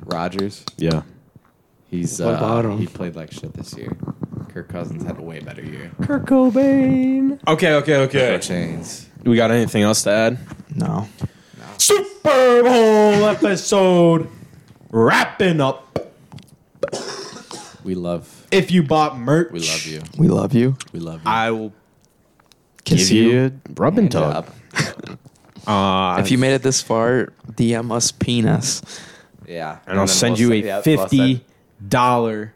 Speaker 4: Rogers,
Speaker 3: Yeah.
Speaker 4: he's
Speaker 2: What
Speaker 4: uh,
Speaker 2: about him?
Speaker 4: he played like shit this year. Kirk Cousins had a way better year.
Speaker 3: Okay, okay,
Speaker 4: No
Speaker 3: okay.
Speaker 4: chains.
Speaker 3: We got anything else to add?
Speaker 2: No.
Speaker 3: Super Bowl episode wrapping up.
Speaker 4: We love,
Speaker 3: If you bought merch,
Speaker 4: we love you,
Speaker 2: We love you.
Speaker 4: we love you.
Speaker 3: I will
Speaker 2: Kiss
Speaker 3: give
Speaker 2: you.
Speaker 3: you a rub and
Speaker 4: Hand
Speaker 3: tug.
Speaker 4: up.
Speaker 3: Uh,
Speaker 2: If you made it this far, DM us penis.
Speaker 4: yeah,
Speaker 3: and I'll
Speaker 4: then
Speaker 3: send you
Speaker 4: we'll yeah,
Speaker 3: a
Speaker 4: we'll
Speaker 3: fifty
Speaker 4: send-
Speaker 3: dollar.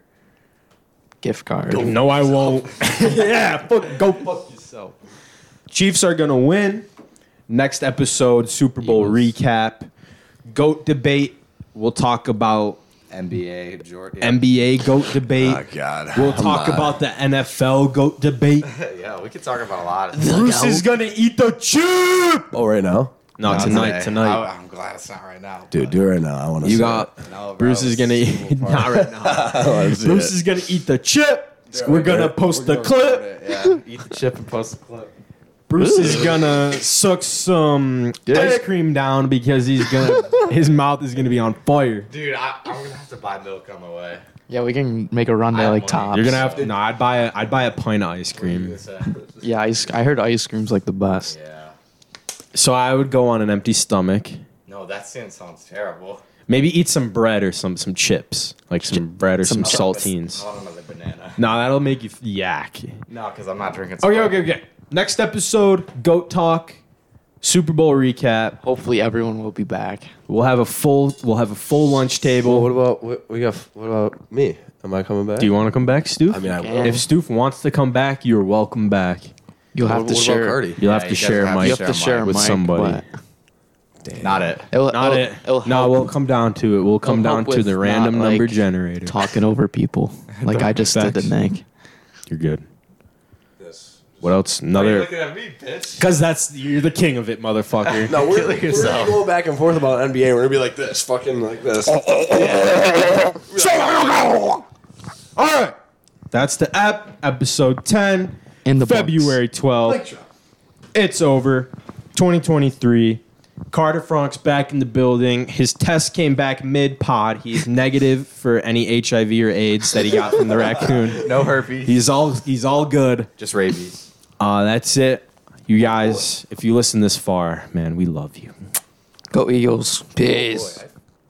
Speaker 2: Gift card.
Speaker 3: No, I won't. yeah, fuck, go fuck yourself. Chiefs are gonna win. Next episode, Super Bowl
Speaker 4: Eagles.
Speaker 3: recap, goat debate. We'll talk about
Speaker 4: NBA Jordan.
Speaker 3: NBA goat debate.
Speaker 5: oh God.
Speaker 3: We'll
Speaker 5: I'm
Speaker 3: talk
Speaker 5: not-
Speaker 3: about the NFL goat debate.
Speaker 4: yeah, we could talk about a lot. Of
Speaker 3: Bruce is gonna eat the chip.
Speaker 5: Oh, right now,
Speaker 3: No,
Speaker 4: Not
Speaker 3: tonight,
Speaker 4: today.
Speaker 3: tonight.
Speaker 4: I, am glad it's not right now.
Speaker 5: dude.
Speaker 4: but-
Speaker 5: Do it right now. I want to.
Speaker 3: you got
Speaker 4: No, bro,
Speaker 3: Bruce is
Speaker 4: it's
Speaker 3: gonna
Speaker 4: just a
Speaker 3: eat.
Speaker 4: little
Speaker 3: Not right
Speaker 4: part.
Speaker 3: now. Bruce
Speaker 5: Bruce
Speaker 3: is gonna eat the chip. we're gonna post the clip.
Speaker 4: Yeah, eat the chip and post the clip.
Speaker 3: Bruce is gonna suck some ice cream down because he's gonna his mouth is gonna be on fire.
Speaker 4: Dude, I, I'm gonna have to buy milk on the way.
Speaker 2: Yeah, we can make a run
Speaker 4: I
Speaker 2: to
Speaker 4: have
Speaker 2: like
Speaker 4: money.
Speaker 2: tops.
Speaker 3: You're gonna have to. No, I'd buy a I'd buy a pint of ice cream.
Speaker 2: Yeah, ice, I heard ice cream's like the best.
Speaker 4: uh, Yeah.
Speaker 3: So I would go on an empty stomach.
Speaker 4: No, that sin sounds terrible.
Speaker 3: Maybe eat some bread or some some chips, like some bread or some, saltines.
Speaker 4: I want another banana.
Speaker 3: No, that'll make you f- yak.
Speaker 4: No, because I'm not drinking.
Speaker 3: Okay,
Speaker 4: Sprite.
Speaker 3: okay, okay. Next episode, goat talk, Super Bowl recap.
Speaker 2: Hopefully, everyone will be back.
Speaker 3: We'll have a full we'll have a full lunch table.
Speaker 5: What about what, we got? What about me? Am I coming back?
Speaker 3: Do you want to come back, Stoof?
Speaker 5: I mean, I will.
Speaker 3: if Stoof wants to come back, you're welcome back.
Speaker 2: You'll have
Speaker 5: What-
Speaker 2: to
Speaker 5: what
Speaker 2: share.
Speaker 5: About Cardi?
Speaker 3: You'll
Speaker 4: Yeah,
Speaker 3: have
Speaker 4: you
Speaker 3: to
Speaker 4: guys
Speaker 3: share
Speaker 4: have
Speaker 3: my
Speaker 2: You have to share a
Speaker 3: with
Speaker 2: mic,
Speaker 3: somebody.
Speaker 2: but
Speaker 4: Not it.
Speaker 2: It'll,
Speaker 3: Not
Speaker 2: it'll-
Speaker 3: it.
Speaker 2: It'll
Speaker 3: no,
Speaker 2: help
Speaker 3: we'll come down to it. We'll come
Speaker 2: It'll
Speaker 3: down
Speaker 2: help
Speaker 3: to
Speaker 2: with
Speaker 3: the
Speaker 2: not,
Speaker 3: random
Speaker 2: like,
Speaker 3: number generator.
Speaker 2: talking over people like I just did to Nick.
Speaker 3: You're good. What else? Another.
Speaker 4: at me, bitch.
Speaker 3: Because that's you're the king of it, motherfucker.
Speaker 5: No, we're, we're gonna go back and forth about NBA. We're gonna be like this,
Speaker 4: Oh.
Speaker 5: fucking like this.
Speaker 3: All right. That's the app, episode 10.
Speaker 2: In the books.
Speaker 3: February 12th. It's over. 2023. Carter Frank's back in the building. His test came back mid pod. He's negative for any HIV or AIDS that he got from the raccoon.
Speaker 4: No herpes,
Speaker 3: He's all he's all good.
Speaker 4: just rabies.
Speaker 3: Uh, that's it. You guys, if you listen this far, man, we love you.
Speaker 2: Go Eagles. Peace.